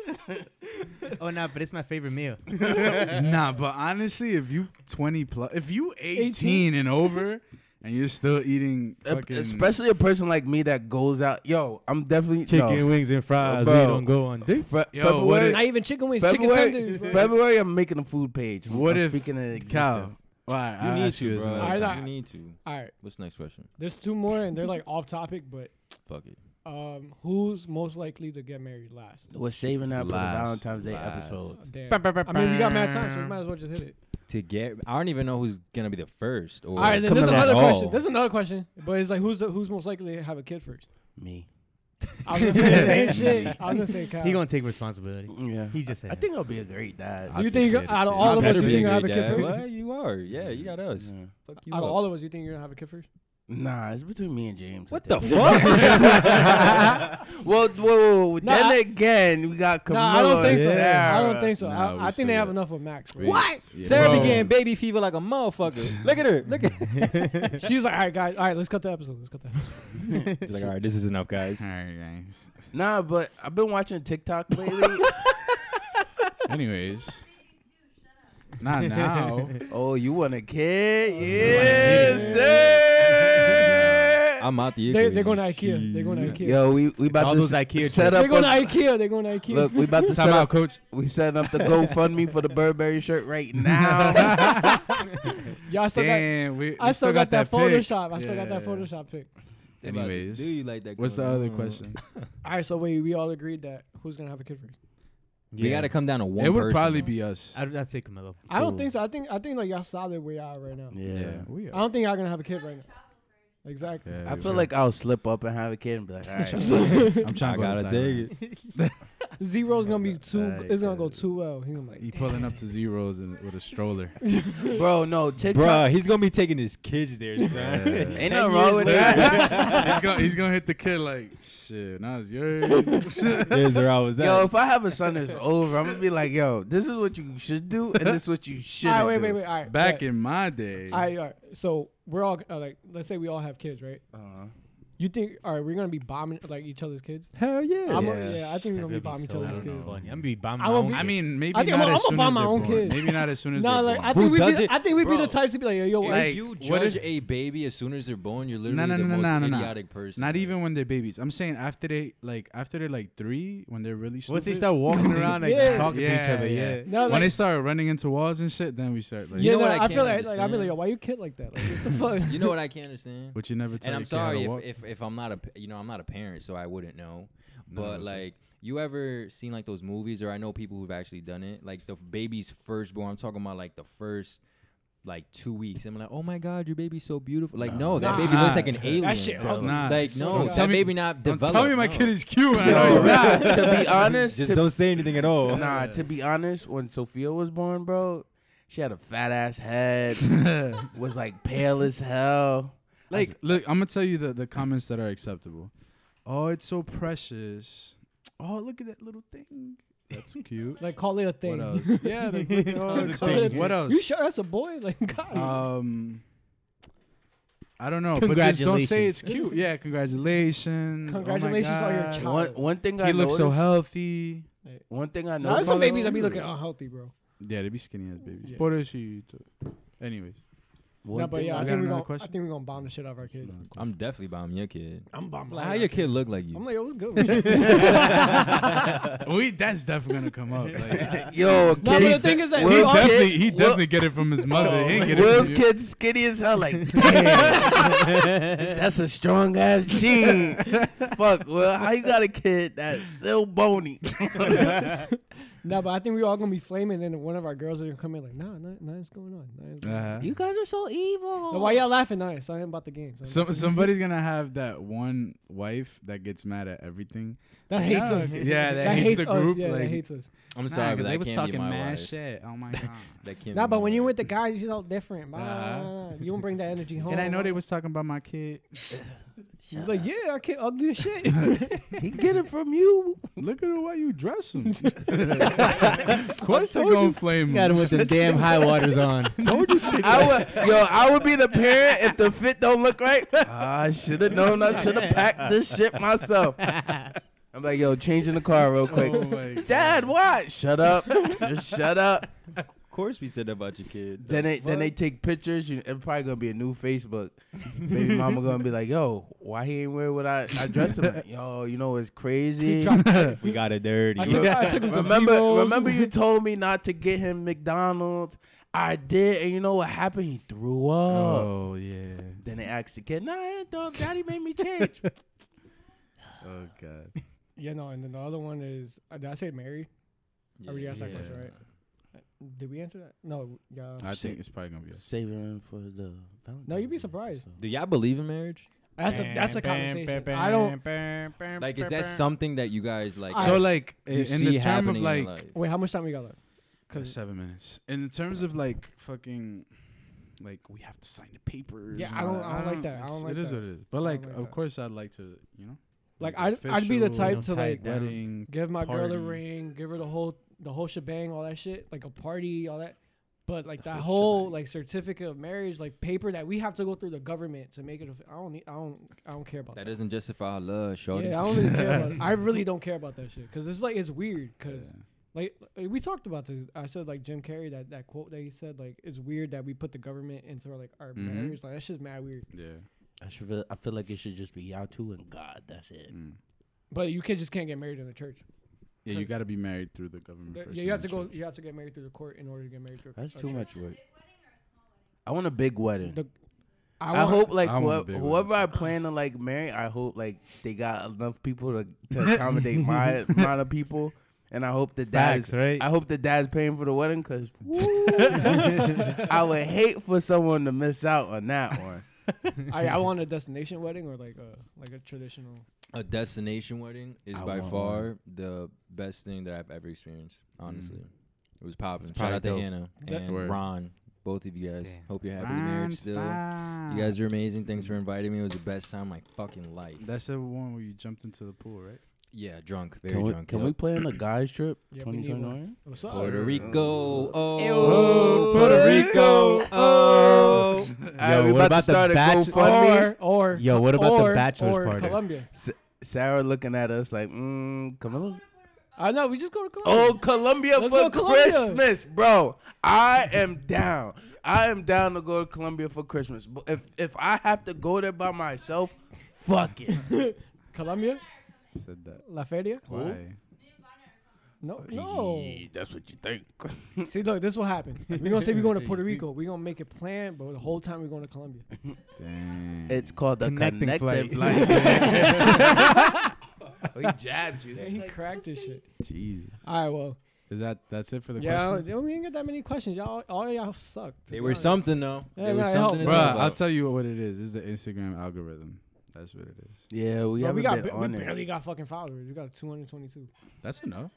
[SPEAKER 4] Oh no, but it's my favorite meal.
[SPEAKER 3] nah, but honestly, if you 20 plus, if you 18,
[SPEAKER 5] 18?
[SPEAKER 3] and over and you're still eating fucking.
[SPEAKER 2] Especially a person like me that goes out. Yo, I'm definitely
[SPEAKER 4] Chicken
[SPEAKER 2] no.
[SPEAKER 4] wings and fries.
[SPEAKER 2] Bro.
[SPEAKER 4] We don't go on dates.
[SPEAKER 2] Fe-
[SPEAKER 3] Yo, what
[SPEAKER 2] February,
[SPEAKER 5] not even chicken wings, chicken
[SPEAKER 2] February,
[SPEAKER 5] tenders. bro.
[SPEAKER 2] February, I'm making a food page. I'm-
[SPEAKER 3] What
[SPEAKER 2] I'm
[SPEAKER 3] if.
[SPEAKER 2] speaking of
[SPEAKER 3] Cow. Why?
[SPEAKER 1] you
[SPEAKER 3] I'll
[SPEAKER 1] need
[SPEAKER 3] ask you
[SPEAKER 1] to,
[SPEAKER 3] this
[SPEAKER 1] bro.
[SPEAKER 3] another
[SPEAKER 5] Alright,
[SPEAKER 3] time.
[SPEAKER 1] you
[SPEAKER 5] I-
[SPEAKER 1] need to.
[SPEAKER 5] All right,
[SPEAKER 1] What's the next question?
[SPEAKER 5] there's two more, and they're like off topic, but
[SPEAKER 1] Fuck it.
[SPEAKER 5] um, who's most likely to get married last?
[SPEAKER 2] We're saving that for the
[SPEAKER 3] Last,
[SPEAKER 2] Valentine's Day
[SPEAKER 1] last.
[SPEAKER 2] episode.
[SPEAKER 5] Damn. I mean, we got mad time, so we might as well just hit it.
[SPEAKER 1] To get, I don't even know who's gonna be the first. Or
[SPEAKER 5] All right, then
[SPEAKER 2] Coming
[SPEAKER 5] there's
[SPEAKER 2] up
[SPEAKER 5] another
[SPEAKER 1] at all.
[SPEAKER 5] question. There's another question, but it's like who's the, who's most likely to have a kid first?
[SPEAKER 2] Me.
[SPEAKER 5] I was gonna say the same shit. I was gonna say Kyle.
[SPEAKER 4] He gonna take responsibility.
[SPEAKER 2] Yeah.
[SPEAKER 4] He just said.
[SPEAKER 2] I think I'll be a great dad.
[SPEAKER 5] So you think
[SPEAKER 3] kid.
[SPEAKER 5] out of
[SPEAKER 3] I
[SPEAKER 5] all of us,
[SPEAKER 1] better
[SPEAKER 5] you
[SPEAKER 1] be
[SPEAKER 5] think
[SPEAKER 1] a
[SPEAKER 5] I have a
[SPEAKER 1] great
[SPEAKER 5] kid
[SPEAKER 1] dad.
[SPEAKER 5] first?
[SPEAKER 1] What? You are. Yeah, you got us.
[SPEAKER 2] Yeah.
[SPEAKER 1] Fuck you
[SPEAKER 5] Out of
[SPEAKER 1] up.
[SPEAKER 5] all of us, you think you're gonna have a kid first?
[SPEAKER 2] Nah, it's between me and James. I
[SPEAKER 1] What the
[SPEAKER 2] think.
[SPEAKER 1] fuck?
[SPEAKER 2] *laughs* well, whoa, whoa,
[SPEAKER 5] Nah,
[SPEAKER 2] then
[SPEAKER 5] I-
[SPEAKER 2] again, we got Camilla.
[SPEAKER 5] Nah, I don't think so.
[SPEAKER 2] and
[SPEAKER 5] I
[SPEAKER 2] Sarah.
[SPEAKER 5] don't think so.
[SPEAKER 3] Nah, we
[SPEAKER 5] I, I
[SPEAKER 3] still
[SPEAKER 5] think they have
[SPEAKER 3] got-
[SPEAKER 5] enough of Max. bro.
[SPEAKER 3] we- What?
[SPEAKER 1] Yeah.
[SPEAKER 3] Sarah
[SPEAKER 1] Sarah
[SPEAKER 3] Bro.
[SPEAKER 1] began
[SPEAKER 3] began
[SPEAKER 1] baby fever like a
[SPEAKER 3] *laughs*
[SPEAKER 1] motherfucker. Look at her. Look at.
[SPEAKER 5] She was like, "All right, guys, all right, let's cut the episode. Let's cut the episode."
[SPEAKER 1] She's like, all right, this is enough, guys.
[SPEAKER 3] Alright, guys.
[SPEAKER 2] Nah, but I've been watching TikTok lately.
[SPEAKER 3] Anyways.
[SPEAKER 5] *laughs*
[SPEAKER 3] Not now.
[SPEAKER 2] oh, you want a kid?
[SPEAKER 3] want a
[SPEAKER 2] Yeah,
[SPEAKER 3] kid.
[SPEAKER 2] sir.
[SPEAKER 1] *laughs* I'm out the.
[SPEAKER 5] They,
[SPEAKER 1] equation.
[SPEAKER 5] they're going to IKEA. They're going to IKEA.
[SPEAKER 2] Yo, we we about
[SPEAKER 4] All
[SPEAKER 2] to
[SPEAKER 4] those
[SPEAKER 2] s-
[SPEAKER 4] IKEA
[SPEAKER 2] set
[SPEAKER 5] they're
[SPEAKER 2] up.
[SPEAKER 5] going to
[SPEAKER 2] a-
[SPEAKER 5] IKEA. They're going to IKEA.
[SPEAKER 2] Look, we about to set
[SPEAKER 3] Time out,
[SPEAKER 2] up.
[SPEAKER 3] coach.
[SPEAKER 2] We setting up the GoFundMe for the Burberry shirt right now.
[SPEAKER 5] Y'all still got.
[SPEAKER 3] Damn, we, we
[SPEAKER 5] I still got, that
[SPEAKER 3] pic.
[SPEAKER 5] Photoshop. I still got that
[SPEAKER 3] Yeah.
[SPEAKER 5] Photoshop pic.
[SPEAKER 1] They about to
[SPEAKER 3] Anyways,
[SPEAKER 1] do you like that
[SPEAKER 3] What's the
[SPEAKER 1] going
[SPEAKER 3] other
[SPEAKER 1] on.
[SPEAKER 3] question?
[SPEAKER 5] All right, so wait, we all agreed that who's gonna have a kid first?
[SPEAKER 1] We got to come down to one.
[SPEAKER 3] it would
[SPEAKER 1] person, *laughs*
[SPEAKER 3] probably
[SPEAKER 1] though.
[SPEAKER 3] be us.
[SPEAKER 4] I'd, I'd say Camilo.
[SPEAKER 5] I don't
[SPEAKER 2] Ooh.
[SPEAKER 5] think so. I think I think like y'all solid where y'all right now.
[SPEAKER 2] Yeah.
[SPEAKER 3] yeah, we
[SPEAKER 5] I
[SPEAKER 3] are.
[SPEAKER 5] don't think y'all gonna have a kid right now. Exactly.
[SPEAKER 3] Yeah,
[SPEAKER 2] I
[SPEAKER 3] we
[SPEAKER 2] feel
[SPEAKER 3] are.
[SPEAKER 2] like I'll slip up and have a kid and be like, all right.
[SPEAKER 3] I'm
[SPEAKER 1] I
[SPEAKER 3] trying.
[SPEAKER 1] gotta dig it.
[SPEAKER 5] Zero's gonna be too.
[SPEAKER 2] Uh,
[SPEAKER 5] it's gonna go
[SPEAKER 2] uh,
[SPEAKER 5] too well. He's gonna be
[SPEAKER 3] He
[SPEAKER 5] like.
[SPEAKER 3] pulling up to zeros and with a *laughs* stroller.
[SPEAKER 2] Bro, no, TikTok.
[SPEAKER 1] Bruh, he's gonna be taking his kids there, *laughs* son.
[SPEAKER 3] Yeah.
[SPEAKER 2] Ain't nothing wrong with that.
[SPEAKER 3] he's, gonna, he's gonna hit the kid like, shit. Now it's yours.
[SPEAKER 5] *laughs*
[SPEAKER 1] There's where I
[SPEAKER 3] *laughs*
[SPEAKER 1] was at.
[SPEAKER 2] Yo, if I have a son that's over, I'm gonna be like, yo, this is what you should do, and this is what
[SPEAKER 5] *laughs*
[SPEAKER 2] you
[SPEAKER 5] All
[SPEAKER 2] shouldn't
[SPEAKER 5] right, wait,
[SPEAKER 2] do.
[SPEAKER 5] wait, wait. All right.
[SPEAKER 3] Back
[SPEAKER 5] in.
[SPEAKER 3] in my day,
[SPEAKER 5] All right, all right. So we're all uh, like, let's say we all have kids, right?
[SPEAKER 2] Uh-huh.
[SPEAKER 5] You think, all right, we're gonna be bombing like each other's kids?
[SPEAKER 1] Hell yeah.
[SPEAKER 5] I'm
[SPEAKER 2] Yeah.
[SPEAKER 5] A, yeah, I think we're gonna be bombing each other's
[SPEAKER 3] I don't know.
[SPEAKER 5] kids.
[SPEAKER 4] I'm gonna be bombing.
[SPEAKER 5] I
[SPEAKER 4] my
[SPEAKER 5] won't
[SPEAKER 4] own
[SPEAKER 5] be-
[SPEAKER 4] kid.
[SPEAKER 3] I mean, maybe
[SPEAKER 5] I think
[SPEAKER 3] not
[SPEAKER 5] I'm-
[SPEAKER 3] as
[SPEAKER 5] I'ma
[SPEAKER 3] soon
[SPEAKER 5] buy
[SPEAKER 3] as
[SPEAKER 5] my
[SPEAKER 3] they're
[SPEAKER 5] own
[SPEAKER 3] born.
[SPEAKER 5] kids.
[SPEAKER 3] Maybe not as soon as
[SPEAKER 5] Nah,
[SPEAKER 3] they're
[SPEAKER 5] like I
[SPEAKER 3] born.
[SPEAKER 5] think
[SPEAKER 1] Who
[SPEAKER 5] we'd be
[SPEAKER 1] does
[SPEAKER 5] the,
[SPEAKER 1] it?
[SPEAKER 5] I think we'd be the
[SPEAKER 1] Bro.
[SPEAKER 5] types to be like, yo,
[SPEAKER 1] If
[SPEAKER 5] like,
[SPEAKER 2] Like,
[SPEAKER 1] you
[SPEAKER 2] what
[SPEAKER 1] judge
[SPEAKER 2] is-
[SPEAKER 1] a baby as soon as they're born, you're literally
[SPEAKER 3] no,
[SPEAKER 1] the
[SPEAKER 3] no,
[SPEAKER 1] most
[SPEAKER 3] no, no, no.
[SPEAKER 1] idiotic person.
[SPEAKER 3] Not even when they're babies. I'm saying after they like after they're like three, when they're really stupid.
[SPEAKER 4] Once they start walking around like
[SPEAKER 5] Yeah.
[SPEAKER 4] talking to each
[SPEAKER 3] Yeah,
[SPEAKER 4] other,
[SPEAKER 3] yeah.
[SPEAKER 4] yeah.
[SPEAKER 5] no,
[SPEAKER 3] when
[SPEAKER 5] like,
[SPEAKER 3] they start running into walls and shit, then we start like.
[SPEAKER 5] yeah,
[SPEAKER 1] know
[SPEAKER 5] no,
[SPEAKER 1] what I
[SPEAKER 5] I, feel
[SPEAKER 1] can't
[SPEAKER 5] like, like, I'd be
[SPEAKER 1] understand?
[SPEAKER 5] like, yo, why you kid like that? Like, what the fuck?
[SPEAKER 1] You know what I can't understand?
[SPEAKER 3] But you never tell
[SPEAKER 1] and
[SPEAKER 3] your
[SPEAKER 1] I'm
[SPEAKER 3] kid how to
[SPEAKER 1] sorry
[SPEAKER 3] walk.
[SPEAKER 1] if, if if I'm not a p- you know I'm not a parent, so I wouldn't know.
[SPEAKER 3] No,
[SPEAKER 1] But
[SPEAKER 3] it's like-
[SPEAKER 1] like, you ever seen like those movies, or I know people who've actually done it, like the baby's firstborn. I'm talking about like the first. Like two weeks, I'm like, oh my god, your baby's so beautiful. Like, no,
[SPEAKER 3] No,
[SPEAKER 1] that
[SPEAKER 5] it's
[SPEAKER 1] baby
[SPEAKER 3] not.
[SPEAKER 1] looks like an alien.
[SPEAKER 5] shit
[SPEAKER 1] bro.
[SPEAKER 3] ugly. Nah.
[SPEAKER 1] Like, no,
[SPEAKER 5] Don't
[SPEAKER 1] that
[SPEAKER 3] tell me-
[SPEAKER 1] baby not
[SPEAKER 3] Don't
[SPEAKER 1] developed.
[SPEAKER 3] tell me my
[SPEAKER 1] no.
[SPEAKER 3] kid is cute. and I know
[SPEAKER 2] Yo,
[SPEAKER 3] he's not.
[SPEAKER 2] to
[SPEAKER 3] *laughs*
[SPEAKER 2] be
[SPEAKER 1] *laughs*
[SPEAKER 2] honest,
[SPEAKER 1] Just
[SPEAKER 2] to-
[SPEAKER 1] don't say anything at all.
[SPEAKER 2] nah, to be honest, when Sophia was born, bro, she had a fat ass
[SPEAKER 3] *laughs*
[SPEAKER 2] head, was like pale as hell.
[SPEAKER 3] Like, look, I'm gonna tell you the, the comments that are acceptable. Oh, it's so precious. Oh, look at that little thing. That's cute.
[SPEAKER 5] like, call it a
[SPEAKER 3] what
[SPEAKER 5] *laughs* thing.
[SPEAKER 3] else? Yeah. *laughs* Like, look, oh, it's so-
[SPEAKER 5] Call it a
[SPEAKER 3] what else?
[SPEAKER 5] *laughs* You sure that's a boy? *laughs* Like, God.
[SPEAKER 3] Um, I don't know, but just don't say it's cute. Yeah, congratulations.
[SPEAKER 5] Congratulations
[SPEAKER 3] oh my
[SPEAKER 5] on your
[SPEAKER 3] God.
[SPEAKER 5] child.
[SPEAKER 2] One one thing I
[SPEAKER 3] He looks so
[SPEAKER 2] noticed-
[SPEAKER 3] healthy.
[SPEAKER 2] One thing I
[SPEAKER 5] Nah,
[SPEAKER 2] know.
[SPEAKER 5] there's some babies that be looking unhealthy, bro.
[SPEAKER 3] Yeah, they be skinny ass babies.
[SPEAKER 5] Yeah.
[SPEAKER 3] Pobrecito. Anyways,
[SPEAKER 5] Nah, but yeah, I
[SPEAKER 3] got
[SPEAKER 5] think, we're
[SPEAKER 3] another
[SPEAKER 5] gonna, I
[SPEAKER 3] question?
[SPEAKER 5] think we're gonna bomb the shit out of our kids. *laughs*
[SPEAKER 1] I'm definitely bombing your kid.
[SPEAKER 5] I'm bombing.
[SPEAKER 1] Like, how your kid look like you?
[SPEAKER 5] I'm like, oh, *laughs* it's
[SPEAKER 3] *laughs*
[SPEAKER 5] good.
[SPEAKER 3] we that's definitely gonna come up. Like,
[SPEAKER 2] *laughs* Yo, a kid,
[SPEAKER 5] but the thing
[SPEAKER 3] *laughs*
[SPEAKER 5] is that
[SPEAKER 3] he
[SPEAKER 5] Will's
[SPEAKER 3] definitely he definitely get it *laughs* from his mother. Oh, he ain't get it
[SPEAKER 2] Will's
[SPEAKER 3] from you.
[SPEAKER 2] kid skinny as hell. *laughs* Like, damn, that's a strong ass *laughs* gene. Fuck, Will, how you got a kid that little bony?
[SPEAKER 5] No, but I think we're all gonna be flaming, and one of our girls are gonna come in like, nah, nah, nothing's going on. Nothing's going on.
[SPEAKER 3] Uh-huh.
[SPEAKER 2] you guys are so evil.
[SPEAKER 5] Now, why y'all laughing? Nah, it's something about the game. Something
[SPEAKER 3] Some, somebody's gonna have that one wife that gets mad at everything.
[SPEAKER 5] that hates
[SPEAKER 3] No,
[SPEAKER 5] us.
[SPEAKER 3] Yeah, that,
[SPEAKER 5] that
[SPEAKER 3] hates,
[SPEAKER 5] hates
[SPEAKER 3] the
[SPEAKER 5] us.
[SPEAKER 3] group.
[SPEAKER 5] Yeah,
[SPEAKER 3] like,
[SPEAKER 5] that hates us.
[SPEAKER 1] I'm
[SPEAKER 3] nah,
[SPEAKER 1] sorry,
[SPEAKER 3] 'cause
[SPEAKER 1] but
[SPEAKER 3] they
[SPEAKER 1] that
[SPEAKER 3] was
[SPEAKER 1] can't be
[SPEAKER 3] talking
[SPEAKER 1] my
[SPEAKER 3] mad
[SPEAKER 1] wife.
[SPEAKER 3] shit. Oh my god.
[SPEAKER 1] That can't
[SPEAKER 5] Nah,
[SPEAKER 1] be
[SPEAKER 5] but
[SPEAKER 1] my
[SPEAKER 5] when you
[SPEAKER 1] wife.
[SPEAKER 5] with the guys, you're all different. Blah,
[SPEAKER 3] Uh-huh.
[SPEAKER 5] blah, blah. You don't bring that energy
[SPEAKER 3] *laughs*
[SPEAKER 5] home.
[SPEAKER 3] and I know they was talking about my kid.
[SPEAKER 5] You're like, yeah, I can't ugly
[SPEAKER 3] *laughs*
[SPEAKER 5] as shit.
[SPEAKER 2] He get it from you.
[SPEAKER 3] Look at the way you dress him. of course they're gonna flame
[SPEAKER 4] Mm. Got
[SPEAKER 3] him.
[SPEAKER 4] him with
[SPEAKER 3] *laughs*
[SPEAKER 4] the damn high waters on.
[SPEAKER 2] I would, yo, I would be the parent if the fit don't look right. Ah, I should have known. I should have packed this shit *laughs* myself. I'm like, yo, changing the car real quick.
[SPEAKER 3] Oh my God.
[SPEAKER 2] Dad, what? Shut up. Just shut up.
[SPEAKER 1] Of course, we said that about your kid.
[SPEAKER 2] Then they then they take pictures. You, it's probably gonna be a new Facebook.
[SPEAKER 5] *laughs*
[SPEAKER 2] Baby mama gonna be like, "Yo, why he ain't wear what I, I dressed him?
[SPEAKER 5] *laughs*
[SPEAKER 2] Like? Yo, you know it's crazy.
[SPEAKER 1] *laughs* we got it dirty.
[SPEAKER 5] I took, I took them to
[SPEAKER 2] remember,
[SPEAKER 5] Zeros.
[SPEAKER 2] remember you told me not to get him McDonald's. I did, and you know what happened? He threw up.
[SPEAKER 3] Oh yeah.
[SPEAKER 2] Then they asked the kid, "Nah, I didn't throw up. Daddy made me
[SPEAKER 5] *laughs*
[SPEAKER 2] change."
[SPEAKER 3] Oh god.
[SPEAKER 5] Yeah, no, and then the other one is, uh, did I say married? I already asked that question,
[SPEAKER 3] Yeah.
[SPEAKER 5] right? Uh, Did we answer that? No, yeah.
[SPEAKER 3] I think it's probably gonna be. us.
[SPEAKER 2] Saving him for the. Valentine's
[SPEAKER 5] No, you'd be
[SPEAKER 2] Day,
[SPEAKER 5] surprised.
[SPEAKER 2] so.
[SPEAKER 1] Do y'all believe in marriage?
[SPEAKER 5] That's a that's a conversation. I don't.
[SPEAKER 1] Like, is that something that you guys like?
[SPEAKER 5] I-
[SPEAKER 3] So like i-
[SPEAKER 1] you
[SPEAKER 3] in
[SPEAKER 1] see
[SPEAKER 3] the term
[SPEAKER 1] happening
[SPEAKER 3] of
[SPEAKER 1] in your
[SPEAKER 3] like
[SPEAKER 1] life?
[SPEAKER 5] Wait, how much time we got left? Because
[SPEAKER 3] seven minutes. In the terms of like fucking, like we have to sign the papers.
[SPEAKER 5] Yeah,
[SPEAKER 3] and
[SPEAKER 5] I
[SPEAKER 3] all
[SPEAKER 5] don't- I don't like that. I
[SPEAKER 3] It's-
[SPEAKER 5] don't like
[SPEAKER 3] It is
[SPEAKER 5] that.
[SPEAKER 3] what it is. But
[SPEAKER 5] don't
[SPEAKER 3] like,
[SPEAKER 5] like
[SPEAKER 3] of
[SPEAKER 5] that.
[SPEAKER 3] course, I'd like to, you know,
[SPEAKER 5] like I'd I'd be the
[SPEAKER 3] official
[SPEAKER 5] type to
[SPEAKER 4] tie it
[SPEAKER 5] like
[SPEAKER 4] down.
[SPEAKER 3] wedding.
[SPEAKER 5] give my girl
[SPEAKER 3] party.
[SPEAKER 5] a ring, give her the whole the whole shebang, all that shit, like a party, all that. But like
[SPEAKER 3] The
[SPEAKER 5] that
[SPEAKER 3] whole
[SPEAKER 5] whole
[SPEAKER 3] shebang.
[SPEAKER 5] like certificate of marriage, like paper that we have to go through the government to make it. offi- I don't need. I don't. I don't care about
[SPEAKER 1] That
[SPEAKER 5] that.
[SPEAKER 1] doesn't justify our love, shorty.
[SPEAKER 5] yeah, I don't really care
[SPEAKER 3] *laughs*
[SPEAKER 5] about. It. I really don't care about that shit because it's like it's weird because.
[SPEAKER 3] Yeah.
[SPEAKER 5] Like like, we talked about this. I said like Jim Carrey that, that quote that he said like it's weird that we put the government into like our
[SPEAKER 2] Mm-hmm.
[SPEAKER 3] Mhm.
[SPEAKER 5] marriage. Like that's just mad weird. *clears throat*
[SPEAKER 3] Yeah.
[SPEAKER 2] I should. Feel, I feel like it should just be y'all two and God. That's it.
[SPEAKER 3] Mm.
[SPEAKER 5] But you can just can't get married in the church.
[SPEAKER 3] Yeah, you
[SPEAKER 5] Cause-
[SPEAKER 3] got to be married through the
[SPEAKER 2] Mm,
[SPEAKER 3] government
[SPEAKER 5] There-
[SPEAKER 3] first.
[SPEAKER 5] yeah,
[SPEAKER 3] and
[SPEAKER 5] you have to
[SPEAKER 3] then
[SPEAKER 5] go.
[SPEAKER 3] *laughs* church.
[SPEAKER 5] You have to get married through the court in order to get married through.
[SPEAKER 2] That's
[SPEAKER 5] a
[SPEAKER 2] too
[SPEAKER 5] church.
[SPEAKER 2] much work. I want a big wedding.
[SPEAKER 5] The, I,
[SPEAKER 2] I,
[SPEAKER 5] want-
[SPEAKER 2] hope like
[SPEAKER 3] I wanna
[SPEAKER 2] whoever,
[SPEAKER 3] be with
[SPEAKER 2] whoever
[SPEAKER 3] him.
[SPEAKER 2] I plan to like marry, I hope like they got enough people to, to accommodate my amount of people, and I hope the dad
[SPEAKER 4] Facts,
[SPEAKER 2] is.
[SPEAKER 4] right?
[SPEAKER 2] I hope the dad's paying for the wedding because *laughs* I would hate for someone to miss out on that one.
[SPEAKER 5] I, I want a destination wedding or like a like a traditional.
[SPEAKER 1] A destination wedding is
[SPEAKER 2] I
[SPEAKER 1] by
[SPEAKER 2] want
[SPEAKER 1] far the best thing that I've ever experienced. Honestly, it was popping.
[SPEAKER 4] It's
[SPEAKER 1] Shout
[SPEAKER 4] probably
[SPEAKER 1] out to
[SPEAKER 4] dope.
[SPEAKER 1] Hannah
[SPEAKER 5] That-
[SPEAKER 1] and
[SPEAKER 3] Word.
[SPEAKER 1] Ron, both of you guys.
[SPEAKER 4] Damn.
[SPEAKER 1] Hope you're happily married still. You guys are amazing. Thanks for inviting me. It was the best time of my fucking life.
[SPEAKER 3] That's the one where you jumped into the pool, right?
[SPEAKER 1] Yeah, drunk, very
[SPEAKER 2] Can we,
[SPEAKER 1] drunk.
[SPEAKER 2] can
[SPEAKER 1] yep.
[SPEAKER 2] we plan a guys trip?
[SPEAKER 5] Yeah, we
[SPEAKER 2] Twenty
[SPEAKER 5] need one.
[SPEAKER 2] twenty nine.
[SPEAKER 5] What's up?
[SPEAKER 1] Puerto Rico, oh,
[SPEAKER 5] Ew.
[SPEAKER 1] Puerto Rico, oh.
[SPEAKER 4] Yo,
[SPEAKER 2] we
[SPEAKER 4] what
[SPEAKER 2] about
[SPEAKER 4] about
[SPEAKER 2] to
[SPEAKER 4] the
[SPEAKER 2] start a
[SPEAKER 4] batch-
[SPEAKER 2] GoFundMe.
[SPEAKER 5] Or or
[SPEAKER 4] Yo, what about the
[SPEAKER 5] or-
[SPEAKER 4] bachelor's
[SPEAKER 5] or
[SPEAKER 4] party?
[SPEAKER 5] Colombia.
[SPEAKER 2] Sarah looking at us like, mm, Camilo's
[SPEAKER 5] I know. Ah, We just go to Colombia.
[SPEAKER 2] Oh, Colombia
[SPEAKER 5] Let's
[SPEAKER 2] for
[SPEAKER 5] go Colombia.
[SPEAKER 2] Christmas, bro. I am down. I am down to go to Colombia for Christmas. But if if I have to go there by myself, fuck it.
[SPEAKER 5] Colombia,
[SPEAKER 3] Said that.
[SPEAKER 5] La Feria.
[SPEAKER 3] Why?
[SPEAKER 5] No, *laughs* no.
[SPEAKER 2] *laughs* Yeah, that's what you think.
[SPEAKER 5] See, look, this is what happens. We're gonna say we're going to Puerto Rico. We're gonna make it plan, but the whole time we're going to Colombia.
[SPEAKER 3] Dang.
[SPEAKER 2] It's called the
[SPEAKER 4] Connecting
[SPEAKER 2] connected flight.
[SPEAKER 4] flight.
[SPEAKER 5] *laughs*
[SPEAKER 2] *laughs* we jabbed you.
[SPEAKER 5] he cracked this shit.
[SPEAKER 3] Jesus.
[SPEAKER 5] All right, well,
[SPEAKER 3] Is that that's it for the
[SPEAKER 5] yeah,
[SPEAKER 3] questions?
[SPEAKER 5] we didn't get that many questions. Y'all, all y'all sucked. to
[SPEAKER 1] They
[SPEAKER 5] be
[SPEAKER 1] were
[SPEAKER 5] honest.
[SPEAKER 1] something though.
[SPEAKER 5] Yeah,
[SPEAKER 1] They were
[SPEAKER 5] nah, it
[SPEAKER 1] something. to
[SPEAKER 5] helped.
[SPEAKER 1] talk
[SPEAKER 3] Bruh,
[SPEAKER 1] about.
[SPEAKER 3] I'll tell you what it is. It's the Instagram algorithm. That's what it is.
[SPEAKER 2] Yeah, we
[SPEAKER 5] Bro,
[SPEAKER 2] haven't
[SPEAKER 5] we got
[SPEAKER 2] been
[SPEAKER 5] ba- we
[SPEAKER 2] on
[SPEAKER 5] barely
[SPEAKER 2] it.
[SPEAKER 5] got fucking followers. We got 222.
[SPEAKER 3] That's enough.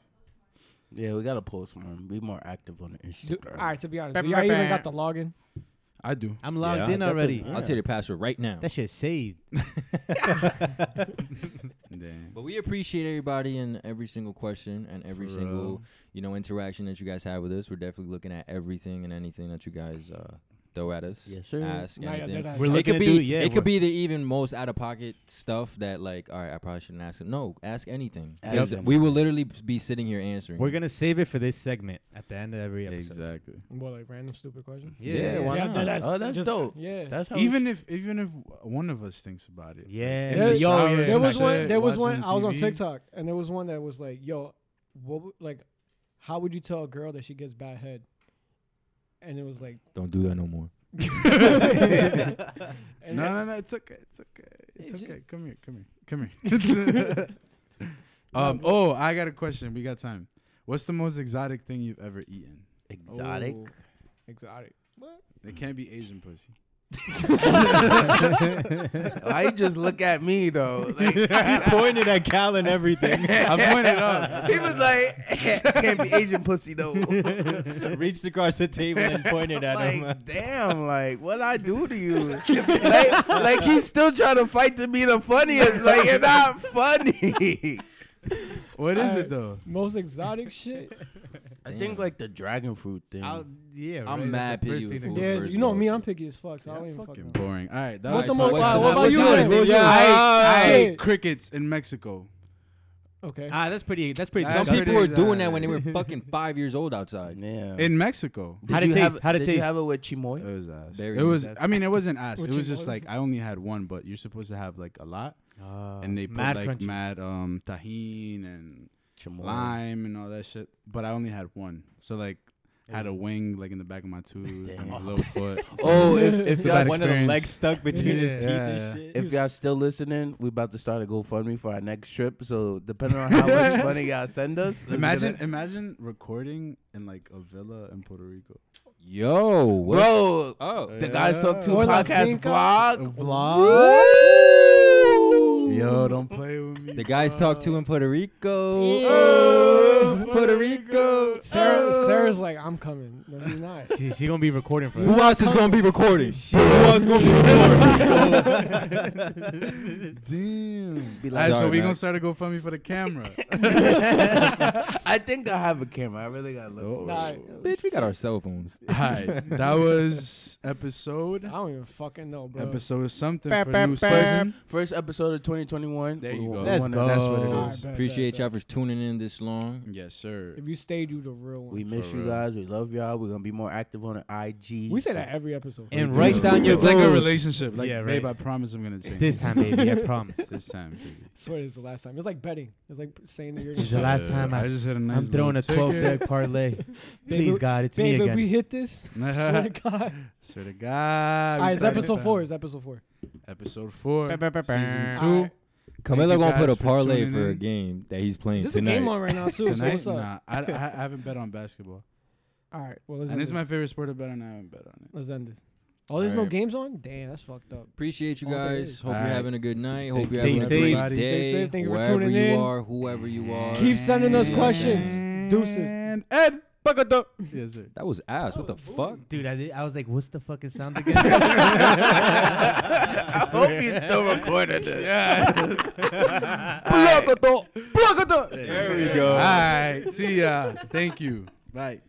[SPEAKER 2] Yeah, we gotta post more. Be more active on the
[SPEAKER 5] Dude,
[SPEAKER 2] Instagram.
[SPEAKER 5] all right, to be honest,
[SPEAKER 4] Bam,
[SPEAKER 5] do y'all
[SPEAKER 4] bam,
[SPEAKER 5] even got the
[SPEAKER 4] bam.
[SPEAKER 5] login.
[SPEAKER 3] I do.
[SPEAKER 4] I'm logged
[SPEAKER 1] Yeah,
[SPEAKER 4] in
[SPEAKER 2] I got the-
[SPEAKER 4] already.
[SPEAKER 1] I'll tell you the password right now.
[SPEAKER 4] That shit saved.
[SPEAKER 3] Damn.
[SPEAKER 1] But we appreciate everybody and every single question and every
[SPEAKER 3] For
[SPEAKER 1] single
[SPEAKER 3] real.
[SPEAKER 1] you know interaction that you guys have with us. We're definitely looking at everything and anything that you guys uh, throw at us.
[SPEAKER 2] Yes, sir.
[SPEAKER 1] Ask
[SPEAKER 5] Nah, yeah,
[SPEAKER 1] anything.
[SPEAKER 5] dead ass.
[SPEAKER 4] We're
[SPEAKER 1] it
[SPEAKER 4] looking
[SPEAKER 1] could
[SPEAKER 4] to
[SPEAKER 1] be
[SPEAKER 4] do yeah.
[SPEAKER 1] it
[SPEAKER 4] we're-
[SPEAKER 1] could be the even most out of pocket stuff that like all right I probably shouldn't ask it. No, ask anything. 'Cause
[SPEAKER 2] Yep.
[SPEAKER 1] We will literally be sitting here answering.
[SPEAKER 4] We're gonna save it for this segment at the end of every episode.
[SPEAKER 3] Exactly.
[SPEAKER 5] What like random stupid questions?
[SPEAKER 1] Yeah, why
[SPEAKER 5] yeah,
[SPEAKER 1] not?
[SPEAKER 5] dead ass.
[SPEAKER 2] Oh, that's
[SPEAKER 5] Just-
[SPEAKER 2] dope.
[SPEAKER 5] Yeah.
[SPEAKER 2] That's how
[SPEAKER 3] Even if even if one of us thinks about it.
[SPEAKER 4] Yeah.
[SPEAKER 3] in
[SPEAKER 5] Yeah,
[SPEAKER 3] the
[SPEAKER 5] yo,
[SPEAKER 3] shower
[SPEAKER 4] yeah.
[SPEAKER 3] and
[SPEAKER 5] there was
[SPEAKER 3] shit,
[SPEAKER 5] one. There was
[SPEAKER 3] watching
[SPEAKER 5] one. I was on
[SPEAKER 3] TV.
[SPEAKER 5] TikTok, and there was one that was like, "Yo, what? w- Like, how would you tell a girl that she gets bad head?" And it
[SPEAKER 1] *laughs*
[SPEAKER 5] was like, *laughs*
[SPEAKER 1] Don't do that no more.
[SPEAKER 5] and
[SPEAKER 3] *laughs* No,
[SPEAKER 5] then-
[SPEAKER 3] no, no. It's okay. It's okay. It's
[SPEAKER 5] It's-
[SPEAKER 3] okay. Come here. Come here. Come here.
[SPEAKER 5] *laughs*
[SPEAKER 3] *laughs* um. Oh, I got a question. We got time. What's the most exotic thing you've ever eaten?
[SPEAKER 2] exotic.
[SPEAKER 3] *laughs*
[SPEAKER 5] Oh, exotic. What?
[SPEAKER 3] It can't be Asian pussy.
[SPEAKER 2] Why you just look at me though? Like,
[SPEAKER 5] *laughs*
[SPEAKER 4] he pointed at Cal and *laughs* everything.
[SPEAKER 3] I pointed up.
[SPEAKER 2] he was like, *laughs* can't be Asian pussy though.
[SPEAKER 5] *laughs*
[SPEAKER 4] *laughs* Reached across the table and pointed at him.
[SPEAKER 2] like, damn, like, what I do to you? like, like he's still trying to fight to be the funniest. Like, you're not funny.
[SPEAKER 3] What is
[SPEAKER 5] Alright.
[SPEAKER 3] it though?
[SPEAKER 1] *laughs*
[SPEAKER 5] Most exotic shit.
[SPEAKER 2] I
[SPEAKER 1] Damn.
[SPEAKER 2] think like the dragon fruit thing.
[SPEAKER 4] I'll- yeah,
[SPEAKER 1] I'm
[SPEAKER 4] right,
[SPEAKER 1] mad
[SPEAKER 4] that's the
[SPEAKER 1] picky
[SPEAKER 4] first
[SPEAKER 1] with
[SPEAKER 4] thing
[SPEAKER 1] food.
[SPEAKER 4] that-
[SPEAKER 5] Yeah,
[SPEAKER 1] first
[SPEAKER 5] you know me.
[SPEAKER 1] person.
[SPEAKER 5] I'm picky as fuck. So I don't
[SPEAKER 3] Yeah,
[SPEAKER 5] even
[SPEAKER 3] fucking
[SPEAKER 5] fucking. know.
[SPEAKER 3] boring. All right. That
[SPEAKER 5] What's the
[SPEAKER 1] so
[SPEAKER 5] most?
[SPEAKER 1] what's
[SPEAKER 5] wow,
[SPEAKER 1] the-
[SPEAKER 5] what about
[SPEAKER 1] what's
[SPEAKER 5] you?
[SPEAKER 1] yours,
[SPEAKER 5] then?
[SPEAKER 1] bro?
[SPEAKER 5] Yeah.
[SPEAKER 3] I, I
[SPEAKER 5] Shit.
[SPEAKER 3] ate crickets in Mexico.
[SPEAKER 5] Okay.
[SPEAKER 4] Ah, that's pretty. That's pretty.
[SPEAKER 1] Some
[SPEAKER 3] That's That's
[SPEAKER 4] disgusting.
[SPEAKER 1] people were
[SPEAKER 3] pretty
[SPEAKER 1] doing
[SPEAKER 4] *laughs*
[SPEAKER 3] exotic.
[SPEAKER 1] that when they were fucking five years old outside.
[SPEAKER 2] yeah.
[SPEAKER 3] In Mexico.
[SPEAKER 2] did
[SPEAKER 4] How did
[SPEAKER 2] you
[SPEAKER 4] it
[SPEAKER 2] have,
[SPEAKER 4] taste? How did it
[SPEAKER 2] did you
[SPEAKER 4] taste?
[SPEAKER 2] have it with
[SPEAKER 3] It Uh,
[SPEAKER 2] chimoy?
[SPEAKER 3] was ass.
[SPEAKER 1] Very
[SPEAKER 3] It was.
[SPEAKER 1] disgusting.
[SPEAKER 3] I mean, it wasn't ass.
[SPEAKER 5] What
[SPEAKER 3] It was
[SPEAKER 5] you
[SPEAKER 3] just
[SPEAKER 5] order?
[SPEAKER 3] like I only had one, but you're supposed to have like a lot,
[SPEAKER 4] Ah,
[SPEAKER 3] and they put
[SPEAKER 4] mad
[SPEAKER 3] like
[SPEAKER 4] crunchy.
[SPEAKER 3] mad um tahine and
[SPEAKER 2] Chimoy.
[SPEAKER 3] lime and all that shit. But I only had one, so like
[SPEAKER 4] It
[SPEAKER 3] had a
[SPEAKER 4] was-
[SPEAKER 3] wing like in the back of my tooth and my
[SPEAKER 2] Damn.
[SPEAKER 3] little foot.
[SPEAKER 2] Oh, if, if
[SPEAKER 3] It's a
[SPEAKER 2] y'all
[SPEAKER 3] bad
[SPEAKER 4] one of the
[SPEAKER 3] experience.
[SPEAKER 4] legs stuck between his teeth
[SPEAKER 3] Yeah.
[SPEAKER 4] and shit.
[SPEAKER 2] If y'all still listening, we about to start a GoFundMe for our next trip. So depending on how much money y'all send us, it's
[SPEAKER 3] imagine,
[SPEAKER 2] gonna-
[SPEAKER 3] imagine recording in like a villa in Puerto Rico.
[SPEAKER 1] Yo, what?
[SPEAKER 2] bro, uh,
[SPEAKER 1] Oh,
[SPEAKER 2] the guys talk to
[SPEAKER 5] Or La
[SPEAKER 2] podcast
[SPEAKER 5] Finca.
[SPEAKER 2] vlog.
[SPEAKER 3] Yo, don't play with me.
[SPEAKER 1] the guys talk to in Puerto Rico.
[SPEAKER 3] Oh,
[SPEAKER 1] Puerto Rico. Oh.
[SPEAKER 5] Sarah, Sarah's like, I'm coming. No, you're
[SPEAKER 1] *laughs*
[SPEAKER 5] not.
[SPEAKER 4] She, she gonna be recording for
[SPEAKER 1] Who
[SPEAKER 4] us.
[SPEAKER 1] else is gonna be recording? Who else is gonna be
[SPEAKER 3] Damn.
[SPEAKER 4] *laughs*
[SPEAKER 2] Be
[SPEAKER 3] All right,
[SPEAKER 2] like,
[SPEAKER 3] so
[SPEAKER 1] Sorry,
[SPEAKER 3] we
[SPEAKER 1] man.
[SPEAKER 3] gonna start a GoFundMe for the camera.
[SPEAKER 2] I think I have a camera. I really gotta look.
[SPEAKER 3] Oh.
[SPEAKER 2] for it.
[SPEAKER 5] Nah,
[SPEAKER 1] Bitch, we got our cell phones.
[SPEAKER 3] All right, that
[SPEAKER 4] *laughs*
[SPEAKER 3] was episode
[SPEAKER 5] I don't even fucking know, bro.
[SPEAKER 3] episode something
[SPEAKER 5] Bam,
[SPEAKER 3] for
[SPEAKER 5] bam,
[SPEAKER 3] new
[SPEAKER 5] bam.
[SPEAKER 3] season.
[SPEAKER 2] First episode of 2021.
[SPEAKER 3] There
[SPEAKER 2] We
[SPEAKER 3] you
[SPEAKER 2] wa-
[SPEAKER 3] go.
[SPEAKER 2] we
[SPEAKER 4] Let's
[SPEAKER 2] wanna- That's what
[SPEAKER 4] go.
[SPEAKER 5] All
[SPEAKER 2] it
[SPEAKER 5] right,
[SPEAKER 2] is.
[SPEAKER 5] bet,
[SPEAKER 1] Appreciate
[SPEAKER 5] bet,
[SPEAKER 1] y'all
[SPEAKER 5] bet.
[SPEAKER 1] for tuning in this long.
[SPEAKER 3] Yes, sir.
[SPEAKER 5] If you stayed, you the real one.
[SPEAKER 2] We miss
[SPEAKER 3] For
[SPEAKER 2] you
[SPEAKER 3] real.
[SPEAKER 2] guys. We love y'all. We're gonna be more active on the IG.
[SPEAKER 5] We say
[SPEAKER 2] so-
[SPEAKER 5] that every episode.
[SPEAKER 4] And write down your
[SPEAKER 3] It's like a
[SPEAKER 4] goals.
[SPEAKER 3] relationship. Like,
[SPEAKER 4] Yeah,
[SPEAKER 3] babe,
[SPEAKER 4] right.
[SPEAKER 3] I promise I'm gonna change
[SPEAKER 4] This time, baby, I promise.
[SPEAKER 3] *laughs* This time, baby.
[SPEAKER 5] swear it's the last time. It's like betting. It's like saying that you're
[SPEAKER 4] It's
[SPEAKER 5] gonna
[SPEAKER 4] the last
[SPEAKER 3] Uh,
[SPEAKER 4] time I-
[SPEAKER 3] I just hit nice.
[SPEAKER 4] I'm throwing a
[SPEAKER 3] little
[SPEAKER 4] 12
[SPEAKER 3] ticket. *laughs*
[SPEAKER 4] bag parlay.
[SPEAKER 5] Baby,
[SPEAKER 4] Please, God, it's me
[SPEAKER 5] Babe, if
[SPEAKER 4] again.
[SPEAKER 5] we hit this,
[SPEAKER 3] *laughs*
[SPEAKER 5] *laughs* swear to God.
[SPEAKER 3] Swear to God.
[SPEAKER 5] All
[SPEAKER 3] we
[SPEAKER 5] right, it's
[SPEAKER 3] started
[SPEAKER 5] episode
[SPEAKER 3] fast.
[SPEAKER 5] four. It's episode four.
[SPEAKER 3] Episode four. Season
[SPEAKER 5] All
[SPEAKER 3] two.
[SPEAKER 5] right.
[SPEAKER 3] you
[SPEAKER 1] Camilo gonna put
[SPEAKER 3] guys
[SPEAKER 1] a
[SPEAKER 3] for
[SPEAKER 1] parlay
[SPEAKER 3] tuning
[SPEAKER 1] for a
[SPEAKER 3] in.
[SPEAKER 1] game that he's playing
[SPEAKER 5] There's a
[SPEAKER 1] tonight.
[SPEAKER 5] game on right now too. so
[SPEAKER 3] Tonight?
[SPEAKER 5] what's up?
[SPEAKER 3] Nah, I, I, I haven't bet on
[SPEAKER 5] *laughs*
[SPEAKER 3] basketball.
[SPEAKER 5] All right, well let's
[SPEAKER 3] And
[SPEAKER 5] end
[SPEAKER 3] it's
[SPEAKER 5] this.
[SPEAKER 3] my favorite sport to bet on. I haven't bet on it.
[SPEAKER 5] let's end this. Oh, there's no
[SPEAKER 1] Alright.
[SPEAKER 5] games on. Damn, that's fucked up.
[SPEAKER 1] Appreciate you
[SPEAKER 5] All there
[SPEAKER 1] guys.
[SPEAKER 5] is.
[SPEAKER 1] Hope you're
[SPEAKER 3] Alright.
[SPEAKER 1] having a good night. Hope
[SPEAKER 3] Stay
[SPEAKER 1] you're having a
[SPEAKER 4] safe,
[SPEAKER 1] great
[SPEAKER 4] everybody.
[SPEAKER 5] Stay
[SPEAKER 1] day.
[SPEAKER 5] safe. Thank you for
[SPEAKER 1] wherever
[SPEAKER 5] tuning
[SPEAKER 1] you
[SPEAKER 5] in.
[SPEAKER 1] are, whoever you are.
[SPEAKER 5] Keep sending us questions. Deuces.
[SPEAKER 3] And Ed Buckaduck. Yes, sir.
[SPEAKER 1] That was ass. what the
[SPEAKER 5] Oh,
[SPEAKER 1] fuck?
[SPEAKER 4] Dude, I, did, I was like, what's the fucking sound again?
[SPEAKER 3] *laughs*
[SPEAKER 4] I swear. *laughs*
[SPEAKER 2] recording this.
[SPEAKER 1] Block it up. Block it up. There we go.
[SPEAKER 3] All right. See ya. Thank you. Bye.